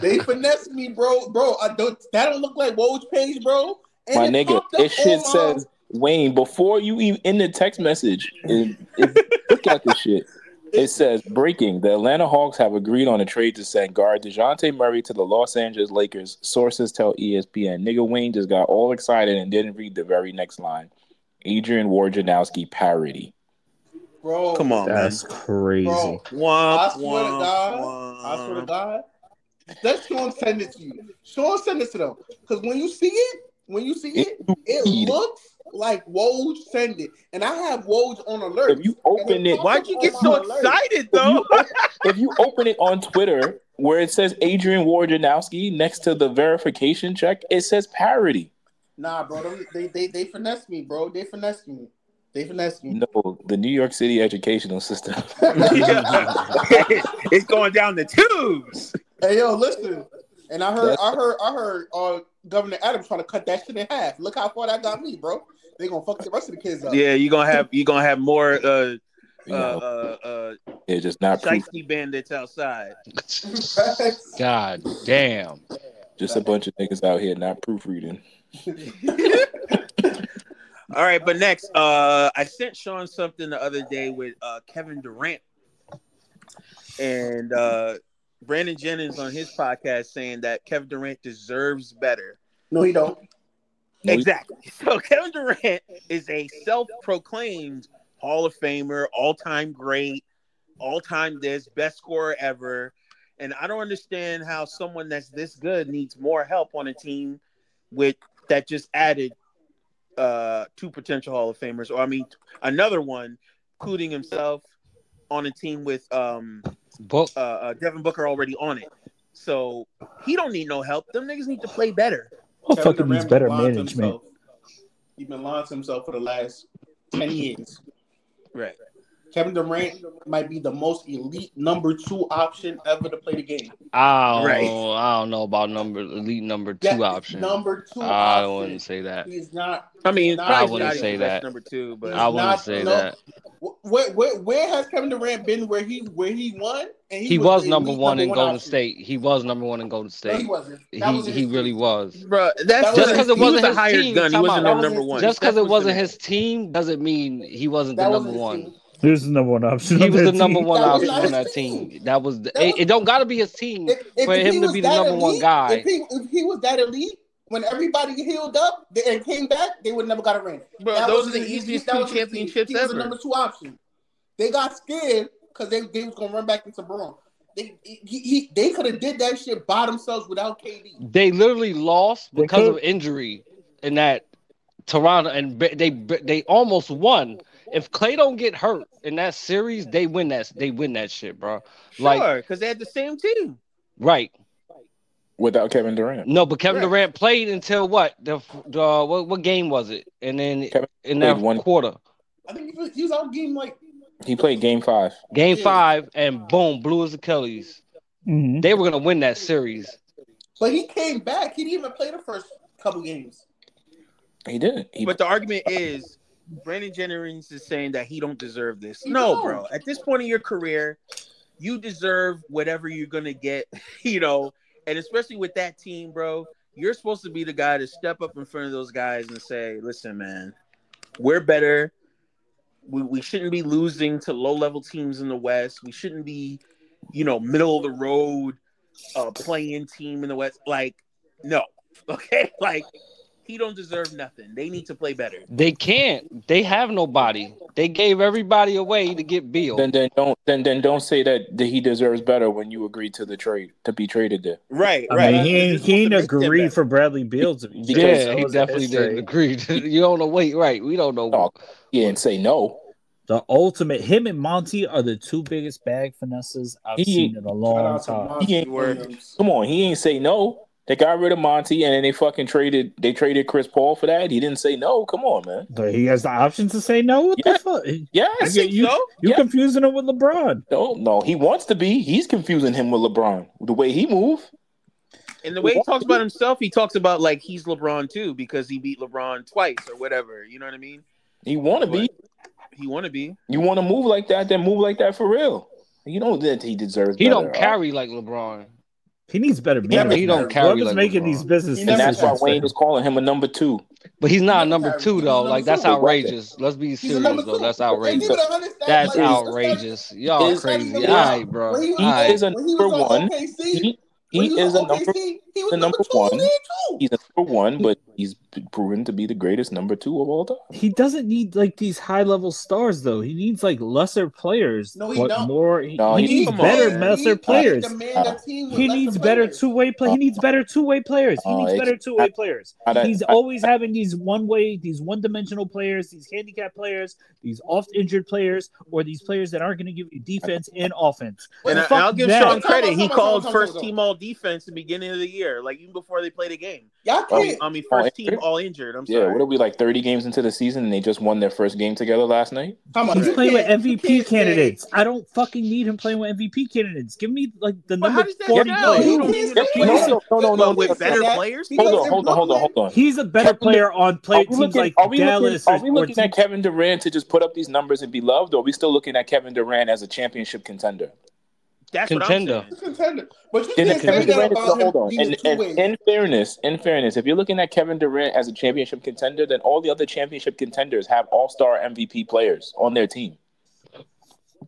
[SPEAKER 8] they finessed me, bro. Bro, I don't. That don't look like Woj page, bro. And
[SPEAKER 2] My
[SPEAKER 8] it
[SPEAKER 2] nigga,
[SPEAKER 8] popped up
[SPEAKER 2] this shit
[SPEAKER 8] online.
[SPEAKER 2] says Wayne before you even in the text message. It, it- look at this shit. It says breaking: The Atlanta Hawks have agreed on a trade to send guard Dejounte Murray to the Los Angeles Lakers. Sources tell E ESPN. Nigga Wayne just got all excited and didn't read the very next line. Adrian Wojnarowski parody.
[SPEAKER 8] bro.
[SPEAKER 5] Come on, man.
[SPEAKER 4] That's crazy.
[SPEAKER 8] bro.
[SPEAKER 5] Womp,
[SPEAKER 8] I swear to
[SPEAKER 5] womp,
[SPEAKER 8] God, I
[SPEAKER 5] womp.
[SPEAKER 8] swear to God. Let Sean send it to you. Sean send it to them. Cause when you see it, when you see it, it looks like Woj send it. And I have Woj on alert.
[SPEAKER 2] If you open
[SPEAKER 8] And
[SPEAKER 2] it,
[SPEAKER 8] popped
[SPEAKER 5] Why'd
[SPEAKER 8] up
[SPEAKER 5] you
[SPEAKER 8] on
[SPEAKER 5] get
[SPEAKER 8] my
[SPEAKER 5] so
[SPEAKER 8] alert.
[SPEAKER 5] excited
[SPEAKER 2] if
[SPEAKER 5] though?
[SPEAKER 2] you, op- if you open it on Twitter where it says Adrian Wojnarowski next to the verification check, it says parody.
[SPEAKER 8] Nah, bro, them- they they they finessed me, bro. They finessed me. They finessed me.
[SPEAKER 2] No, the New York City educational system.
[SPEAKER 5] it's, it's going down the tubes.
[SPEAKER 8] Hey yo, listen. And I heard,
[SPEAKER 2] That's-
[SPEAKER 8] I heard, I heard. Uh, Governor Adams trying to cut that shit in half. Look how far that got me, bro. They gonna fuck the rest of the kids up.
[SPEAKER 5] Yeah, you're gonna have you're gonna have more uh uh
[SPEAKER 2] You know,
[SPEAKER 5] uh,
[SPEAKER 2] they're just
[SPEAKER 5] uh
[SPEAKER 2] not proof.
[SPEAKER 5] shiesty bandits outside.
[SPEAKER 7] God damn.
[SPEAKER 2] Just a bunch of niggas out here not proofreading.
[SPEAKER 5] All right, but next, uh I sent Sean something the other day with uh Kevin Durant and uh, Brandon Jennings on his podcast saying that Kevin Durant deserves better.
[SPEAKER 8] No, he don't.
[SPEAKER 2] No, he-
[SPEAKER 5] exactly. So Kevin Durant is a self-proclaimed Hall of Famer, all-time great, all-time this best scorer ever, and I don't understand how someone that's this good needs more help on a team with that just added uh two potential Hall of Famers, or I mean another one, including himself on a team with um
[SPEAKER 7] Book
[SPEAKER 5] uh, uh Devin Booker already on it. So he don't need no help. Them niggas need to play better.
[SPEAKER 4] Well,
[SPEAKER 8] Kevin
[SPEAKER 4] fucking needs
[SPEAKER 8] Durant
[SPEAKER 4] better
[SPEAKER 8] lying to
[SPEAKER 4] management.
[SPEAKER 8] himself. He's been lying to himself for the last ten years.
[SPEAKER 5] Right.
[SPEAKER 8] Kevin Durant might be the most elite number two option ever to play the game.
[SPEAKER 7] I don't,
[SPEAKER 5] Right.
[SPEAKER 7] oh, I don't know about number elite number two
[SPEAKER 8] That is
[SPEAKER 7] option.
[SPEAKER 8] Number two
[SPEAKER 7] I
[SPEAKER 8] option.
[SPEAKER 7] wouldn't say that.
[SPEAKER 8] He's not.
[SPEAKER 5] I mean, it's
[SPEAKER 8] Nah,
[SPEAKER 5] probably
[SPEAKER 8] I wouldn't
[SPEAKER 5] Scotty
[SPEAKER 7] say
[SPEAKER 5] the best
[SPEAKER 7] that.
[SPEAKER 5] number two, but
[SPEAKER 7] I wouldn't
[SPEAKER 8] not-
[SPEAKER 7] say
[SPEAKER 8] no.
[SPEAKER 7] that.
[SPEAKER 8] wh- Where, where, where has Kevin Durant been? Where he where he won? And
[SPEAKER 7] He, was,
[SPEAKER 8] the
[SPEAKER 7] number
[SPEAKER 8] elite
[SPEAKER 7] one in Golden
[SPEAKER 8] option.
[SPEAKER 7] State. He was number one in Golden
[SPEAKER 8] No, he
[SPEAKER 7] State.
[SPEAKER 8] wasn't.
[SPEAKER 7] He
[SPEAKER 8] That was
[SPEAKER 7] he really was.
[SPEAKER 5] bro, that's
[SPEAKER 8] That
[SPEAKER 7] Just
[SPEAKER 8] wasn't
[SPEAKER 7] because
[SPEAKER 8] his-
[SPEAKER 7] it
[SPEAKER 5] he was
[SPEAKER 7] wasn't
[SPEAKER 5] a
[SPEAKER 7] his
[SPEAKER 5] hired
[SPEAKER 7] team,
[SPEAKER 5] gun. He
[SPEAKER 7] time
[SPEAKER 5] wasn't the
[SPEAKER 7] out.
[SPEAKER 8] That was
[SPEAKER 5] number
[SPEAKER 8] his
[SPEAKER 5] one.
[SPEAKER 8] team.
[SPEAKER 7] Just because
[SPEAKER 5] That's
[SPEAKER 7] it
[SPEAKER 5] what's
[SPEAKER 7] wasn't
[SPEAKER 5] in
[SPEAKER 7] his team doesn't mean he wasn't the
[SPEAKER 8] That
[SPEAKER 7] number
[SPEAKER 8] wasn't his
[SPEAKER 7] one.
[SPEAKER 8] team.
[SPEAKER 4] Here's the number one option.
[SPEAKER 7] He
[SPEAKER 4] on
[SPEAKER 7] was the
[SPEAKER 4] that
[SPEAKER 7] number
[SPEAKER 4] team.
[SPEAKER 7] one
[SPEAKER 8] That
[SPEAKER 7] option
[SPEAKER 8] was not
[SPEAKER 7] on
[SPEAKER 8] his
[SPEAKER 7] that
[SPEAKER 8] team.
[SPEAKER 7] team. That was the,
[SPEAKER 8] That
[SPEAKER 7] it,
[SPEAKER 8] was-
[SPEAKER 7] it. Don't gotta be his team
[SPEAKER 8] If, if
[SPEAKER 7] for
[SPEAKER 8] he
[SPEAKER 7] him to
[SPEAKER 8] was
[SPEAKER 7] be the
[SPEAKER 8] that
[SPEAKER 7] number one
[SPEAKER 8] elite,
[SPEAKER 7] guy.
[SPEAKER 8] if he if he was that elite, when everybody healed up and came back, they would never got a ring.
[SPEAKER 5] Bro,
[SPEAKER 8] That
[SPEAKER 5] those
[SPEAKER 8] was
[SPEAKER 5] are the
[SPEAKER 8] his- he-
[SPEAKER 5] easiest
[SPEAKER 8] that
[SPEAKER 5] two
[SPEAKER 8] was his team.
[SPEAKER 5] championships
[SPEAKER 8] He was the
[SPEAKER 5] ever.
[SPEAKER 8] number two option. They got scared because they, they was gonna run back into Braun. They he, he they could have did that shit by themselves without KD.
[SPEAKER 7] They literally lost
[SPEAKER 4] They
[SPEAKER 7] because of
[SPEAKER 4] could.
[SPEAKER 7] injury in that Toronto, and ba- they ba- they almost won. If Clay don't get hurt in that series, they win that. They win that shit, bro. Like-
[SPEAKER 5] Sure, because they had the same team.
[SPEAKER 7] Right?
[SPEAKER 2] without Kevin Durant.
[SPEAKER 7] No, but Kevin
[SPEAKER 5] Right.
[SPEAKER 7] Durant played until what the the what, what game was it? And then
[SPEAKER 2] Kevin
[SPEAKER 7] in that
[SPEAKER 2] played one-
[SPEAKER 7] quarter,
[SPEAKER 8] I think he was, he was out game like
[SPEAKER 2] He played game five.
[SPEAKER 7] game
[SPEAKER 8] Yeah.
[SPEAKER 7] five, and boom, blew his Achilles.
[SPEAKER 4] Mhm.
[SPEAKER 7] They were gonna win that series.
[SPEAKER 8] but he came back. He didn't even play the first couple games.
[SPEAKER 2] He didn't. He,
[SPEAKER 5] But the argument is Brandon Jennings is saying that he don't deserve this.
[SPEAKER 8] He
[SPEAKER 5] no,
[SPEAKER 8] don't.
[SPEAKER 5] bro. At this point in your career, you deserve whatever you're gonna get, you know, and especially with that team, bro. You're supposed to be the guy to step up in front of those guys and say, listen, man, we're better. We, we shouldn't be losing to low level teams in the West. We shouldn't be, you know, middle of the road uh playing team in the West. Like, no. Okay. Like, he don't deserve nothing. They need to play better.
[SPEAKER 7] They can't. They have nobody. They gave everybody away to get Bill.
[SPEAKER 2] then then don't then then don't say that, that he deserves better when you agreed to the trade to be traded there.
[SPEAKER 5] Right,
[SPEAKER 4] I
[SPEAKER 5] right.
[SPEAKER 4] mean, he
[SPEAKER 5] You're
[SPEAKER 4] ain't,
[SPEAKER 5] just
[SPEAKER 4] he
[SPEAKER 5] supposed
[SPEAKER 4] ain't
[SPEAKER 5] to make them
[SPEAKER 4] agreed
[SPEAKER 5] better.
[SPEAKER 4] for Bradley Beal to be.
[SPEAKER 2] Because
[SPEAKER 4] traded.
[SPEAKER 7] yeah,
[SPEAKER 4] That
[SPEAKER 7] he
[SPEAKER 4] was a
[SPEAKER 7] definitely didn't
[SPEAKER 4] history.
[SPEAKER 7] agree. you don't know. Wait, right? We don't know.
[SPEAKER 2] No, he didn't say no.
[SPEAKER 4] The ultimate. Him and Monty are the two biggest bag finesses I've
[SPEAKER 2] He-
[SPEAKER 4] seen in a
[SPEAKER 8] Shout
[SPEAKER 4] long
[SPEAKER 8] out to
[SPEAKER 4] time.
[SPEAKER 8] Monty
[SPEAKER 2] ain't-
[SPEAKER 8] Williams.
[SPEAKER 2] Come on, he ain't say no. They got rid of Monty and then they fucking traded they traded Chris Paul for that. He didn't say no. Come on, man.
[SPEAKER 4] But he has the option to say no. What
[SPEAKER 2] Yeah.
[SPEAKER 4] the fuck? You,
[SPEAKER 2] Yes.
[SPEAKER 5] think
[SPEAKER 4] you,
[SPEAKER 5] so?
[SPEAKER 4] you're
[SPEAKER 2] Yeah.
[SPEAKER 4] confusing him with LeBron.
[SPEAKER 2] No, no, he wants to be. He's confusing him with LeBron. The way he move.
[SPEAKER 5] And the way he talks about himself, he talks about like he's LeBron too because he beat LeBron twice or whatever. You know what I mean?
[SPEAKER 2] He wanna be.
[SPEAKER 5] He want to be.
[SPEAKER 2] You wanna move like that, then move like that for real. You know that he deserves
[SPEAKER 7] He
[SPEAKER 2] better.
[SPEAKER 7] don't carry like LeBron.
[SPEAKER 4] He needs better
[SPEAKER 8] never-
[SPEAKER 4] management.
[SPEAKER 7] He don't
[SPEAKER 8] carry.
[SPEAKER 7] carry
[SPEAKER 4] Whoever's
[SPEAKER 7] like
[SPEAKER 4] making
[SPEAKER 7] LeBron.
[SPEAKER 4] these business
[SPEAKER 8] He
[SPEAKER 2] And
[SPEAKER 8] never
[SPEAKER 2] that's why
[SPEAKER 4] decisions.
[SPEAKER 8] carries.
[SPEAKER 2] Wayne is calling him a number two.
[SPEAKER 7] But he's not a
[SPEAKER 8] He
[SPEAKER 7] number
[SPEAKER 8] never
[SPEAKER 7] two
[SPEAKER 8] carries.
[SPEAKER 7] though.
[SPEAKER 8] He's a
[SPEAKER 7] Like
[SPEAKER 8] number
[SPEAKER 7] that's
[SPEAKER 8] two.
[SPEAKER 7] outrageous. Let's be
[SPEAKER 8] He's a number
[SPEAKER 7] serious though.
[SPEAKER 8] two.
[SPEAKER 7] That's
[SPEAKER 8] And
[SPEAKER 7] outrageous.
[SPEAKER 8] people don't understand.
[SPEAKER 7] That's
[SPEAKER 8] like, it's- it's not-
[SPEAKER 7] outrageous. Y'all
[SPEAKER 2] Is-
[SPEAKER 8] It's not even
[SPEAKER 7] crazy.
[SPEAKER 8] like
[SPEAKER 7] All right,
[SPEAKER 8] when
[SPEAKER 7] bro.
[SPEAKER 8] he
[SPEAKER 7] All
[SPEAKER 8] was
[SPEAKER 2] He
[SPEAKER 7] right.
[SPEAKER 2] is a
[SPEAKER 8] when he
[SPEAKER 2] number
[SPEAKER 8] was on
[SPEAKER 2] one.
[SPEAKER 8] OKC,
[SPEAKER 2] He,
[SPEAKER 8] when
[SPEAKER 2] he
[SPEAKER 8] he was
[SPEAKER 2] is a
[SPEAKER 8] on
[SPEAKER 2] number
[SPEAKER 8] OKC, he was
[SPEAKER 2] the
[SPEAKER 8] number
[SPEAKER 2] number
[SPEAKER 8] two
[SPEAKER 2] one.
[SPEAKER 8] there too.
[SPEAKER 2] He's a number one, but he's proven to be the greatest number two of all time.
[SPEAKER 4] he doesn't need like these high level stars though. He needs like lesser players,
[SPEAKER 8] No, he
[SPEAKER 4] but
[SPEAKER 8] don't. uh,
[SPEAKER 4] more. He,
[SPEAKER 2] No,
[SPEAKER 4] he
[SPEAKER 2] he-
[SPEAKER 4] needs
[SPEAKER 5] Come on,
[SPEAKER 4] better,
[SPEAKER 5] man.
[SPEAKER 4] lesser
[SPEAKER 8] can't
[SPEAKER 4] players.
[SPEAKER 8] demand a team with
[SPEAKER 4] He
[SPEAKER 8] lesser
[SPEAKER 4] needs better
[SPEAKER 8] players.
[SPEAKER 4] two way play. He needs better two way players. He
[SPEAKER 2] Oh,
[SPEAKER 4] needs
[SPEAKER 2] it's-
[SPEAKER 4] better two way players.
[SPEAKER 2] I- I-
[SPEAKER 4] He's
[SPEAKER 2] I-
[SPEAKER 4] always having these one way, these one dimensional players, these handicap players, these oft injured players, or these players that aren't going to give you defense and offense.
[SPEAKER 5] And, I,
[SPEAKER 4] Fuck
[SPEAKER 5] will give
[SPEAKER 4] that.
[SPEAKER 5] Sean credit.
[SPEAKER 8] Time out,
[SPEAKER 5] He
[SPEAKER 8] time out,
[SPEAKER 5] called
[SPEAKER 8] time out, time out,
[SPEAKER 5] first
[SPEAKER 8] time out.
[SPEAKER 5] team all defense in the beginning of the year, like even before they played a game.
[SPEAKER 8] Y'all
[SPEAKER 5] I mean,
[SPEAKER 8] can't.
[SPEAKER 5] I mean
[SPEAKER 2] Oh,
[SPEAKER 5] first team
[SPEAKER 2] injured?
[SPEAKER 5] all injured. I'm
[SPEAKER 2] yeah,
[SPEAKER 5] sorry.
[SPEAKER 2] what are we like thirty games into the season and they just won their first game together last night?
[SPEAKER 8] Come on,
[SPEAKER 4] He's
[SPEAKER 8] you
[SPEAKER 4] playing with
[SPEAKER 8] can't- you
[SPEAKER 4] MVP
[SPEAKER 8] can't say-
[SPEAKER 4] candidates. I don't fucking need him playing with MVP candidates. Give me like the
[SPEAKER 5] But how
[SPEAKER 4] number
[SPEAKER 5] does that
[SPEAKER 4] forty
[SPEAKER 5] sound?
[SPEAKER 4] player.
[SPEAKER 5] You
[SPEAKER 8] you
[SPEAKER 5] don't
[SPEAKER 8] can't
[SPEAKER 5] need a
[SPEAKER 8] say
[SPEAKER 5] player
[SPEAKER 8] that.
[SPEAKER 2] No, no, no, no,
[SPEAKER 5] but
[SPEAKER 2] no,
[SPEAKER 5] with
[SPEAKER 2] no.
[SPEAKER 5] better
[SPEAKER 8] That-
[SPEAKER 5] players.
[SPEAKER 8] because
[SPEAKER 2] Hold on,
[SPEAKER 8] in
[SPEAKER 2] hold on, hold on,
[SPEAKER 8] Brooklyn-
[SPEAKER 2] hold on.
[SPEAKER 4] He's a better
[SPEAKER 2] Kevin-
[SPEAKER 4] player on
[SPEAKER 2] Are
[SPEAKER 4] play
[SPEAKER 2] we
[SPEAKER 4] teams
[SPEAKER 2] looking?
[SPEAKER 4] like
[SPEAKER 2] Are we looking?
[SPEAKER 4] Dallas
[SPEAKER 2] Are
[SPEAKER 4] or,
[SPEAKER 2] we
[SPEAKER 4] or
[SPEAKER 2] looking at
[SPEAKER 4] teams.
[SPEAKER 2] Kevin Durant to just put up these numbers and be loved, or are we still looking at Kevin Durant as a championship contender?
[SPEAKER 5] That's what I'm
[SPEAKER 7] Contender.
[SPEAKER 8] He's
[SPEAKER 5] saying.
[SPEAKER 8] a contender. But you
[SPEAKER 2] Then
[SPEAKER 8] can't
[SPEAKER 2] Kevin
[SPEAKER 8] say that
[SPEAKER 2] Durant is
[SPEAKER 8] about
[SPEAKER 2] hold
[SPEAKER 8] him
[SPEAKER 2] on.
[SPEAKER 8] being
[SPEAKER 2] And,
[SPEAKER 8] two
[SPEAKER 2] and
[SPEAKER 8] ways.
[SPEAKER 2] in fairness, in fairness, if you're looking at Kevin Durant as a championship contender, then all the other championship contenders have all-star MVP players on their team.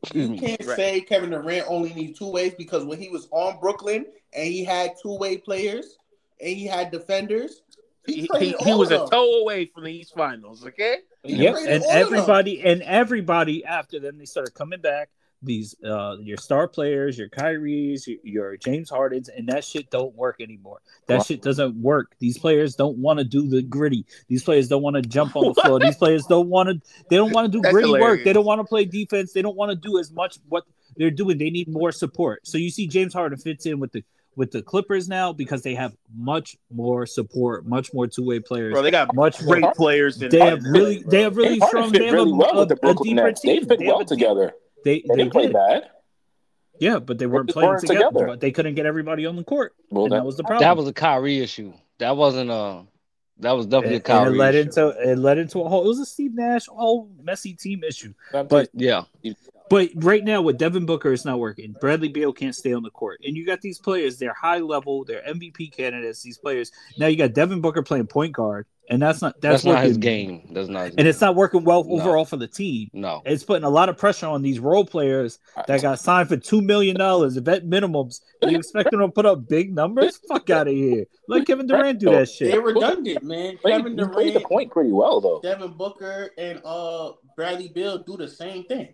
[SPEAKER 7] Excuse
[SPEAKER 8] You
[SPEAKER 7] me.
[SPEAKER 8] can't
[SPEAKER 5] Mm-hmm. Right.
[SPEAKER 8] say Kevin Durant only needs two ways because when he was on Brooklyn and he had two way players and he had defenders, he,
[SPEAKER 5] He,
[SPEAKER 8] traded
[SPEAKER 5] he- he
[SPEAKER 8] all
[SPEAKER 5] was a
[SPEAKER 8] of them.
[SPEAKER 5] toe away from the East Finals. Okay,
[SPEAKER 8] He
[SPEAKER 4] Yep,
[SPEAKER 8] traded
[SPEAKER 4] and
[SPEAKER 8] all of them.
[SPEAKER 4] everybody and everybody after them, they started coming back. These uh your star players, your Kyries, your, your James Hardens, and that shit don't work anymore. That
[SPEAKER 2] Wow.
[SPEAKER 4] shit doesn't work. These players don't want to do the gritty. These players don't want to jump on the floor. These players don't want to. They don't want to do
[SPEAKER 5] That's
[SPEAKER 4] gritty work. They
[SPEAKER 5] hilarious.
[SPEAKER 4] don't want to play defense. They don't want to do as much what they're doing. They need more support. So you see, James Harden fits in with the with the Clippers now because they have much more support, much more two way players,
[SPEAKER 5] bro, they got
[SPEAKER 4] much more
[SPEAKER 5] great players. In
[SPEAKER 4] they have
[SPEAKER 5] Harden.
[SPEAKER 4] really, they have really
[SPEAKER 2] James Harden
[SPEAKER 4] strong.
[SPEAKER 2] fit
[SPEAKER 4] They have
[SPEAKER 2] really
[SPEAKER 4] a,
[SPEAKER 2] well
[SPEAKER 4] a,
[SPEAKER 2] with the
[SPEAKER 4] a
[SPEAKER 2] Brooklyn
[SPEAKER 4] deeper
[SPEAKER 2] Nets. They
[SPEAKER 4] team.
[SPEAKER 2] fit
[SPEAKER 4] they have
[SPEAKER 2] well
[SPEAKER 4] a deep-
[SPEAKER 2] together.
[SPEAKER 4] They
[SPEAKER 2] They
[SPEAKER 4] they
[SPEAKER 2] didn't play
[SPEAKER 4] did.
[SPEAKER 2] bad.
[SPEAKER 4] Yeah, but they weren't
[SPEAKER 2] just
[SPEAKER 4] playing
[SPEAKER 2] weren't
[SPEAKER 4] together.
[SPEAKER 2] together.
[SPEAKER 4] But they couldn't get everybody on the court,
[SPEAKER 2] Well,
[SPEAKER 4] and
[SPEAKER 2] that,
[SPEAKER 4] that was the
[SPEAKER 7] That
[SPEAKER 4] problem.
[SPEAKER 7] was a Kyrie issue. That wasn't a. That was definitely a
[SPEAKER 4] And, and it
[SPEAKER 7] Kyrie
[SPEAKER 4] led
[SPEAKER 7] issue.
[SPEAKER 4] into it led into a whole. It was a Steve Nash whole messy team issue. But
[SPEAKER 7] Yeah,
[SPEAKER 4] but right now with Devin Booker, it's not working. Bradley Beal can't stay on the court, and you got these players. They're high level. They're MVP candidates. These players now you got Devin Booker playing point guard, and that's not that's,
[SPEAKER 7] that's, not his
[SPEAKER 4] working-
[SPEAKER 7] game. That's not. His
[SPEAKER 4] and it's
[SPEAKER 7] game.
[SPEAKER 4] not working well
[SPEAKER 7] No.
[SPEAKER 4] overall for the team.
[SPEAKER 7] No.
[SPEAKER 4] it's putting a lot of pressure on these role players that got signed for two million dollars at vet minimums. You expecting them to put up big numbers? Fuck out of here! Let Kevin Durant do that
[SPEAKER 8] They're
[SPEAKER 4] shit.
[SPEAKER 8] redundant, man.
[SPEAKER 2] Played-
[SPEAKER 8] Kevin
[SPEAKER 2] he played the
[SPEAKER 8] Durant,
[SPEAKER 2] point pretty well though.
[SPEAKER 8] Devin Booker, and uh Bradley Bill do the same thing.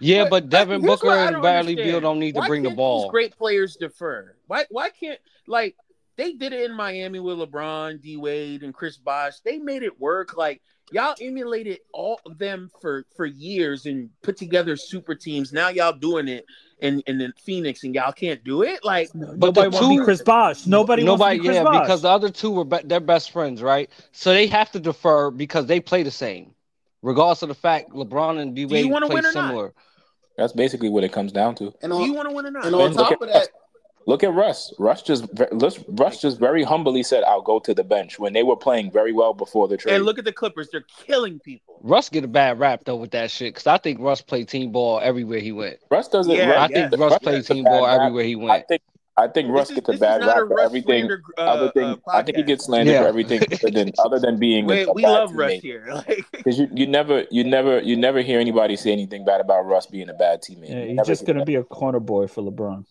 [SPEAKER 7] Yeah,
[SPEAKER 5] But,
[SPEAKER 7] but Devin
[SPEAKER 5] here's
[SPEAKER 7] Booker
[SPEAKER 5] what I
[SPEAKER 7] and
[SPEAKER 5] don't
[SPEAKER 7] Bradley
[SPEAKER 5] understand.
[SPEAKER 7] Beal don't need to
[SPEAKER 5] Why
[SPEAKER 7] bring the
[SPEAKER 5] can't These
[SPEAKER 7] ball.
[SPEAKER 5] great players defer. Why? Why can't like they did it in Miami with LeBron, D Wade, and Chris Bosh? They made it work. Like y'all emulated all of them for for years and put together super teams. Now y'all doing it in in the Phoenix and y'all can't do it. Like
[SPEAKER 7] But
[SPEAKER 4] nobody
[SPEAKER 7] the
[SPEAKER 4] wants to be
[SPEAKER 7] two-
[SPEAKER 4] Chris Bosh. Nobody, wants
[SPEAKER 7] Nobody,
[SPEAKER 4] to be Chris
[SPEAKER 7] yeah,
[SPEAKER 4] Bosh.
[SPEAKER 7] because the other two were be- their best friends, right? So they have to defer because they play the same, regardless of the fact LeBron and D
[SPEAKER 5] do you
[SPEAKER 7] Wade
[SPEAKER 5] want to
[SPEAKER 7] play
[SPEAKER 5] win or not?
[SPEAKER 7] similar.
[SPEAKER 2] That's basically what it comes down to.
[SPEAKER 8] And
[SPEAKER 5] Do you
[SPEAKER 8] on
[SPEAKER 5] want to win or not?
[SPEAKER 8] and on
[SPEAKER 2] Ben, look
[SPEAKER 8] top
[SPEAKER 2] at
[SPEAKER 8] of that,
[SPEAKER 2] Look at Russ. Russ just ve- Russ, Russ just very humbly said, "I'll go to the bench" when they were playing very well before the trade.
[SPEAKER 5] and look at the Clippers. They're killing people.
[SPEAKER 7] Russ get a bad rap though with that shit because I think Russ played team ball everywhere he went.
[SPEAKER 2] Russ doesn't.
[SPEAKER 5] Yeah,
[SPEAKER 2] Russ,
[SPEAKER 7] I
[SPEAKER 5] yes.
[SPEAKER 7] think Russ
[SPEAKER 2] Russ
[SPEAKER 7] played
[SPEAKER 2] gets a
[SPEAKER 7] team
[SPEAKER 2] bad
[SPEAKER 7] ball
[SPEAKER 2] rap.
[SPEAKER 7] everywhere he
[SPEAKER 2] I
[SPEAKER 7] went.
[SPEAKER 2] think I think Russ
[SPEAKER 5] This is
[SPEAKER 2] gets a
[SPEAKER 5] this is
[SPEAKER 2] bad
[SPEAKER 5] not
[SPEAKER 2] rap
[SPEAKER 5] a
[SPEAKER 2] for
[SPEAKER 5] Russ
[SPEAKER 2] everything.
[SPEAKER 5] slander uh,
[SPEAKER 2] Other
[SPEAKER 5] uh,
[SPEAKER 2] thing, I think he
[SPEAKER 5] podcast.
[SPEAKER 2] gets slandered for
[SPEAKER 7] Yeah.
[SPEAKER 2] everything other than other than being a,
[SPEAKER 5] We,
[SPEAKER 2] a
[SPEAKER 5] we
[SPEAKER 2] bad
[SPEAKER 5] love Russ
[SPEAKER 2] teammate.
[SPEAKER 5] here. Like
[SPEAKER 2] Because you, you never you never you never hear anybody say anything bad about Russ being a bad teammate.
[SPEAKER 4] yeah,
[SPEAKER 2] You
[SPEAKER 4] he's
[SPEAKER 2] never
[SPEAKER 4] just
[SPEAKER 2] hear
[SPEAKER 4] gonna
[SPEAKER 2] that.
[SPEAKER 4] be a corner boy for LeBron.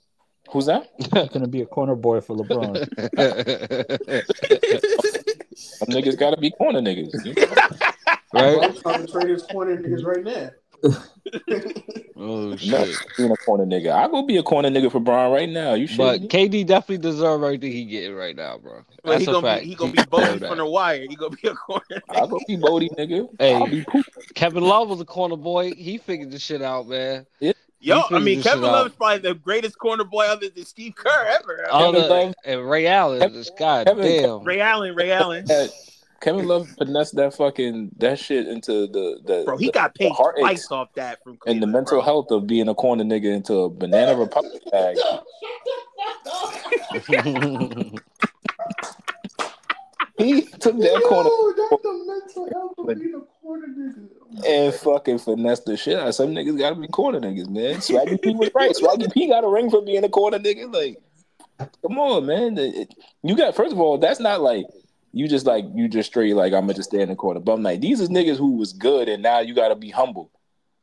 [SPEAKER 2] Who's that?
[SPEAKER 4] He's gonna be a corner boy for LeBron.
[SPEAKER 2] Some niggas gotta be corner niggas. You
[SPEAKER 7] right?
[SPEAKER 8] I'm trying to trade his corner niggas right now.
[SPEAKER 7] Oh
[SPEAKER 2] know,
[SPEAKER 7] shit.
[SPEAKER 2] being a corner nigga. I go be a corner nigga for Braun right now. You
[SPEAKER 7] But
[SPEAKER 2] should.
[SPEAKER 7] KD definitely deserves everything he getting right now, bro.
[SPEAKER 5] Well, he
[SPEAKER 7] That's a
[SPEAKER 5] gonna
[SPEAKER 7] fact.
[SPEAKER 5] be he gonna be Bodie
[SPEAKER 7] deserve that.
[SPEAKER 5] from the wire. He gonna be a corner.
[SPEAKER 2] I go be Bodie nigga. I'll
[SPEAKER 7] Hey,
[SPEAKER 2] be poop.
[SPEAKER 7] Kevin Love was a corner boy. He figured this shit out, man.
[SPEAKER 5] Yo,
[SPEAKER 7] He
[SPEAKER 5] I mean
[SPEAKER 7] figured this
[SPEAKER 5] Kevin
[SPEAKER 7] shit
[SPEAKER 5] Love
[SPEAKER 7] out.
[SPEAKER 5] is probably the greatest corner boy other than Steve Kerr ever. I mean,
[SPEAKER 7] Other
[SPEAKER 2] Kevin Love.
[SPEAKER 7] and Ray Allen,
[SPEAKER 2] Kevin-
[SPEAKER 7] this god
[SPEAKER 2] Kevin-
[SPEAKER 7] damn.
[SPEAKER 5] Ray Allen, Ray Allen,
[SPEAKER 2] That, Kevin Love finessed that fucking that shit into the the,
[SPEAKER 5] bro, he
[SPEAKER 2] the,
[SPEAKER 5] got
[SPEAKER 2] the
[SPEAKER 5] paid
[SPEAKER 2] heart
[SPEAKER 5] twice
[SPEAKER 2] aches
[SPEAKER 5] off that from
[SPEAKER 2] and
[SPEAKER 5] Cleveland.
[SPEAKER 2] the mental
[SPEAKER 5] bro.
[SPEAKER 2] health of being a corner nigga into a banana republic bag. He took that corner
[SPEAKER 8] Yo, that's the mental health of being a corner nigga.
[SPEAKER 2] and fucking finesse the shit out. of Some niggas gotta be corner niggas, man. Swaggy P was right. Swaggy P got a ring for being a corner nigga. Like, come on, man. It- it- you got first of all, that's not like you just like you just straight like I'm gonna just stay in the corner. But I'm like, these is niggas who was good, and now you gotta be humble.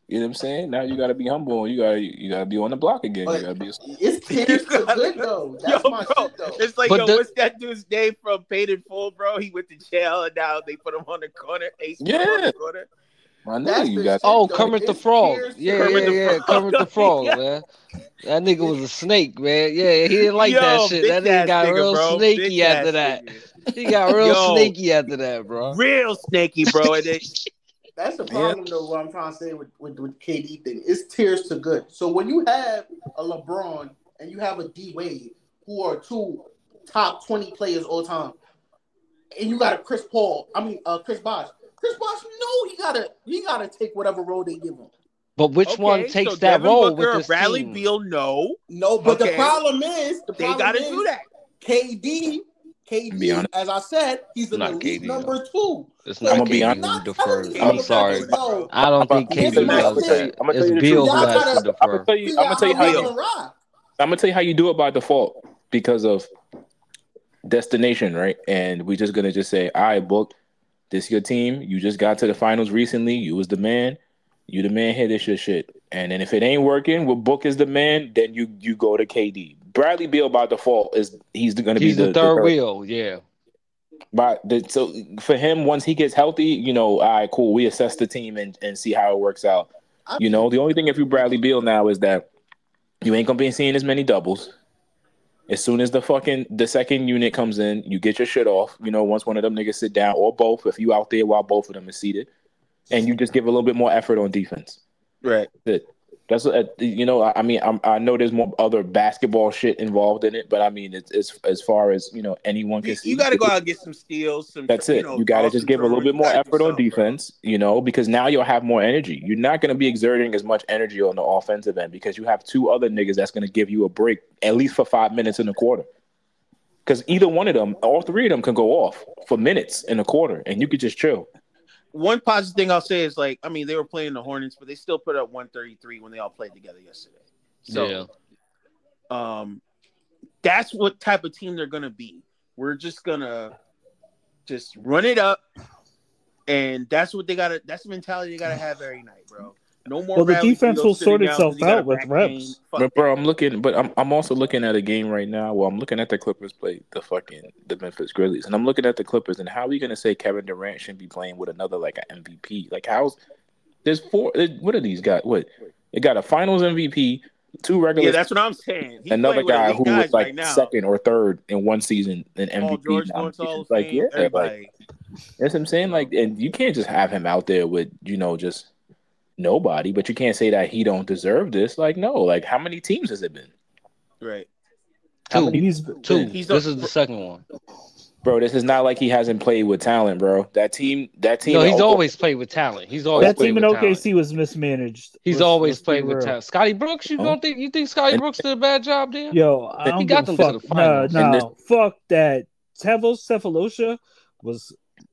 [SPEAKER 2] You know what I'm saying? Now you gotta be humble. You gotta you gotta be on the block again.
[SPEAKER 8] But-
[SPEAKER 2] you gotta be. A,
[SPEAKER 8] It's tears to good though. That's
[SPEAKER 5] Yo,
[SPEAKER 8] my
[SPEAKER 5] bro.
[SPEAKER 8] shit though.
[SPEAKER 5] It's like,
[SPEAKER 7] But
[SPEAKER 5] yo,
[SPEAKER 7] the-
[SPEAKER 5] what's that dude's name from Paid in Full, bro? He went to jail and now they put him on the corner. Ace put him on
[SPEAKER 2] Yeah.
[SPEAKER 5] the corner.
[SPEAKER 2] I know
[SPEAKER 8] That's
[SPEAKER 2] you
[SPEAKER 8] the
[SPEAKER 2] got.
[SPEAKER 8] shit,
[SPEAKER 7] oh,
[SPEAKER 8] though.
[SPEAKER 7] Kermit the
[SPEAKER 8] It's
[SPEAKER 7] Frog.
[SPEAKER 8] tears to
[SPEAKER 7] Yeah, yeah,
[SPEAKER 5] Kermit the
[SPEAKER 7] yeah.
[SPEAKER 5] Frog.
[SPEAKER 7] Kermit the Frog,
[SPEAKER 5] Yeah.
[SPEAKER 7] man. That nigga was a snake, man. Yeah, he didn't like that
[SPEAKER 5] Yo,
[SPEAKER 7] shit.
[SPEAKER 5] bitch
[SPEAKER 7] That
[SPEAKER 5] ass
[SPEAKER 7] nigga got
[SPEAKER 5] nigga,
[SPEAKER 7] real
[SPEAKER 5] bro.
[SPEAKER 7] snaky
[SPEAKER 5] Bitch
[SPEAKER 7] after
[SPEAKER 5] ass
[SPEAKER 7] that.
[SPEAKER 5] nigga.
[SPEAKER 7] He got real
[SPEAKER 5] Yo.
[SPEAKER 7] snaky after that, bro.
[SPEAKER 5] Real snaky, bro. And it,
[SPEAKER 8] That's the
[SPEAKER 2] Yeah.
[SPEAKER 8] problem though. What I'm trying to say with, with with KD thing, it's tears to good. So when you have a LeBron and you have a D Wade, who are two top twenty players all time, and you got a Chris Paul, I mean uh, Chris Bosh. Chris Bosh, no, he gotta he gotta take whatever role they give him.
[SPEAKER 7] But which
[SPEAKER 5] okay,
[SPEAKER 7] one takes
[SPEAKER 5] so
[SPEAKER 7] that
[SPEAKER 5] Devin
[SPEAKER 7] role
[SPEAKER 5] Booker
[SPEAKER 7] with
[SPEAKER 5] or
[SPEAKER 7] this
[SPEAKER 5] Bradley
[SPEAKER 7] team?
[SPEAKER 5] Beal? No,
[SPEAKER 8] No, but
[SPEAKER 5] Okay.
[SPEAKER 8] the problem is the
[SPEAKER 5] they
[SPEAKER 8] problem
[SPEAKER 5] got to
[SPEAKER 8] is
[SPEAKER 5] do that.
[SPEAKER 8] KD.
[SPEAKER 2] Be
[SPEAKER 8] KD,
[SPEAKER 2] honest.
[SPEAKER 8] as I said, he's an
[SPEAKER 7] Not
[SPEAKER 8] elite
[SPEAKER 7] KD, though.
[SPEAKER 8] number two.
[SPEAKER 7] It's
[SPEAKER 8] So
[SPEAKER 7] not
[SPEAKER 2] I'ma be
[SPEAKER 8] you're
[SPEAKER 2] honest.
[SPEAKER 7] KD who
[SPEAKER 8] not telling
[SPEAKER 7] defers.
[SPEAKER 8] me
[SPEAKER 5] They
[SPEAKER 2] I'm
[SPEAKER 7] I'm
[SPEAKER 5] ain't doing
[SPEAKER 7] sorry.
[SPEAKER 8] LeBron,
[SPEAKER 5] it, bro.
[SPEAKER 8] no,
[SPEAKER 7] I don't
[SPEAKER 2] I'm
[SPEAKER 7] think
[SPEAKER 2] gonna tell
[SPEAKER 8] It's
[SPEAKER 2] you.
[SPEAKER 7] KD
[SPEAKER 2] I'm
[SPEAKER 8] my
[SPEAKER 7] does
[SPEAKER 2] gonna tell you.
[SPEAKER 7] that.
[SPEAKER 8] city.
[SPEAKER 2] I'm gonna tell
[SPEAKER 7] It's
[SPEAKER 2] you this.
[SPEAKER 7] Beal
[SPEAKER 8] Y'all
[SPEAKER 7] who has to
[SPEAKER 8] gotta
[SPEAKER 2] I'm gonna
[SPEAKER 7] defer.
[SPEAKER 2] tell you.
[SPEAKER 8] figure
[SPEAKER 2] I'm gonna
[SPEAKER 8] out
[SPEAKER 2] tell you
[SPEAKER 8] how
[SPEAKER 2] how
[SPEAKER 8] y'all
[SPEAKER 2] you.
[SPEAKER 8] gonna ride.
[SPEAKER 2] I'm gonna tell you how you do it by default because of destination, right? And we're just gonna just say, "All right, book, this your team. You just got to the finals recently. You was the man. You the man. Here, this your shit. And then if it ain't working with Book is the man, then you you go to KD. Bradley Beal by default is he's going to be
[SPEAKER 7] He's
[SPEAKER 2] the,
[SPEAKER 7] the third wheel. Yeah.
[SPEAKER 2] But the, so for him, once he gets healthy, you know, all right, cool. We assess the team and, and see how it works out.
[SPEAKER 8] I
[SPEAKER 2] You know, the only thing if you Bradley Beal now is that you ain't gonna be seeing as many doubles. As soon as the fucking the second unit comes in, you get your shit off. You know, once one of them niggas sit down or both, if you out there while both of them is seated, and you just give a little bit more effort on defense.
[SPEAKER 3] Right.
[SPEAKER 2] That that's uh, you know I, I mean I'm, I know there's more other basketball shit involved in it, but I mean it's, it's as far as you know anyone can.
[SPEAKER 5] You,
[SPEAKER 2] see,
[SPEAKER 5] you got to go out and get some steals. Some
[SPEAKER 2] that's it. You,
[SPEAKER 5] know,
[SPEAKER 2] got to
[SPEAKER 5] ball
[SPEAKER 2] just give a
[SPEAKER 5] control.
[SPEAKER 2] little bit
[SPEAKER 5] You
[SPEAKER 2] more
[SPEAKER 5] gotta do
[SPEAKER 2] effort on
[SPEAKER 5] something, bro.
[SPEAKER 2] defense, you know, because now you'll have more energy. You're not going to be exerting as much energy on the offensive end because you have two other niggas that's going to give you a break at least for five minutes in a quarter. Because either one of them, all three of them, can go off for minutes in a quarter, and you could just chill.
[SPEAKER 5] One positive thing I'll say is like, I mean, they were playing the Hornets, but they still put up 133 when they all played together yesterday. So,
[SPEAKER 7] yeah.
[SPEAKER 5] um that's what type of team they're gonna be we're just gonna just run it up and that's what they gotta that's the mentality they gotta have every night bro no more
[SPEAKER 4] Well, the
[SPEAKER 5] rally
[SPEAKER 4] defense
[SPEAKER 5] for those
[SPEAKER 4] will sort
[SPEAKER 5] sitting down 'cause
[SPEAKER 4] itself
[SPEAKER 5] you got a
[SPEAKER 4] out with
[SPEAKER 5] back
[SPEAKER 4] reps.
[SPEAKER 5] pain. Fuck
[SPEAKER 2] But bro, I'm looking, but I'm I'm also looking at a game right now. Well, I'm looking at the Clippers play the fucking the Memphis Grizzlies, and I'm looking at the Clippers. And how are we gonna say Kevin Durant should be playing with another like an MVP? Like how's there's four? there- What are these guys? What they got a Finals MVP, two
[SPEAKER 5] that.
[SPEAKER 2] regular,
[SPEAKER 5] yeah that's what i'm saying He's
[SPEAKER 2] another
[SPEAKER 5] playing with
[SPEAKER 2] guy
[SPEAKER 5] elite
[SPEAKER 2] who
[SPEAKER 5] guys
[SPEAKER 2] was like
[SPEAKER 5] right now.
[SPEAKER 2] second or third in one season in
[SPEAKER 5] Paul
[SPEAKER 2] MVP.
[SPEAKER 5] George going to Hall
[SPEAKER 2] nominations.
[SPEAKER 5] of
[SPEAKER 2] Like
[SPEAKER 5] Fame.
[SPEAKER 2] yeah, like
[SPEAKER 5] everybody.
[SPEAKER 2] that's what I'm saying. Like, and you can't just have him out there with you know just nobody. But you can't say that he don't deserve this. Like, no. Like, how many teams has it been?
[SPEAKER 5] right.
[SPEAKER 4] How
[SPEAKER 7] Two.
[SPEAKER 4] many he's-
[SPEAKER 7] Two.
[SPEAKER 5] He's the-
[SPEAKER 7] this is the second one.
[SPEAKER 2] Bro, this is not like he hasn't played with talent, bro. That team, that team.
[SPEAKER 7] No, he's
[SPEAKER 2] Oklahoma-
[SPEAKER 7] always played with talent. He's always
[SPEAKER 4] that
[SPEAKER 7] played
[SPEAKER 4] team in
[SPEAKER 7] with talent.
[SPEAKER 4] OKC was mismanaged.
[SPEAKER 7] He's
[SPEAKER 4] Let's-
[SPEAKER 7] always
[SPEAKER 4] let's be
[SPEAKER 7] played with
[SPEAKER 4] real.
[SPEAKER 7] talent. Scotty Brooks, you
[SPEAKER 2] Oh.
[SPEAKER 7] don't think you think Scotty
[SPEAKER 2] And-
[SPEAKER 7] Brooks did a bad job there?
[SPEAKER 4] Yo, I
[SPEAKER 7] He
[SPEAKER 4] don't
[SPEAKER 7] got
[SPEAKER 4] give a fuck.
[SPEAKER 7] them to the
[SPEAKER 4] No,
[SPEAKER 7] finals.
[SPEAKER 2] And
[SPEAKER 4] no, fuck that. Tevos Cephalosha was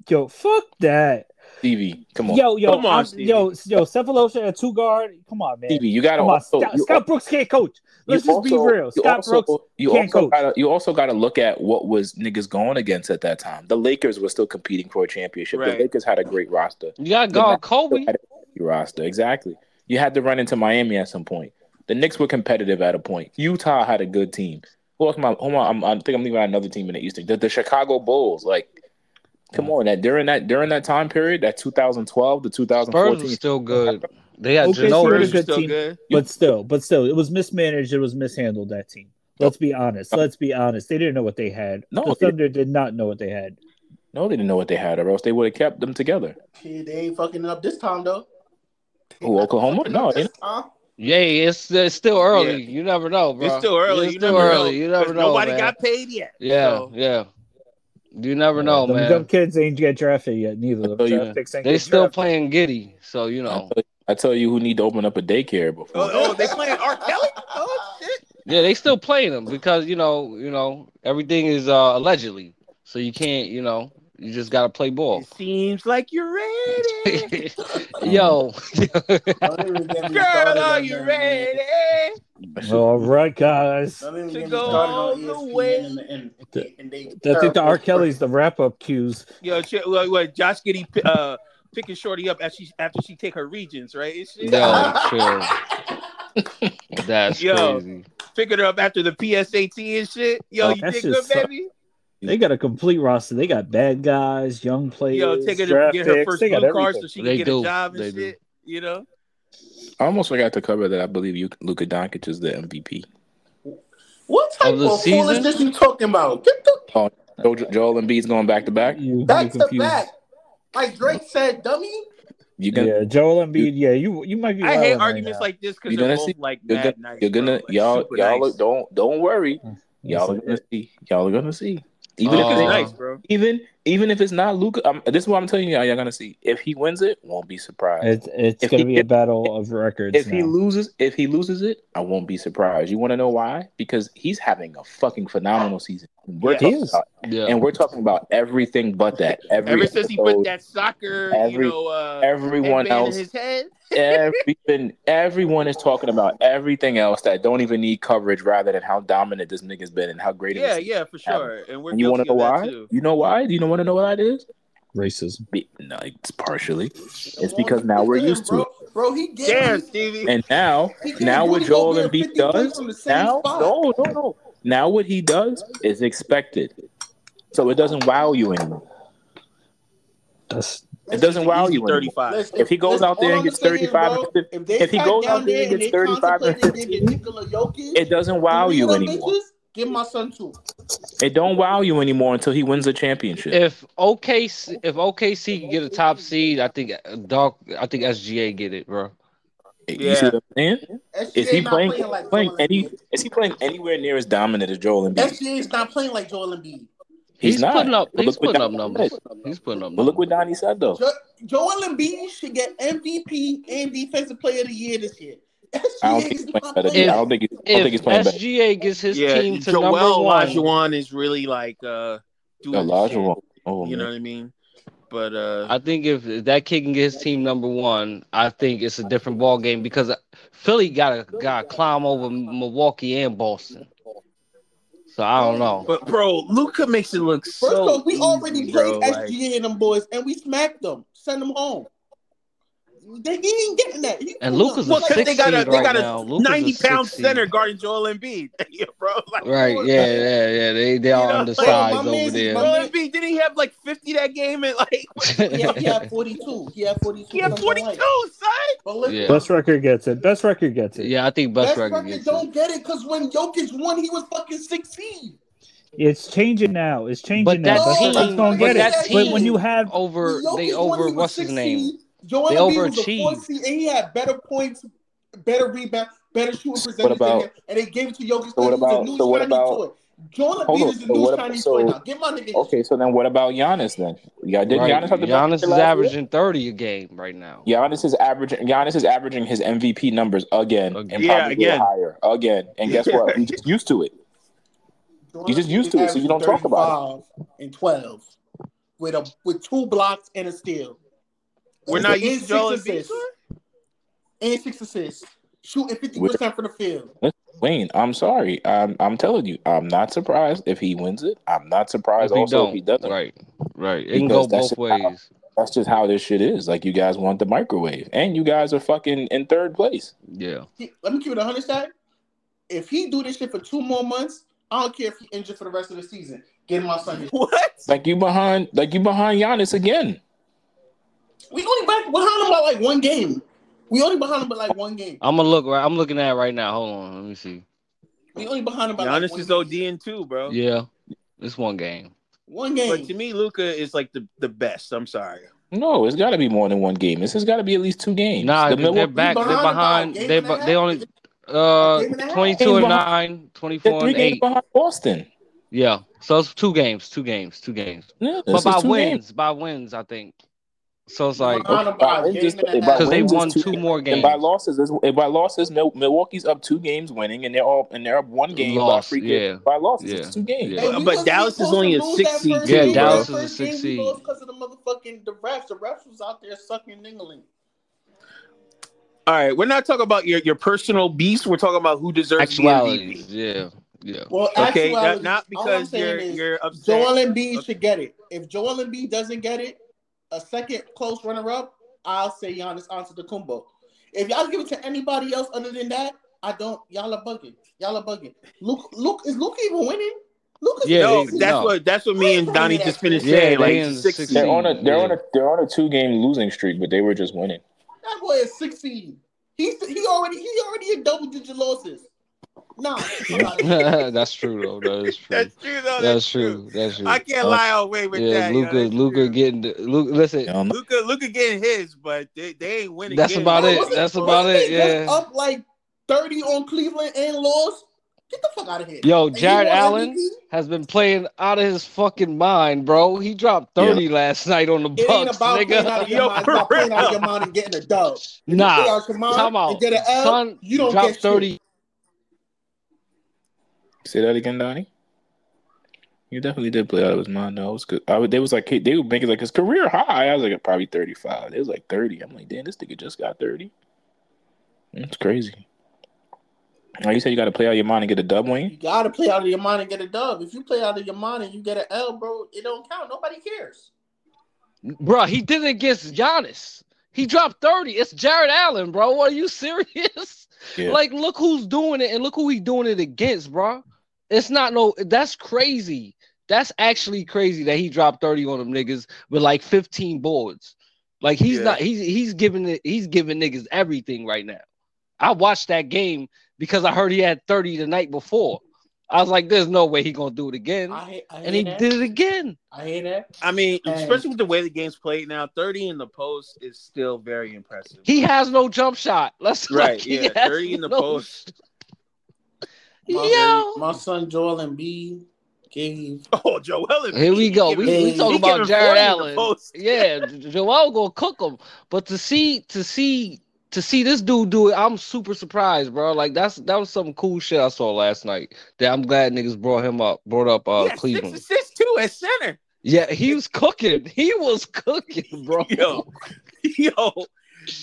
[SPEAKER 4] yo, fuck that.
[SPEAKER 2] Stevie. Come on,
[SPEAKER 4] Yo, yo,
[SPEAKER 5] Come on,
[SPEAKER 4] I'm-
[SPEAKER 5] Stevie.
[SPEAKER 4] yo, yo, Cephalosha at two guard. Come on, man.
[SPEAKER 2] Stevie. You gotta
[SPEAKER 4] Come on,
[SPEAKER 2] also.
[SPEAKER 4] Scott,
[SPEAKER 2] you
[SPEAKER 4] Scott Brooks can't coach.
[SPEAKER 2] you
[SPEAKER 4] Let's just be
[SPEAKER 2] also-
[SPEAKER 4] real.
[SPEAKER 2] You
[SPEAKER 4] Scott
[SPEAKER 2] also,
[SPEAKER 4] Brooks.
[SPEAKER 2] you
[SPEAKER 4] can't
[SPEAKER 2] also
[SPEAKER 4] coach.
[SPEAKER 2] gotta, you also gotta look at what was niggas going against at that time. The Lakers were still competing for a championship.
[SPEAKER 5] Right.
[SPEAKER 2] The Lakers had a great roster.
[SPEAKER 7] You got
[SPEAKER 2] The
[SPEAKER 7] God
[SPEAKER 2] Nets still
[SPEAKER 7] Kobe.
[SPEAKER 2] had a great roster, exactly. You had to run into Miami at some point. The Knicks were competitive at a point. Utah had a good team. Who else? am I, hold on, I'm, I think I'm leaving out another team in the Eastern. The, the Chicago Bulls, like. Come on, that during that during that time period, that 2012 to
[SPEAKER 7] Spurs was
[SPEAKER 2] 2014,
[SPEAKER 7] still good. They had
[SPEAKER 4] OKC
[SPEAKER 7] Ginobili.
[SPEAKER 4] was a
[SPEAKER 5] Spurs are
[SPEAKER 4] good
[SPEAKER 5] still
[SPEAKER 4] team.
[SPEAKER 5] good.
[SPEAKER 4] But still, but still, it was mismanaged. It was mishandled. That team. Let's be honest. Let's be honest. They didn't know what Uh, they had.
[SPEAKER 2] No,
[SPEAKER 4] the
[SPEAKER 2] they-
[SPEAKER 4] Thunder did not know what they had.
[SPEAKER 2] no, they didn't know what they had, or else they would have kept them together.
[SPEAKER 8] Shit, they ain't fucking it up this time though. They
[SPEAKER 2] Who,
[SPEAKER 8] not
[SPEAKER 2] Oklahoma?
[SPEAKER 8] fucking
[SPEAKER 2] No,
[SPEAKER 8] up
[SPEAKER 2] they
[SPEAKER 8] this time.
[SPEAKER 7] Yeah, it's it's still early. You never know, bro.
[SPEAKER 5] It's still early.
[SPEAKER 7] It's
[SPEAKER 5] you
[SPEAKER 7] still
[SPEAKER 5] never
[SPEAKER 7] early.
[SPEAKER 5] Know,
[SPEAKER 7] You never
[SPEAKER 5] 'cause
[SPEAKER 7] know.
[SPEAKER 5] Nobody
[SPEAKER 7] man.
[SPEAKER 5] got paid yet.
[SPEAKER 7] Yeah,
[SPEAKER 5] So,
[SPEAKER 7] yeah. You never
[SPEAKER 4] Yeah,
[SPEAKER 7] know,
[SPEAKER 4] them
[SPEAKER 7] man.
[SPEAKER 4] dumb kids ain't get drafted yet. Neither of them.
[SPEAKER 2] So you-
[SPEAKER 4] Draft picks ain't
[SPEAKER 7] They
[SPEAKER 4] get
[SPEAKER 7] still
[SPEAKER 4] drafted.
[SPEAKER 7] playing Giddy, so you know.
[SPEAKER 2] I, tell, I tell you who need to open up a daycare before.
[SPEAKER 5] oh, oh, they playing R. Kelly. Oh shit.
[SPEAKER 7] Yeah, they still playing them because you know, you know, everything is uh allegedly. So you can't, you know, you just gotta play ball.
[SPEAKER 5] It seems like you're ready.
[SPEAKER 7] Yo,
[SPEAKER 8] Don't even get me
[SPEAKER 5] Girl,
[SPEAKER 8] started
[SPEAKER 5] are
[SPEAKER 8] on
[SPEAKER 5] you
[SPEAKER 8] them, man.
[SPEAKER 5] ready?
[SPEAKER 4] All right, guys.
[SPEAKER 8] Don't even
[SPEAKER 5] To
[SPEAKER 8] get me
[SPEAKER 5] go
[SPEAKER 8] started
[SPEAKER 5] all
[SPEAKER 8] on E
[SPEAKER 5] the way.
[SPEAKER 8] ESPN and, and, and, and they.
[SPEAKER 4] I think the R. Kelly's the wrap up cues.
[SPEAKER 5] Yo, shit, what, what, Josh Giddy uh, picking Shorty up after she after she take her regents, right? And shit.
[SPEAKER 7] yo, chill. That's
[SPEAKER 5] Yo.
[SPEAKER 7] crazy.
[SPEAKER 5] Picking her up after the PSAT and shit. Yo,
[SPEAKER 4] Oh,
[SPEAKER 5] you
[SPEAKER 4] that
[SPEAKER 5] did
[SPEAKER 4] shit
[SPEAKER 5] good,
[SPEAKER 4] suck.
[SPEAKER 5] baby.
[SPEAKER 4] They got a complete roster. They got bad guys, young players,
[SPEAKER 5] Yo, take her to
[SPEAKER 4] draft
[SPEAKER 5] get her
[SPEAKER 4] picks.
[SPEAKER 5] first
[SPEAKER 4] they got
[SPEAKER 5] blue card
[SPEAKER 4] everything.
[SPEAKER 5] so she can
[SPEAKER 7] They
[SPEAKER 5] get
[SPEAKER 7] do.
[SPEAKER 5] a job and
[SPEAKER 7] They do.
[SPEAKER 5] shit. You know,
[SPEAKER 2] I almost forgot to cover that. I believe you, Luka Doncic is the MVP.
[SPEAKER 8] What type
[SPEAKER 7] Of
[SPEAKER 8] of,
[SPEAKER 7] the season?
[SPEAKER 8] foolishness you talking about? Get the
[SPEAKER 2] Oh, Joel, Joel Embiid's going back to back.
[SPEAKER 4] You, you
[SPEAKER 8] back to
[SPEAKER 4] confused.
[SPEAKER 8] back. Like Drake said, dummy.
[SPEAKER 2] You can.
[SPEAKER 4] Yeah, Joel Embiid. Yeah, you you might be.
[SPEAKER 5] I hate
[SPEAKER 4] wilding right
[SPEAKER 5] arguments
[SPEAKER 4] now.
[SPEAKER 5] like this because
[SPEAKER 2] You're
[SPEAKER 5] they're
[SPEAKER 2] gonna
[SPEAKER 5] both
[SPEAKER 2] see-
[SPEAKER 5] like
[SPEAKER 2] You're
[SPEAKER 5] mad
[SPEAKER 2] gonna.
[SPEAKER 5] nice.
[SPEAKER 2] You're gonna.
[SPEAKER 5] bro, like,
[SPEAKER 2] y'all.
[SPEAKER 5] super
[SPEAKER 2] Y'all.
[SPEAKER 5] nice.
[SPEAKER 2] are- Don't. Don't worry.
[SPEAKER 4] It's
[SPEAKER 2] Y'all are
[SPEAKER 4] like,
[SPEAKER 2] gonna see. Y'all are gonna see. Even if
[SPEAKER 5] Luke is
[SPEAKER 2] it's
[SPEAKER 7] Uh,
[SPEAKER 2] not.
[SPEAKER 5] nice, bro.
[SPEAKER 2] Even even if it's not Luka, um, this is what I'm telling you. Y'all gonna see. If he wins it, won't be surprised.
[SPEAKER 4] it's it's
[SPEAKER 2] If
[SPEAKER 4] gonna
[SPEAKER 2] he
[SPEAKER 4] be a
[SPEAKER 2] gets-
[SPEAKER 4] battle of records
[SPEAKER 2] If
[SPEAKER 4] now.
[SPEAKER 2] he loses, if he loses it, I won't be surprised. You want to know why? Because he's having a fucking phenomenal season. We're
[SPEAKER 5] Yeah.
[SPEAKER 4] He
[SPEAKER 2] talking
[SPEAKER 4] is.
[SPEAKER 2] about,
[SPEAKER 7] yeah.
[SPEAKER 2] and we're talking about everything but that. Every
[SPEAKER 5] Ever since he
[SPEAKER 2] episode,
[SPEAKER 5] put that soccer, you
[SPEAKER 2] every-
[SPEAKER 5] know, uh,
[SPEAKER 2] everyone
[SPEAKER 5] headband
[SPEAKER 2] else,
[SPEAKER 5] in his head.
[SPEAKER 2] everything, everyone is talking about everything else that don't even need coverage, rather than how dominant this nigga's been and how great. of a
[SPEAKER 5] Yeah,
[SPEAKER 2] season.
[SPEAKER 5] yeah, for
[SPEAKER 2] having.
[SPEAKER 5] sure. And we're
[SPEAKER 2] And you want
[SPEAKER 5] guilty
[SPEAKER 2] to know
[SPEAKER 5] of that
[SPEAKER 2] why?
[SPEAKER 5] too.
[SPEAKER 2] You know why? Do you know want to know what that is?
[SPEAKER 4] racism.
[SPEAKER 2] Be- No, it's partially. It's because now we're used to
[SPEAKER 8] bro,
[SPEAKER 2] it.
[SPEAKER 8] Bro, he gave
[SPEAKER 3] Damn,
[SPEAKER 8] me-
[SPEAKER 3] Stevie.
[SPEAKER 2] And now,
[SPEAKER 8] he gave
[SPEAKER 2] now what
[SPEAKER 8] Rudy Gobert
[SPEAKER 2] Joel Embiid
[SPEAKER 8] 50 points
[SPEAKER 2] does,
[SPEAKER 8] from the same
[SPEAKER 2] now,
[SPEAKER 8] spot.
[SPEAKER 2] no, no, no. Now what he does is expected. So it doesn't wow you anymore.
[SPEAKER 4] That's
[SPEAKER 2] It doesn't wow you anymore.
[SPEAKER 3] Thirty-five.
[SPEAKER 2] If he goes out there and
[SPEAKER 8] all I'm
[SPEAKER 2] gets
[SPEAKER 8] saying is,
[SPEAKER 2] 35
[SPEAKER 8] bro,
[SPEAKER 2] and fif-
[SPEAKER 8] if, they
[SPEAKER 2] if he
[SPEAKER 8] sat
[SPEAKER 2] goes
[SPEAKER 8] down
[SPEAKER 2] out there and
[SPEAKER 8] and
[SPEAKER 2] gets
[SPEAKER 8] they
[SPEAKER 2] 35 and
[SPEAKER 8] contemplated getting
[SPEAKER 2] 15,
[SPEAKER 8] Nikola Jokic,
[SPEAKER 2] It doesn't wow
[SPEAKER 8] three
[SPEAKER 2] you
[SPEAKER 8] of them
[SPEAKER 2] anymore.
[SPEAKER 8] bitches, Give my son two.
[SPEAKER 2] It don't wow you anymore until he wins a championship.
[SPEAKER 7] If OKC if OKC can get a top seed, I think uh, dog I think SGA get it, bro.
[SPEAKER 2] You see what I'm saying?
[SPEAKER 8] SGA
[SPEAKER 2] Is he
[SPEAKER 8] not
[SPEAKER 2] playing,
[SPEAKER 8] playing like
[SPEAKER 2] playing
[SPEAKER 8] Joel
[SPEAKER 2] any?
[SPEAKER 8] Embiid.
[SPEAKER 2] Is he playing anywhere near as dominant as Joel Embiid?
[SPEAKER 8] SGA is not playing like Joel Embiid.
[SPEAKER 7] He's,
[SPEAKER 2] He's not.
[SPEAKER 7] putting up
[SPEAKER 2] But
[SPEAKER 7] he's
[SPEAKER 2] look what
[SPEAKER 7] putting up
[SPEAKER 2] Donnie
[SPEAKER 7] numbers.
[SPEAKER 2] said.
[SPEAKER 7] He's putting up
[SPEAKER 2] But look what
[SPEAKER 7] numbers.
[SPEAKER 2] Donnie said though.
[SPEAKER 8] Jo- Joel Embiid should get MVP and Defensive Player of the Year this year.
[SPEAKER 2] I don't
[SPEAKER 8] SGA
[SPEAKER 2] think
[SPEAKER 8] is
[SPEAKER 2] he's
[SPEAKER 8] not
[SPEAKER 2] playing
[SPEAKER 8] playing.
[SPEAKER 2] better. Than, I don't
[SPEAKER 8] like-
[SPEAKER 2] think. He, I don't think he's
[SPEAKER 7] If
[SPEAKER 2] playing better.
[SPEAKER 7] SGA gets his
[SPEAKER 3] Yeah,
[SPEAKER 7] team to number
[SPEAKER 3] Joel
[SPEAKER 7] one,
[SPEAKER 3] Olajuwon is really like uh doing shit.
[SPEAKER 2] Elijah, oh
[SPEAKER 3] You know
[SPEAKER 2] man,
[SPEAKER 3] what I mean? But uh
[SPEAKER 7] I think if if that kid can get his team number one, I think it's a different ball game because uh, Philly got to got to climb over Milwaukee and Boston. So I don't know.
[SPEAKER 3] but bro, Luca makes it look
[SPEAKER 8] First
[SPEAKER 3] so
[SPEAKER 8] off, we
[SPEAKER 3] easy,
[SPEAKER 8] already
[SPEAKER 3] bro.
[SPEAKER 8] played
[SPEAKER 3] like-
[SPEAKER 8] SGA and them boys, and we smacked them, sent them home. They he ain't getting that. He-
[SPEAKER 7] And Luka's
[SPEAKER 3] well,
[SPEAKER 7] a
[SPEAKER 3] because
[SPEAKER 7] six
[SPEAKER 3] they got a
[SPEAKER 7] seed
[SPEAKER 3] they
[SPEAKER 7] right
[SPEAKER 3] got a
[SPEAKER 7] now. Luka's a
[SPEAKER 3] ninety pound
[SPEAKER 7] six seed.
[SPEAKER 3] center guarding Joel Embiid, yeah, bro. Like
[SPEAKER 7] Right?
[SPEAKER 3] come on,
[SPEAKER 7] Yeah, yeah, yeah. They they
[SPEAKER 3] You
[SPEAKER 7] are
[SPEAKER 3] know,
[SPEAKER 7] undersized
[SPEAKER 8] like, my
[SPEAKER 7] over
[SPEAKER 8] man's is
[SPEAKER 7] there.
[SPEAKER 8] my-
[SPEAKER 3] Joel Embiid didn't he have like fifty that game and like
[SPEAKER 8] He had, he had 42. He had 42.
[SPEAKER 3] he had
[SPEAKER 8] something
[SPEAKER 3] forty
[SPEAKER 8] like-
[SPEAKER 3] two, son.
[SPEAKER 8] But listen,
[SPEAKER 7] Yeah.
[SPEAKER 4] Best record gets it. Best record gets it.
[SPEAKER 7] yeah, I think best
[SPEAKER 8] best
[SPEAKER 7] record
[SPEAKER 8] record
[SPEAKER 7] gets it.
[SPEAKER 8] don't get it because when Jokic won, he was fucking 16.
[SPEAKER 4] It's changing now. It's changing
[SPEAKER 7] But
[SPEAKER 4] now.
[SPEAKER 7] that
[SPEAKER 4] Best
[SPEAKER 8] team-
[SPEAKER 4] record's gonna get
[SPEAKER 8] but that
[SPEAKER 4] it. But when
[SPEAKER 8] team-
[SPEAKER 4] you have
[SPEAKER 7] Over
[SPEAKER 8] When Jokic
[SPEAKER 7] they
[SPEAKER 8] won,
[SPEAKER 7] over
[SPEAKER 8] he was
[SPEAKER 7] what's his
[SPEAKER 8] 16.
[SPEAKER 7] name?
[SPEAKER 8] Joel
[SPEAKER 7] They
[SPEAKER 8] Embiid was a four
[SPEAKER 7] overachieved.
[SPEAKER 8] seed, and he had better points, better rebound, better shooting percentage
[SPEAKER 2] about-
[SPEAKER 8] than him, and they gave it to Jokic
[SPEAKER 2] what
[SPEAKER 8] because
[SPEAKER 2] about-
[SPEAKER 8] he was a new
[SPEAKER 2] so what
[SPEAKER 8] shiny
[SPEAKER 2] about-
[SPEAKER 8] toy. Joel
[SPEAKER 2] Hold
[SPEAKER 8] Embiid
[SPEAKER 2] on,
[SPEAKER 8] is a
[SPEAKER 2] so
[SPEAKER 8] new
[SPEAKER 2] what ab-
[SPEAKER 8] shiny
[SPEAKER 2] so-
[SPEAKER 8] toy now. Get my nigga.
[SPEAKER 2] Okay, so then what about Giannis then? Yeah, didn't
[SPEAKER 7] Right?
[SPEAKER 2] Giannis have the best
[SPEAKER 7] Giannis
[SPEAKER 2] record
[SPEAKER 7] is
[SPEAKER 2] last year?
[SPEAKER 7] averaging thirty a game right now.
[SPEAKER 2] Giannis is averaging. Giannis is averaging his MVP numbers again, and
[SPEAKER 7] Yeah,
[SPEAKER 2] probably
[SPEAKER 3] again.
[SPEAKER 2] higher again. And guess what? We just used to it.
[SPEAKER 8] Joel
[SPEAKER 2] You just
[SPEAKER 8] Embiid
[SPEAKER 2] used
[SPEAKER 8] is
[SPEAKER 2] to it, so you
[SPEAKER 8] averaging
[SPEAKER 2] don't talk about
[SPEAKER 8] 35 and 12 with a with two blocks and a steal.
[SPEAKER 3] We're
[SPEAKER 8] And
[SPEAKER 3] not
[SPEAKER 8] six
[SPEAKER 3] used to Joel Embiid.
[SPEAKER 8] assists.
[SPEAKER 3] son?
[SPEAKER 8] And six assists. Shooting 50% from the field.
[SPEAKER 2] Wayne, I'm sorry. I'm I'm telling you, I'm not surprised if he wins it. I'm not surprised
[SPEAKER 7] If he
[SPEAKER 2] also if he
[SPEAKER 7] don't,
[SPEAKER 2] doesn't.
[SPEAKER 7] right, right, it can
[SPEAKER 2] Because
[SPEAKER 7] go
[SPEAKER 2] that's
[SPEAKER 7] both
[SPEAKER 2] just how-
[SPEAKER 7] ways.
[SPEAKER 2] That's just how this shit is. Like you guys want the microwave, and you guys are fucking in third place.
[SPEAKER 7] Yeah.
[SPEAKER 8] He- let me keep it 100 side. If he do this shit for two more months, I don't care if he injured for the rest of the season. Get my son. his-
[SPEAKER 3] What?
[SPEAKER 2] Like you behind, like you behind Giannis again.
[SPEAKER 8] We only back behind him by like one game. We only behind him by like one game.
[SPEAKER 7] I'm gonna look right. I'm looking at it right now. Hold on, let me see.
[SPEAKER 8] We only behind him by like
[SPEAKER 3] Giannis
[SPEAKER 8] one
[SPEAKER 3] is
[SPEAKER 8] game.
[SPEAKER 3] ODing too, bro.
[SPEAKER 7] Yeah, it's one game.
[SPEAKER 8] One game.
[SPEAKER 3] But to me, Luca is like the, the best. I'm sorry.
[SPEAKER 2] No, it's got to be more than one game. This has got to be at least two games.
[SPEAKER 7] Nah,
[SPEAKER 2] The
[SPEAKER 7] 'cause they're
[SPEAKER 2] Milwaukee
[SPEAKER 7] back. They're behind.
[SPEAKER 8] behind by a game
[SPEAKER 7] They
[SPEAKER 8] and a
[SPEAKER 7] bu- they
[SPEAKER 8] half.
[SPEAKER 7] only uh
[SPEAKER 8] game and a half.
[SPEAKER 7] 22 and
[SPEAKER 2] Game
[SPEAKER 7] 9,
[SPEAKER 2] they're
[SPEAKER 7] 24
[SPEAKER 2] three
[SPEAKER 7] and
[SPEAKER 2] games
[SPEAKER 7] 8.
[SPEAKER 2] behind Boston.
[SPEAKER 7] Yeah, so it's two games, two games, two games.
[SPEAKER 2] Yeah,
[SPEAKER 7] But
[SPEAKER 2] this
[SPEAKER 7] by
[SPEAKER 2] is two games.
[SPEAKER 7] wins, by wins, I think. So it's like
[SPEAKER 8] Behind him by
[SPEAKER 2] By
[SPEAKER 8] a
[SPEAKER 2] wins,
[SPEAKER 8] game
[SPEAKER 2] is,
[SPEAKER 8] and a
[SPEAKER 2] by
[SPEAKER 8] half.
[SPEAKER 7] because they
[SPEAKER 2] wins is
[SPEAKER 7] won
[SPEAKER 2] two
[SPEAKER 7] two
[SPEAKER 2] games,
[SPEAKER 7] more
[SPEAKER 2] and by
[SPEAKER 7] games.
[SPEAKER 2] losses is and by losses. Mil- Milwaukee's up two games winning, and they're all and they're up one game by
[SPEAKER 7] Lost.
[SPEAKER 2] free kick.
[SPEAKER 7] Yeah,
[SPEAKER 2] By losses,
[SPEAKER 7] yeah,
[SPEAKER 2] it's two games.
[SPEAKER 7] yeah.
[SPEAKER 8] Hey,
[SPEAKER 3] But, but
[SPEAKER 8] we wasn't
[SPEAKER 3] Dallas is
[SPEAKER 8] supposed to
[SPEAKER 3] only a
[SPEAKER 8] lose
[SPEAKER 3] six
[SPEAKER 8] that
[SPEAKER 3] seed
[SPEAKER 8] first
[SPEAKER 7] Yeah,
[SPEAKER 3] too,
[SPEAKER 8] game.
[SPEAKER 3] bro.
[SPEAKER 7] Dallas
[SPEAKER 8] That
[SPEAKER 7] is a
[SPEAKER 8] first
[SPEAKER 7] six
[SPEAKER 8] game we
[SPEAKER 7] seed.
[SPEAKER 8] lost because of the motherfucking the refs. The refs was out there sucking England.
[SPEAKER 3] All right, we're not talking about your, your personal beast. We're talking about who deserves to be MVP.
[SPEAKER 7] Actualities. Yeah, yeah.
[SPEAKER 8] Well,
[SPEAKER 3] Okay, not,
[SPEAKER 8] actually,
[SPEAKER 3] not
[SPEAKER 8] all I'm
[SPEAKER 3] because
[SPEAKER 8] saying
[SPEAKER 3] you're
[SPEAKER 8] is
[SPEAKER 3] you're upset.
[SPEAKER 8] Joel Embiid should get it. If Joel Embiid doesn't get it, a second close runner up, I'll say Giannis Antetokounmpo. If y'all give it to anybody else other than that, I don't. Y'all are bugging. Y'all are bugging. Luke, Luke, is Luke even winning? Luke is
[SPEAKER 7] Yeah,
[SPEAKER 3] no,
[SPEAKER 7] they-
[SPEAKER 3] that's
[SPEAKER 7] no.
[SPEAKER 3] what that's what me and Donnie just finished
[SPEAKER 7] Yeah,
[SPEAKER 3] saying. Like
[SPEAKER 7] they
[SPEAKER 3] he's
[SPEAKER 7] in
[SPEAKER 3] a
[SPEAKER 7] the
[SPEAKER 3] six
[SPEAKER 7] six
[SPEAKER 3] seed.
[SPEAKER 2] They're on a
[SPEAKER 7] seed,
[SPEAKER 2] they're
[SPEAKER 7] yeah.
[SPEAKER 2] on a they're on a two game losing streak, but they were just winning.
[SPEAKER 8] That boy is six seed. He's he already he already in double digit losses. Nah, I'm out of here.
[SPEAKER 7] That's true though. That is true.
[SPEAKER 3] That's true though.
[SPEAKER 7] That's true. That's true.
[SPEAKER 3] I can't
[SPEAKER 7] Uh,
[SPEAKER 3] lie away with
[SPEAKER 7] Yeah,
[SPEAKER 3] that. yo,
[SPEAKER 7] Luca,
[SPEAKER 3] that's
[SPEAKER 7] Luca
[SPEAKER 3] true.
[SPEAKER 7] getting the, Luca. Listen,
[SPEAKER 2] Yeah, I'm not-
[SPEAKER 3] Luca, Luca getting his, but they, they ain't winning.
[SPEAKER 7] That's
[SPEAKER 3] games.
[SPEAKER 7] about
[SPEAKER 8] Bro,
[SPEAKER 7] it.
[SPEAKER 8] wasn't-
[SPEAKER 7] That's
[SPEAKER 8] wasn't
[SPEAKER 7] about it,
[SPEAKER 8] they just
[SPEAKER 7] yeah.
[SPEAKER 8] Up like thirty on Cleveland and lost. Get the fuck out of here.
[SPEAKER 7] yo,
[SPEAKER 8] And he
[SPEAKER 7] Jared
[SPEAKER 8] won
[SPEAKER 7] Allen
[SPEAKER 8] MVP?
[SPEAKER 7] has been playing out of his fucking mind, bro. He dropped
[SPEAKER 2] Yeah.
[SPEAKER 7] thirty last night on the
[SPEAKER 8] It ain't
[SPEAKER 7] Bucks,
[SPEAKER 8] about playing out
[SPEAKER 7] nigga.
[SPEAKER 8] of your
[SPEAKER 3] Yo,
[SPEAKER 8] mind. It's
[SPEAKER 3] for
[SPEAKER 8] about playing out of
[SPEAKER 3] real.
[SPEAKER 8] your mind and getting a dub. If you play
[SPEAKER 7] Nah,
[SPEAKER 8] out your mind
[SPEAKER 7] time
[SPEAKER 8] and
[SPEAKER 7] out.
[SPEAKER 8] get an L,
[SPEAKER 7] Son
[SPEAKER 8] you don't
[SPEAKER 7] dropped
[SPEAKER 8] get shit.
[SPEAKER 7] thirty.
[SPEAKER 2] Say that again, Donnie. You definitely did play out of his mind. No, it was good. I would, they was like they would make it like his career high. I was like probably thirty five. It was like thirty. I'm like, damn, this nigga just got thirty. That's crazy. Now you said you got to play out your mind and get a dub
[SPEAKER 8] You
[SPEAKER 2] wing.
[SPEAKER 8] gotta play out of your mind and get a dub. If you play out of your mind and you get an L, bro, it don't count. Nobody cares.
[SPEAKER 7] Bro, he did it against Giannis. He dropped 30. It's Jared Allen, bro. Are you serious?
[SPEAKER 2] Yeah.
[SPEAKER 7] Like, look who's doing it and look who he doing it against, bro. It's not no that's crazy. That's actually crazy that he dropped 30 on them niggas with like 15 boards. Like he's
[SPEAKER 3] Yeah.
[SPEAKER 7] not he's he's giving it he's giving niggas everything right now. I watched that game because I heard he had 30 the night before. I was like, there's no way he gonna do it again.
[SPEAKER 8] I, hear- I hear
[SPEAKER 7] and he
[SPEAKER 8] that.
[SPEAKER 7] did it again.
[SPEAKER 8] I hear that.
[SPEAKER 5] I mean,
[SPEAKER 8] And-
[SPEAKER 5] especially with the way the game's played now, 30 in the post is still very impressive.
[SPEAKER 7] He has no jump shot. Let's
[SPEAKER 5] Right,
[SPEAKER 7] like, he
[SPEAKER 5] yeah,
[SPEAKER 7] has
[SPEAKER 5] 30 in the
[SPEAKER 7] no-
[SPEAKER 5] post.
[SPEAKER 8] My,
[SPEAKER 7] Yo.
[SPEAKER 8] my son Joel and B gave
[SPEAKER 5] Oh, Joel.
[SPEAKER 7] Here we go. We, we
[SPEAKER 8] He
[SPEAKER 7] talk
[SPEAKER 5] giving
[SPEAKER 7] about Jared
[SPEAKER 5] 40 in the
[SPEAKER 7] Allen.
[SPEAKER 5] post.
[SPEAKER 7] Yeah, Jo- Joel gonna cook him. But to see to see to see this dude do it, I'm super surprised, bro. Like that's that was some cool shit I saw last night. That I'm glad niggas brought him up, brought up uh
[SPEAKER 5] Yeah, six
[SPEAKER 7] Cleveland.
[SPEAKER 5] assists too at center.
[SPEAKER 7] Yeah, he was cooking. He was cooking, bro.
[SPEAKER 5] Yo, yo,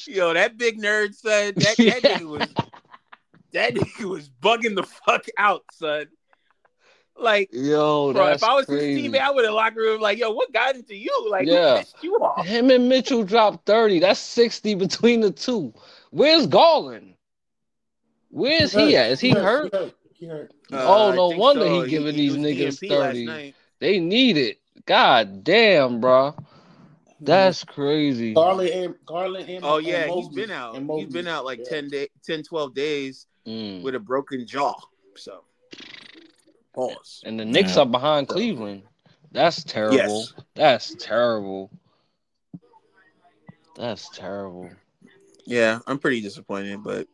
[SPEAKER 5] yo, that big nerd son. That, that
[SPEAKER 7] Yeah.
[SPEAKER 5] nigga was that nigga was bugging the fuck out, son. Like,
[SPEAKER 7] Yo,
[SPEAKER 5] bro,
[SPEAKER 7] that's
[SPEAKER 5] if I was
[SPEAKER 7] crazy.
[SPEAKER 5] his teammate, I would in the locker room like, yo, what got into you? Like,
[SPEAKER 7] Yeah.
[SPEAKER 5] who pissed you off?
[SPEAKER 7] Him and Mitchell dropped 30. That's 60 between the two. Where's Garland? Where's he at? Is he hurt?
[SPEAKER 8] He hurt. He hurt.
[SPEAKER 7] Oh,
[SPEAKER 5] I
[SPEAKER 7] no
[SPEAKER 5] think
[SPEAKER 7] wonder he giving these
[SPEAKER 5] was
[SPEAKER 7] niggas
[SPEAKER 5] DNP last
[SPEAKER 7] 30.
[SPEAKER 5] night.
[SPEAKER 7] They need it. God damn, bro. That's
[SPEAKER 5] Mm-hmm.
[SPEAKER 7] crazy.
[SPEAKER 8] Mm-hmm. Garland and Garland and
[SPEAKER 5] Oh
[SPEAKER 8] and
[SPEAKER 5] yeah, he's
[SPEAKER 8] Mobley.
[SPEAKER 5] been out.
[SPEAKER 8] And
[SPEAKER 5] He's
[SPEAKER 8] Mobley.
[SPEAKER 5] been out like
[SPEAKER 8] Yeah.
[SPEAKER 5] 10, day, 10 12 days
[SPEAKER 7] Mm.
[SPEAKER 5] with a broken jaw. So pause.
[SPEAKER 7] And the Knicks
[SPEAKER 2] Yeah.
[SPEAKER 7] are behind Cleveland. That's terrible.
[SPEAKER 5] Yes.
[SPEAKER 7] That's terrible. That's terrible.
[SPEAKER 5] Yeah, I'm pretty disappointed, but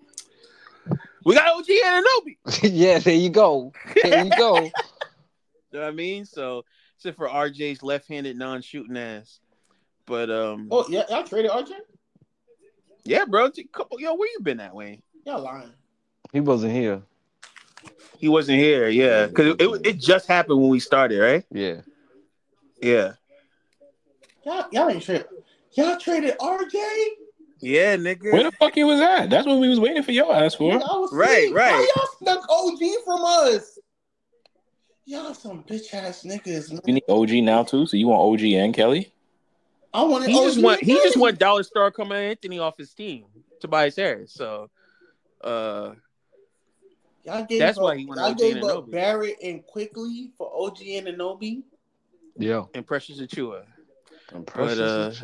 [SPEAKER 5] we got OG Ananobi.
[SPEAKER 7] yeah, there you go. There you go.
[SPEAKER 5] You know what I mean? So except for RJ's left-handed non-shooting ass. But um
[SPEAKER 8] Oh yeah, y'all traded RJ.
[SPEAKER 5] yeah, bro. t- Couple, yo, where you been that way?
[SPEAKER 8] Y'all lying.
[SPEAKER 7] he wasn't here.
[SPEAKER 5] He wasn't here, yeah. Cause it, it, it just happened when we started, right?
[SPEAKER 7] Yeah.
[SPEAKER 5] Yeah.
[SPEAKER 8] Y'all, y'all ain't traded. Y'all traded RJ.
[SPEAKER 5] Yeah, nigga.
[SPEAKER 2] Where the fuck he was at? That's what we was waiting for your ass for.
[SPEAKER 8] Nigga, I was
[SPEAKER 5] Right,
[SPEAKER 8] asleep.
[SPEAKER 5] right.
[SPEAKER 8] Why y'all snuck OG from us? Y'all some bitch ass niggas. Man.
[SPEAKER 2] You need OG now too, so you want OG and Kelly?
[SPEAKER 8] I wanted
[SPEAKER 5] he
[SPEAKER 8] OG.
[SPEAKER 5] just want he just
[SPEAKER 8] again.
[SPEAKER 5] want dollar star Carmelo Anthony off his team, Tobias Harris. So, uh,
[SPEAKER 8] Y'all gave
[SPEAKER 5] That's
[SPEAKER 8] up,
[SPEAKER 5] why he wanted
[SPEAKER 8] y'all
[SPEAKER 5] OG
[SPEAKER 8] gave
[SPEAKER 5] and
[SPEAKER 8] up
[SPEAKER 5] Anunoby.
[SPEAKER 8] Barrett and quickly for OG and Anobi.
[SPEAKER 7] Yeah.
[SPEAKER 5] and Precious Achua.
[SPEAKER 7] I'm
[SPEAKER 5] uh,
[SPEAKER 7] precious.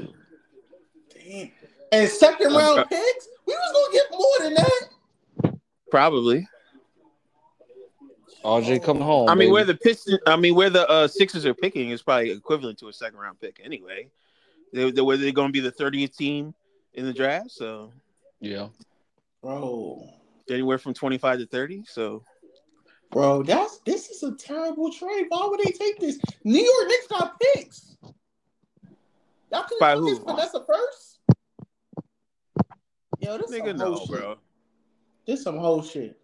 [SPEAKER 8] Damn. And second
[SPEAKER 5] I'm
[SPEAKER 8] round
[SPEAKER 5] sorry.
[SPEAKER 8] picks. We was gonna get more than that.
[SPEAKER 5] Probably.
[SPEAKER 7] RJ coming home.
[SPEAKER 5] I mean,
[SPEAKER 7] baby.
[SPEAKER 5] where the Pistons, I mean, where the uh, Sixers are picking is probably equivalent to a second round pick anyway. They, they, were they going to be the 30th team in the draft? So
[SPEAKER 7] Yeah.
[SPEAKER 8] Bro,
[SPEAKER 5] anywhere from 25 to 30. So
[SPEAKER 8] bro, that's this is a terrible trade. Why would they take this? New York Knicks got picks. Y'all could
[SPEAKER 5] By
[SPEAKER 8] have
[SPEAKER 5] who?
[SPEAKER 8] this Vanessa first. Yo, this
[SPEAKER 5] nigga,
[SPEAKER 8] some whole
[SPEAKER 5] no,
[SPEAKER 8] shit.
[SPEAKER 5] bro.
[SPEAKER 8] This some whole shit.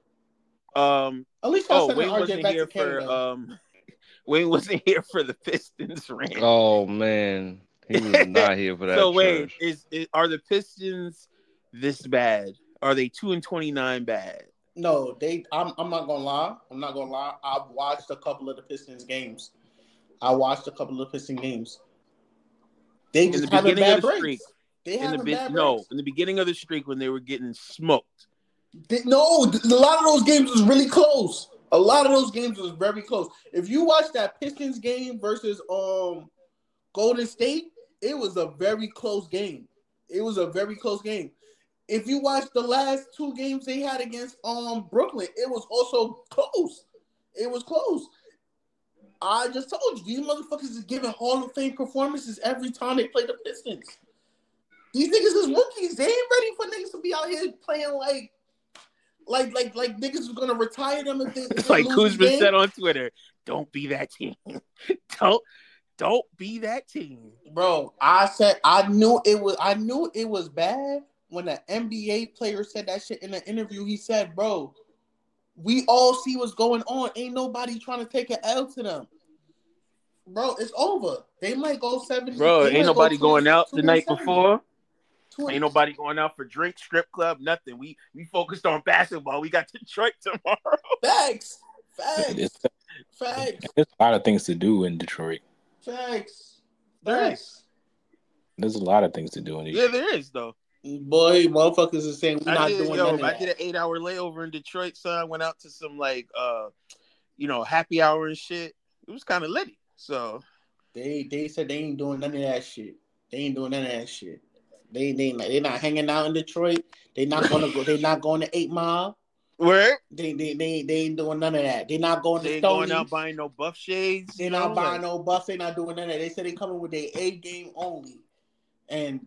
[SPEAKER 5] Um,
[SPEAKER 8] At least y'all
[SPEAKER 5] oh,
[SPEAKER 8] sending
[SPEAKER 5] Wayne
[SPEAKER 8] RJ
[SPEAKER 5] wasn't
[SPEAKER 8] back to
[SPEAKER 5] here for
[SPEAKER 8] Canada.
[SPEAKER 5] um, Wayne wasn't here for the Pistons rant.
[SPEAKER 7] Oh man, he was not here for that.
[SPEAKER 5] so wait,
[SPEAKER 7] trash.
[SPEAKER 5] is, is are the Pistons this bad? Are they two and twenty nine bad?
[SPEAKER 8] No, they. I'm. I'm not gonna lie. I'm not gonna lie. I've watched a couple of the Pistons games. I watched a couple of the Pistons games. They
[SPEAKER 5] In
[SPEAKER 8] just
[SPEAKER 5] the
[SPEAKER 8] having
[SPEAKER 5] beginning
[SPEAKER 8] bad
[SPEAKER 5] of the
[SPEAKER 8] breaks.
[SPEAKER 5] streak,
[SPEAKER 8] They
[SPEAKER 5] in
[SPEAKER 8] having
[SPEAKER 5] the be-
[SPEAKER 8] bad
[SPEAKER 5] no,
[SPEAKER 8] breaks.
[SPEAKER 5] in the beginning of the streak when they were getting smoked.
[SPEAKER 8] They- no, th- a lot of those games was really close. A lot of those games was very close. If you watch that Pistons game versus um Golden State, it was a very close game. It was a very close game. If you watch the last two games they had against um Brooklyn, it was also close. It was close. I just told you these motherfuckers is giving Hall of Fame performances every time they play the Pistons. These niggas is rookies. They ain't ready for niggas to be out here playing like, like, like, like niggas is gonna retire them if they.
[SPEAKER 5] It's like
[SPEAKER 8] who's
[SPEAKER 5] Kuzma said on Twitter, "Don't be that team. don't, don't be that team."
[SPEAKER 8] Bro, I said I knew it was I knew it was bad when an NBA player said that shit in an interview. He said, "Bro, we all see what's going on. Ain't nobody trying to take an L to them." Bro, it's over. They might go seventy.
[SPEAKER 5] Bro,
[SPEAKER 8] they might
[SPEAKER 5] ain't nobody
[SPEAKER 8] go 20
[SPEAKER 5] going out the night
[SPEAKER 8] 27.
[SPEAKER 5] before.
[SPEAKER 8] 20
[SPEAKER 5] Ain't nobody going out for drink, strip club, nothing. We we focused on basketball. We got Detroit tomorrow.
[SPEAKER 8] Facts, facts,
[SPEAKER 2] It's,
[SPEAKER 8] facts,
[SPEAKER 2] it's a lot of things to do in Detroit.
[SPEAKER 8] facts,
[SPEAKER 5] There
[SPEAKER 8] facts.
[SPEAKER 2] There's a lot of things to do in
[SPEAKER 5] Yeah,
[SPEAKER 2] these.
[SPEAKER 5] there is though.
[SPEAKER 8] Boy, motherfuckers is saying we're
[SPEAKER 5] I
[SPEAKER 8] not
[SPEAKER 5] did,
[SPEAKER 8] doing
[SPEAKER 5] yo,
[SPEAKER 8] none of
[SPEAKER 5] I
[SPEAKER 8] that.
[SPEAKER 5] did an eight hour layover in Detroit, so I went out to some like uh you know happy hour and shit. It was kind of lit. So
[SPEAKER 8] They they said they ain't doing none of that shit. They ain't doing none of that shit. They they they not hanging out in Detroit. They not gonna go. They not going to Eight Mile.
[SPEAKER 5] where
[SPEAKER 8] They they they, they ain't doing none of that. They not going
[SPEAKER 5] they
[SPEAKER 8] to
[SPEAKER 5] ain't going
[SPEAKER 8] Stony.
[SPEAKER 5] out buying no buff shades.
[SPEAKER 8] They
[SPEAKER 5] you
[SPEAKER 8] not
[SPEAKER 5] know,
[SPEAKER 8] buying
[SPEAKER 5] like-
[SPEAKER 8] no buffs. They not doing none of that. They said they coming with their A game only. And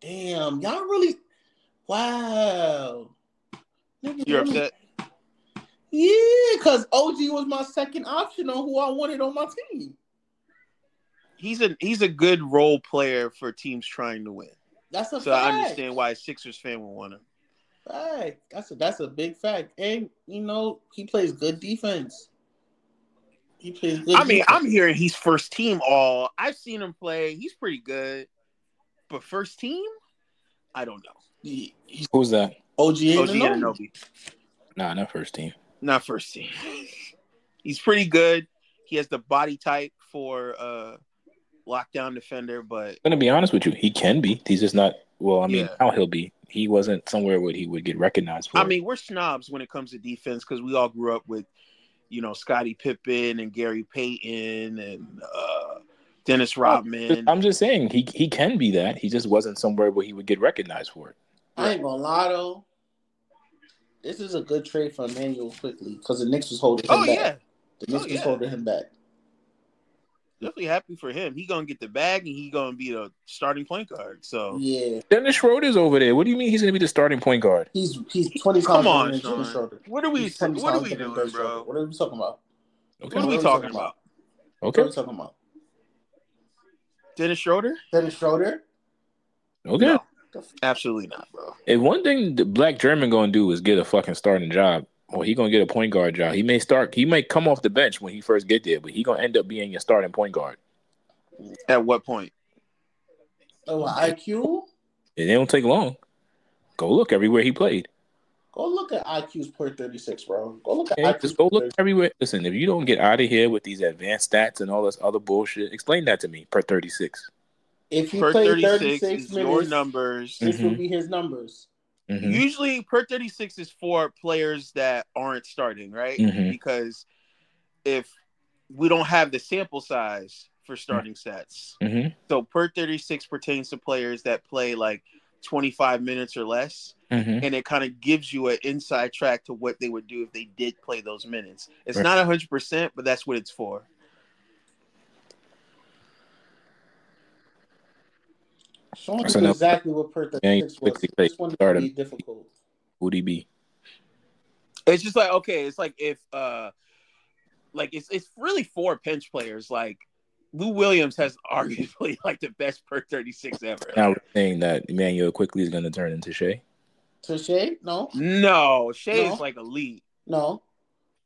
[SPEAKER 8] damn, y'all really wow. Niggas
[SPEAKER 5] You're
[SPEAKER 8] really-
[SPEAKER 5] upset.
[SPEAKER 8] Yeah, because OG was my second option on who I wanted on my team.
[SPEAKER 5] He's a he's a good role player for teams trying to win.
[SPEAKER 8] That's a
[SPEAKER 5] So
[SPEAKER 8] fact.
[SPEAKER 5] I understand why a Sixers fan would want him.
[SPEAKER 8] Fact. That's a that's a big fact. And you know, he plays good defense. He plays good
[SPEAKER 5] I mean,
[SPEAKER 8] defense.
[SPEAKER 5] I'm hearing he's first team all. I've seen him play. He's pretty good. But first team? I don't know.
[SPEAKER 8] He- he's
[SPEAKER 2] Who's that?
[SPEAKER 8] OG
[SPEAKER 5] OG
[SPEAKER 8] Ananobi.
[SPEAKER 5] Ananobi.
[SPEAKER 2] Nah, not first team.
[SPEAKER 5] Not first team. he's pretty good. He has the body type for uh lockdown defender, but
[SPEAKER 2] I'm gonna be honest with you. He can be. He's just not. Well, I mean,
[SPEAKER 5] Yeah.
[SPEAKER 2] now he'll be. He wasn't somewhere where he would get recognized for.
[SPEAKER 5] I
[SPEAKER 2] it.
[SPEAKER 5] mean, we're snobs when it comes to defense because we all grew up with, you know, Scottie Pippen and Gary Payton and uh Dennis Rodman.
[SPEAKER 2] I'm just saying he he can be that. He just wasn't somewhere where he would get recognized for it.
[SPEAKER 8] I ain't gonna lie though. This is a good trade for Emmanuel quickly because the Knicks was holding him
[SPEAKER 5] Oh
[SPEAKER 8] back.
[SPEAKER 5] yeah.
[SPEAKER 8] The Knicks
[SPEAKER 5] Oh,
[SPEAKER 8] was
[SPEAKER 5] yeah.
[SPEAKER 8] holding him back.
[SPEAKER 5] Definitely happy for him. He gonna get the bag and he gonna be the starting point guard. So
[SPEAKER 8] Yeah.
[SPEAKER 2] Dennis Schroeder's over there. What do you mean he's gonna be the starting point guard?
[SPEAKER 8] He's he's twenty
[SPEAKER 5] Come
[SPEAKER 8] times
[SPEAKER 5] on,
[SPEAKER 8] better than Dennis
[SPEAKER 5] Sean.
[SPEAKER 8] Schroeder.
[SPEAKER 5] what are we
[SPEAKER 8] He's 20
[SPEAKER 5] what are
[SPEAKER 8] times
[SPEAKER 5] we
[SPEAKER 8] better than
[SPEAKER 5] doing,
[SPEAKER 8] Dennis Schroeder.
[SPEAKER 5] bro?
[SPEAKER 8] What are we talking about?
[SPEAKER 2] Okay.
[SPEAKER 5] What are we talking about?
[SPEAKER 8] What are
[SPEAKER 2] Okay.
[SPEAKER 8] we talking about?
[SPEAKER 5] Dennis Schroeder?
[SPEAKER 8] Dennis Schroeder?
[SPEAKER 2] Okay.
[SPEAKER 5] No. Absolutely not, bro.
[SPEAKER 2] If one thing the black German gonna do is get a fucking starting job, or he gonna get a point guard job. He may start. He may come off the bench when he first get there, but he gonna end up being your starting point guard.
[SPEAKER 5] At what point?
[SPEAKER 8] Oh, IQ?
[SPEAKER 2] It don't take long. Go look everywhere he played.
[SPEAKER 8] Go look at IQ's point thirty six, bro. Go look at
[SPEAKER 2] Okay,
[SPEAKER 8] IQ's
[SPEAKER 2] just go
[SPEAKER 8] per
[SPEAKER 2] look everywhere. Listen, if you don't get out of here with these advanced stats and all this other bullshit, explain that to me per 36.
[SPEAKER 8] If you
[SPEAKER 5] Per
[SPEAKER 8] play
[SPEAKER 5] 36,
[SPEAKER 8] 36
[SPEAKER 5] is
[SPEAKER 8] minutes,
[SPEAKER 5] your numbers.
[SPEAKER 8] this
[SPEAKER 2] Mhm.
[SPEAKER 8] will be his numbers.
[SPEAKER 2] Mhm.
[SPEAKER 5] Usually per 36 is for players that aren't starting, right?
[SPEAKER 2] Mhm.
[SPEAKER 5] Because if we don't have the sample size for starting sets.
[SPEAKER 2] Mhm.
[SPEAKER 5] So per 36 pertains to players that play like 25 minutes or less.
[SPEAKER 2] Mhm.
[SPEAKER 5] and it kind of gives you an inside track to what they would do if they did play those minutes. It's
[SPEAKER 2] Right.
[SPEAKER 5] not not hundred percent, but that's what it's for.
[SPEAKER 8] Sean
[SPEAKER 2] That's
[SPEAKER 8] knew
[SPEAKER 2] enough.
[SPEAKER 8] exactly what per
[SPEAKER 2] Yeah, you
[SPEAKER 8] 36 was.
[SPEAKER 2] quickly
[SPEAKER 8] This
[SPEAKER 2] take-
[SPEAKER 8] one would
[SPEAKER 2] start
[SPEAKER 8] be
[SPEAKER 2] him.
[SPEAKER 8] difficult.
[SPEAKER 2] Who'd he be?
[SPEAKER 5] It's just like okay, it's like if uh like it's it's really for pinch players. Like Lou Williams has arguably like the best per thirty six ever.
[SPEAKER 2] Now we're saying that Emmanuel quickly is going to turn into Shea.
[SPEAKER 8] Touche? No,
[SPEAKER 5] no, Shea
[SPEAKER 8] No.
[SPEAKER 5] is like elite.
[SPEAKER 8] no.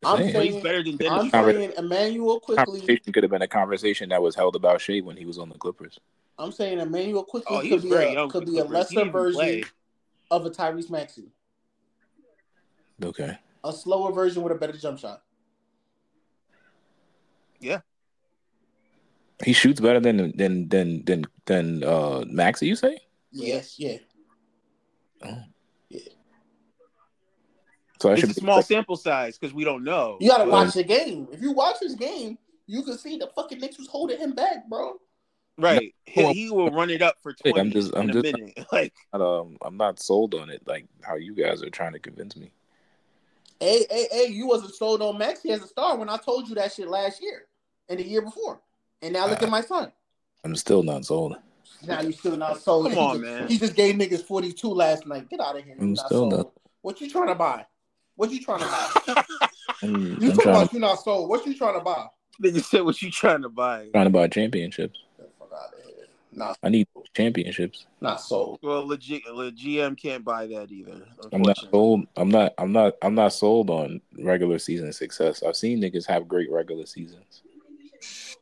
[SPEAKER 2] Just
[SPEAKER 8] I'm
[SPEAKER 2] saying.
[SPEAKER 5] But he's
[SPEAKER 8] saying,
[SPEAKER 5] better than
[SPEAKER 8] I'm
[SPEAKER 5] Dennis.
[SPEAKER 2] Not really.
[SPEAKER 8] saying Emmanuel quickly.
[SPEAKER 2] Conversation could have been a conversation that was held about Shea when he was on the Clippers.
[SPEAKER 8] I'm saying Emmanuel quickly
[SPEAKER 5] Oh, he
[SPEAKER 8] could
[SPEAKER 5] was
[SPEAKER 8] be
[SPEAKER 5] very
[SPEAKER 8] a
[SPEAKER 5] young.
[SPEAKER 8] could
[SPEAKER 5] for
[SPEAKER 8] be a
[SPEAKER 5] Clippers. He didn't
[SPEAKER 8] lesser
[SPEAKER 5] even
[SPEAKER 8] version
[SPEAKER 5] play.
[SPEAKER 8] of a Tyrese Maxey,
[SPEAKER 2] Okay.
[SPEAKER 8] a slower version with a better jump shot.
[SPEAKER 2] He shoots better than than than than than uh Maxi, you say?
[SPEAKER 8] Yes, yeah.
[SPEAKER 2] So I
[SPEAKER 5] It's
[SPEAKER 2] should
[SPEAKER 5] a
[SPEAKER 2] be
[SPEAKER 5] small sample size because we don't know.
[SPEAKER 8] You gotta
[SPEAKER 5] But-
[SPEAKER 8] watch the game. If you watch this game, you can see the fucking Knicks was holding him back, bro.
[SPEAKER 5] Right, he,
[SPEAKER 2] No.
[SPEAKER 5] he will run it up for
[SPEAKER 2] Wait,
[SPEAKER 5] twenty
[SPEAKER 2] I'm just- I'm
[SPEAKER 5] in a
[SPEAKER 2] just-
[SPEAKER 5] minute. Like
[SPEAKER 2] not, um I'm not sold on it like how you guys are trying to convince me.
[SPEAKER 8] Hey, hey, hey, you wasn't sold on Maxey as a star when I told you that shit last year and the year before. And now look
[SPEAKER 2] Uh,
[SPEAKER 8] at my son.
[SPEAKER 2] I'm still not sold.
[SPEAKER 8] Now you still not sold.
[SPEAKER 5] Come
[SPEAKER 8] He
[SPEAKER 5] on,
[SPEAKER 8] just-
[SPEAKER 5] man.
[SPEAKER 8] He just gave niggas 42 last night. Get out of here. You
[SPEAKER 2] I'm
[SPEAKER 8] not
[SPEAKER 2] still
[SPEAKER 8] sold.
[SPEAKER 2] not-
[SPEAKER 8] What you trying to buy? What you trying to buy?
[SPEAKER 2] I'm,
[SPEAKER 8] You
[SPEAKER 2] I'm
[SPEAKER 8] talking
[SPEAKER 2] trying
[SPEAKER 8] about you not sold. What you trying to buy?
[SPEAKER 5] nigga said, what you trying to buy?
[SPEAKER 2] trying to buy championships.
[SPEAKER 8] Get the fuck out of here. Not,
[SPEAKER 2] I need championships.
[SPEAKER 8] not sold.
[SPEAKER 5] Well, legit, the GM can't buy that either.
[SPEAKER 2] I'm not
[SPEAKER 5] Unfortunately,
[SPEAKER 2] sold. I'm not. I'm not. I'm not sold on regular season success. I've seen niggas have great regular seasons.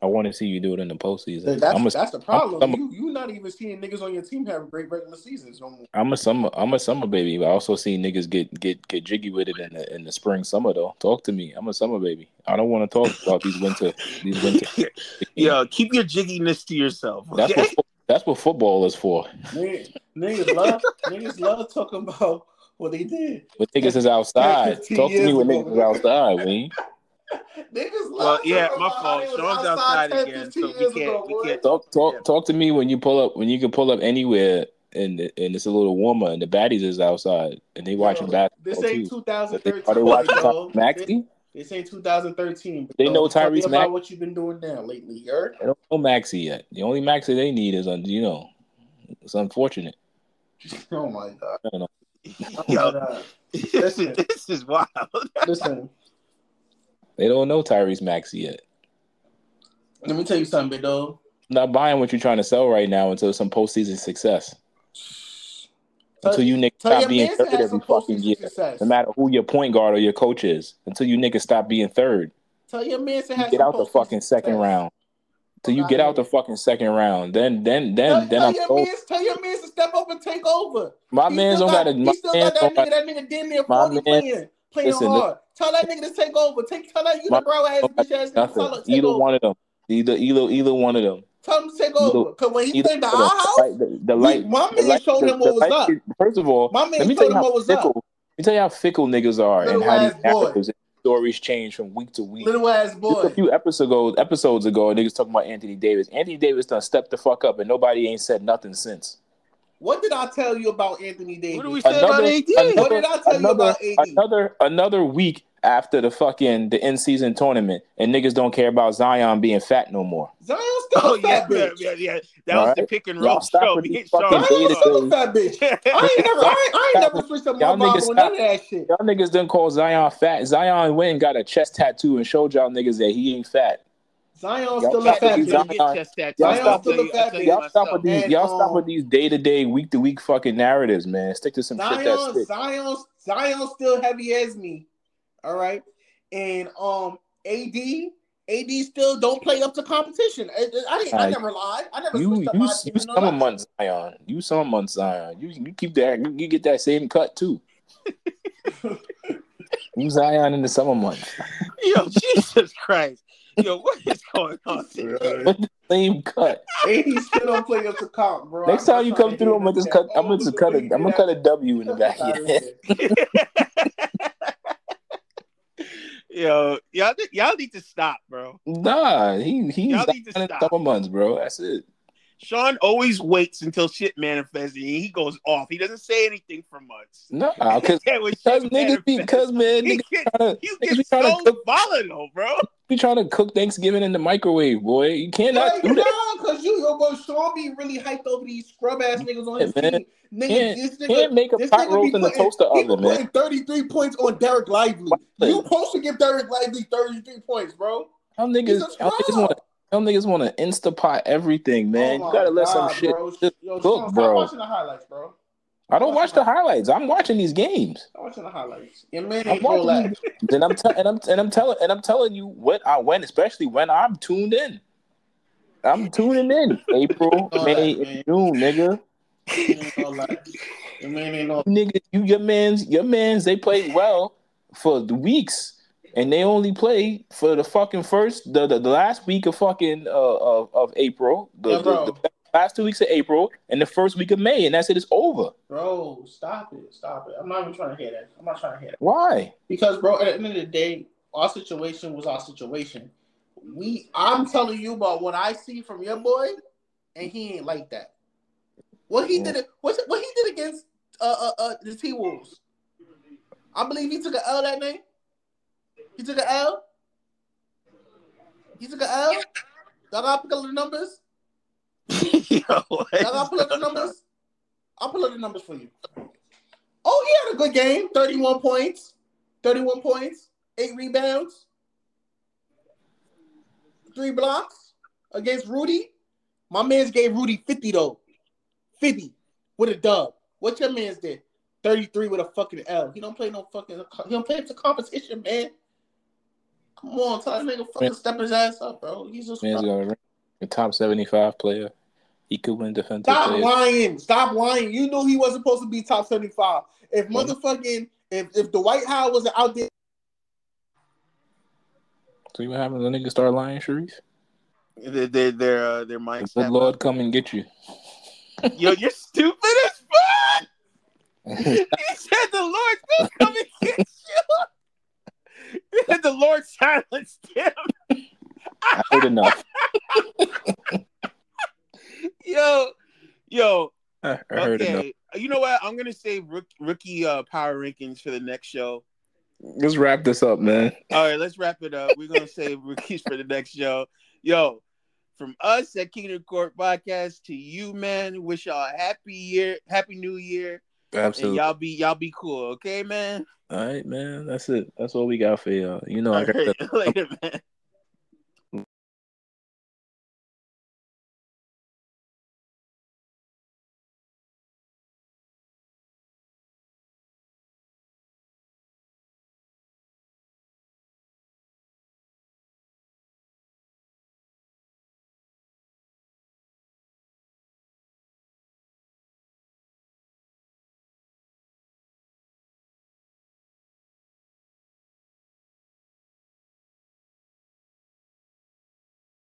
[SPEAKER 2] I want to see you do it in the postseason.
[SPEAKER 8] That's,
[SPEAKER 2] I'm a.
[SPEAKER 8] that's the problem.
[SPEAKER 2] I'm a-
[SPEAKER 8] you you not even seeing niggas on your team have great regular seasons no more.
[SPEAKER 2] I'm a summer. I'm a summer baby. But I also see niggas get get get jiggy with it in the in the spring summer though. Talk to me. I'm a summer baby. I don't want to talk about these winter these winter.
[SPEAKER 5] yeah, keep your jigginess to yourself.
[SPEAKER 2] That's
[SPEAKER 5] okay?
[SPEAKER 2] what That's what football is for.
[SPEAKER 8] Niggas, niggas love niggas love talking about what they did.
[SPEAKER 2] But niggas is outside.
[SPEAKER 8] 15
[SPEAKER 2] Talk to me
[SPEAKER 8] years
[SPEAKER 2] when
[SPEAKER 8] ago.
[SPEAKER 2] niggas is outside, man.
[SPEAKER 8] Niggas love
[SPEAKER 3] Well, yeah,
[SPEAKER 8] talking
[SPEAKER 3] my
[SPEAKER 8] about how
[SPEAKER 3] fault.
[SPEAKER 8] they was
[SPEAKER 3] Sean's outside
[SPEAKER 8] 10,
[SPEAKER 3] again,
[SPEAKER 8] 15
[SPEAKER 3] so we
[SPEAKER 8] years
[SPEAKER 3] can't-
[SPEAKER 8] ago,
[SPEAKER 3] we
[SPEAKER 8] boy.
[SPEAKER 3] can't-
[SPEAKER 2] Talk talk
[SPEAKER 3] Yeah.
[SPEAKER 2] talk to me when you pull up when you can pull up anywhere and and it's a little warmer and the baddies is outside and they watching
[SPEAKER 8] Yo,
[SPEAKER 2] basketball
[SPEAKER 8] This ain't
[SPEAKER 2] too. But they-
[SPEAKER 8] 2013.
[SPEAKER 2] Are they watching
[SPEAKER 8] yo.
[SPEAKER 2] Tom Maxey?
[SPEAKER 8] This ain't 2013.
[SPEAKER 2] They know
[SPEAKER 8] tell me
[SPEAKER 2] Tyrese
[SPEAKER 8] about
[SPEAKER 2] Max-
[SPEAKER 8] what you've been doing now lately, you heard?
[SPEAKER 2] They don't know Maxey yet. The only Maxey they need is on you know. It's unfortunate.
[SPEAKER 8] Oh my god.
[SPEAKER 2] I don't know.
[SPEAKER 3] Yo,
[SPEAKER 8] God. Listen.
[SPEAKER 3] this is wild.
[SPEAKER 8] Listen,
[SPEAKER 2] They don't know Tyrese Maxey yet.
[SPEAKER 8] let me tell you something, big dog.
[SPEAKER 2] I'm not buying what you're trying to sell right now until some postseason success. Until you niggas
[SPEAKER 8] Tell your
[SPEAKER 2] stop being
[SPEAKER 8] man to
[SPEAKER 2] third
[SPEAKER 8] have
[SPEAKER 2] every
[SPEAKER 8] some
[SPEAKER 2] fucking
[SPEAKER 8] postseason
[SPEAKER 2] year.
[SPEAKER 8] success.
[SPEAKER 2] No matter who your point guard or your coach is, until you niggas stop being third.
[SPEAKER 8] Tell your man to
[SPEAKER 2] You
[SPEAKER 8] have
[SPEAKER 2] get
[SPEAKER 8] some
[SPEAKER 2] out the
[SPEAKER 8] postseason
[SPEAKER 2] fucking second
[SPEAKER 8] success.
[SPEAKER 2] round. Till you
[SPEAKER 8] Fuck
[SPEAKER 2] get
[SPEAKER 8] outta
[SPEAKER 2] out the
[SPEAKER 8] here.
[SPEAKER 2] fucking second round. Then then
[SPEAKER 8] Tell,
[SPEAKER 2] then then
[SPEAKER 8] tell
[SPEAKER 2] I'm
[SPEAKER 8] your
[SPEAKER 2] sold.
[SPEAKER 8] mans, tell your mans to step up and take over.
[SPEAKER 2] My
[SPEAKER 8] He
[SPEAKER 2] man's
[SPEAKER 8] still
[SPEAKER 2] don't
[SPEAKER 8] got,
[SPEAKER 2] got a my
[SPEAKER 8] he still
[SPEAKER 2] man's
[SPEAKER 8] got that
[SPEAKER 2] don't
[SPEAKER 8] nigga.
[SPEAKER 2] got
[SPEAKER 8] That nigga damn near
[SPEAKER 2] my
[SPEAKER 8] forty
[SPEAKER 2] man-
[SPEAKER 8] playing, playing
[SPEAKER 2] listen,
[SPEAKER 8] hard. Tell that nigga to take over. Take, tell that you
[SPEAKER 2] my
[SPEAKER 8] the brown ass
[SPEAKER 2] don't got
[SPEAKER 8] bitch ass nigga.
[SPEAKER 2] nothing.
[SPEAKER 8] Tell him to take
[SPEAKER 2] Either
[SPEAKER 8] over.
[SPEAKER 2] one of them. Either either either one of them.
[SPEAKER 8] Tell him to take
[SPEAKER 2] Either
[SPEAKER 8] over. Cause when he
[SPEAKER 2] either
[SPEAKER 8] came to
[SPEAKER 2] one of
[SPEAKER 8] our
[SPEAKER 2] them.
[SPEAKER 8] house,
[SPEAKER 2] Like the, the
[SPEAKER 8] we-
[SPEAKER 2] light
[SPEAKER 8] my
[SPEAKER 2] the
[SPEAKER 8] man
[SPEAKER 2] light
[SPEAKER 8] showed
[SPEAKER 2] the,
[SPEAKER 8] him
[SPEAKER 2] the
[SPEAKER 8] what was
[SPEAKER 2] light
[SPEAKER 8] up.
[SPEAKER 2] first of all,
[SPEAKER 8] My man
[SPEAKER 2] let me tell
[SPEAKER 8] told
[SPEAKER 2] you
[SPEAKER 8] him
[SPEAKER 2] how
[SPEAKER 8] what was
[SPEAKER 2] fickle
[SPEAKER 8] up.
[SPEAKER 2] let me tell you how fickle niggas are and
[SPEAKER 8] Little
[SPEAKER 2] how these
[SPEAKER 8] ass boy.
[SPEAKER 2] narratives and stories change from week to week.
[SPEAKER 8] Little ass
[SPEAKER 2] Just a
[SPEAKER 8] boy.
[SPEAKER 2] few episodes ago, episodes ago, niggas talking about Anthony Davis. Anthony Davis done stepped the fuck up, and nobody ain't said nothing since.
[SPEAKER 8] What did I tell you about Anthony Davis?
[SPEAKER 3] What do we say about
[SPEAKER 2] another,
[SPEAKER 3] AD?
[SPEAKER 8] What
[SPEAKER 2] another,
[SPEAKER 8] did I tell you
[SPEAKER 2] another,
[SPEAKER 8] about AD?
[SPEAKER 2] another, another week after the fucking the in season tournament, and niggas don't care about Zion being fat no more.
[SPEAKER 8] Zion
[SPEAKER 3] Oh
[SPEAKER 8] still a
[SPEAKER 3] yeah,
[SPEAKER 8] fat
[SPEAKER 3] yeah,
[SPEAKER 8] bitch.
[SPEAKER 3] yeah, yeah. That
[SPEAKER 2] All
[SPEAKER 3] was the
[SPEAKER 2] right.
[SPEAKER 3] pick and
[SPEAKER 2] Y'all
[SPEAKER 3] roll
[SPEAKER 2] stop
[SPEAKER 3] show.
[SPEAKER 2] with
[SPEAKER 3] Me
[SPEAKER 2] these
[SPEAKER 3] and
[SPEAKER 2] fucking
[SPEAKER 8] Zion
[SPEAKER 3] Sean.
[SPEAKER 2] data
[SPEAKER 8] is still a
[SPEAKER 2] days.
[SPEAKER 8] fat bitch. I ain't never, I ain't, I ain't never switched up my
[SPEAKER 2] Y'all niggas
[SPEAKER 8] Bible on none of that shit.
[SPEAKER 2] Y'all niggas done call Zion fat. Zion went and got a chest tattoo and showed y'all niggas that he ain't fat.
[SPEAKER 8] Zion
[SPEAKER 2] Y'all
[SPEAKER 8] still a
[SPEAKER 2] stop
[SPEAKER 8] fat
[SPEAKER 2] with these
[SPEAKER 8] bitch.
[SPEAKER 2] Zion.
[SPEAKER 5] get chest tattoos.
[SPEAKER 2] Y'all
[SPEAKER 5] I'll
[SPEAKER 2] stop
[SPEAKER 5] tell
[SPEAKER 8] with-
[SPEAKER 5] you- I'll tell you
[SPEAKER 2] Y'all stop with
[SPEAKER 5] myself.
[SPEAKER 2] these.
[SPEAKER 8] And,
[SPEAKER 2] Y'all stop
[SPEAKER 8] um,
[SPEAKER 2] with these day to day, week to week fucking narratives, man. Stick to some shit that
[SPEAKER 8] Zion,
[SPEAKER 2] sticks.
[SPEAKER 8] Zion, Zion still heavy as me. All right, and um, AD, AD still don't play up to competition. I, I, I, didn't- I
[SPEAKER 2] Uh,
[SPEAKER 8] never lied. I never
[SPEAKER 2] You
[SPEAKER 8] switched
[SPEAKER 2] you
[SPEAKER 8] up
[SPEAKER 2] you
[SPEAKER 8] my opinion on
[SPEAKER 2] summer
[SPEAKER 8] nothing.
[SPEAKER 2] months Zion. You summer months Zion. You you keep that. You, you get that same cut too. you Zion in the summer months.
[SPEAKER 3] Yo, Jesus Christ. Yo, what is going on? today?
[SPEAKER 2] Same cut.
[SPEAKER 8] AD still don't play up to comp, bro.
[SPEAKER 2] Next
[SPEAKER 8] I'm
[SPEAKER 2] time you
[SPEAKER 8] not trying
[SPEAKER 2] come
[SPEAKER 8] to hear
[SPEAKER 2] through, I'm gonna
[SPEAKER 8] this
[SPEAKER 2] just
[SPEAKER 8] shit.
[SPEAKER 2] cut. I'm gonna just cut a. I'm gonna cut a W in the back.
[SPEAKER 8] Fuck outta here.
[SPEAKER 3] Yo, y'all, y'all need to stop, bro.
[SPEAKER 2] nah, he he's
[SPEAKER 3] Y'all
[SPEAKER 2] Zion
[SPEAKER 3] need to
[SPEAKER 2] in the
[SPEAKER 3] stop.
[SPEAKER 2] summer months, bro. That's it.
[SPEAKER 3] Sean always waits until shit manifests and he goes off. He doesn't say anything for months.
[SPEAKER 2] Nah, cause
[SPEAKER 3] Yeah, when
[SPEAKER 2] cause
[SPEAKER 3] shit
[SPEAKER 2] niggas be
[SPEAKER 3] manifests,
[SPEAKER 2] cause man
[SPEAKER 3] he
[SPEAKER 2] niggas
[SPEAKER 3] gets,
[SPEAKER 2] tryna,
[SPEAKER 3] he
[SPEAKER 2] niggas be
[SPEAKER 3] gets
[SPEAKER 2] trying
[SPEAKER 3] so
[SPEAKER 2] to cook
[SPEAKER 3] volatile, bro.
[SPEAKER 2] be trying to cook Thanksgiving in the microwave, boy. You cannot
[SPEAKER 8] Like,
[SPEAKER 2] do that.
[SPEAKER 8] nah, cause you your boy Sean be really hyped over these scrub ass niggas on his
[SPEAKER 2] Yeah, man.
[SPEAKER 8] team. Nigga,
[SPEAKER 2] Can't-
[SPEAKER 8] this nigga,
[SPEAKER 2] Can't make a
[SPEAKER 8] this
[SPEAKER 2] pot
[SPEAKER 8] nigga be
[SPEAKER 2] roast in the
[SPEAKER 8] putting,
[SPEAKER 2] toaster
[SPEAKER 8] he be
[SPEAKER 2] oven, man.
[SPEAKER 8] putting 33 points on Derek Lively.
[SPEAKER 2] Like,
[SPEAKER 8] You supposed to give Derek Lively 33 points, bro.
[SPEAKER 2] Y'all
[SPEAKER 8] He's
[SPEAKER 2] niggas,
[SPEAKER 8] a
[SPEAKER 2] y'all niggas want
[SPEAKER 8] scrub.
[SPEAKER 2] to, y'all niggas want to Instapot everything, man.
[SPEAKER 8] oh
[SPEAKER 2] you
[SPEAKER 8] my
[SPEAKER 2] gotta let some
[SPEAKER 8] God,
[SPEAKER 2] shit
[SPEAKER 8] bro.
[SPEAKER 2] just
[SPEAKER 8] Yo,
[SPEAKER 2] cook,
[SPEAKER 8] Sean, stop
[SPEAKER 2] bro.
[SPEAKER 8] watching the highlights, bro.
[SPEAKER 2] I don't watch
[SPEAKER 8] watching
[SPEAKER 2] the highlights. I'm watching these games.
[SPEAKER 8] Stop watching the highlights. Your man
[SPEAKER 2] I'm
[SPEAKER 8] ain't pro
[SPEAKER 2] watching these
[SPEAKER 8] life.
[SPEAKER 2] games, and I'm telling, and I'm and I'm telling, and I'm telling you what I when, especially when I'm tuned in. I'm tuning in April,
[SPEAKER 8] All that,
[SPEAKER 2] May, and
[SPEAKER 8] man.
[SPEAKER 2] June, nigga.
[SPEAKER 8] Your man ain't no life. Your man ain't no.
[SPEAKER 2] Nigga, you your man's your man's they played well for the weeks, and they only play for the fucking first the the, the last week of fucking uh of, of April, the,
[SPEAKER 8] Yeah,
[SPEAKER 2] the-
[SPEAKER 8] bro.
[SPEAKER 2] the last two weeks of April, and the first week of May, and that's it. It's over.
[SPEAKER 8] Bro, stop it. Stop it. I'm not even trying to hear that. I'm not trying to hear that.
[SPEAKER 2] Why?
[SPEAKER 8] Because, bro, at the end of the day, our situation was our situation. We, I'm telling you about what I see from your boy, and he ain't like that. What he did, what, what he did against uh, uh, uh, the T Wolves. I believe he took an L that night. He took an L. He took an L. Y'all gotta pick up the numbers.
[SPEAKER 3] Yo, what is
[SPEAKER 8] Y'all gotta pull up the
[SPEAKER 3] going on?
[SPEAKER 8] numbers. I'll pull up the numbers for you. Oh, he had a good game. 31 points. 31 points. Eight rebounds. Three blocks against Rudy. My man's gave Rudy 50 though. 50 with a dub. What your man's did? 33 with a fucking L. He don't play no fucking he don't play to competition, man. Come on, tell that nigga fucking step his ass up, bro. He's just
[SPEAKER 2] Man's gonna rank the top seventy-five player. He could win defensive
[SPEAKER 8] Stop
[SPEAKER 2] player.
[SPEAKER 8] lying. Stop lying. You knew he wasn't supposed to be top 75. If motherfucking if if Dwight Howard was out there,
[SPEAKER 2] See what happens when niggas start lying, Sharif?
[SPEAKER 3] Their their their, uh, their
[SPEAKER 2] The
[SPEAKER 3] mics
[SPEAKER 2] good
[SPEAKER 3] tap
[SPEAKER 2] Lord
[SPEAKER 3] out.
[SPEAKER 2] come and get you.
[SPEAKER 5] Yo, you're stupid as fuck. He said the Lord's gonna come and get you. He said the Lord silenced him.
[SPEAKER 2] I heard enough.
[SPEAKER 5] Yo, yo,
[SPEAKER 2] I heard enough.
[SPEAKER 5] okay. You know what? I'm gonna save rook- rookie uh, power rankings for the next show.
[SPEAKER 2] Let's wrap this up, man.
[SPEAKER 5] All right, let's wrap it up. We're gonna save rookies for the next show. Yo, from us at Kingdom Court Podcast to you, man. Wish y'all a happy year, happy new year, and
[SPEAKER 2] Absolutely.
[SPEAKER 5] y'all be y'all be cool, okay, man.
[SPEAKER 2] All right, man. That's it. That's all we got for y'all. You know,
[SPEAKER 5] All
[SPEAKER 2] I got
[SPEAKER 5] right, later, man.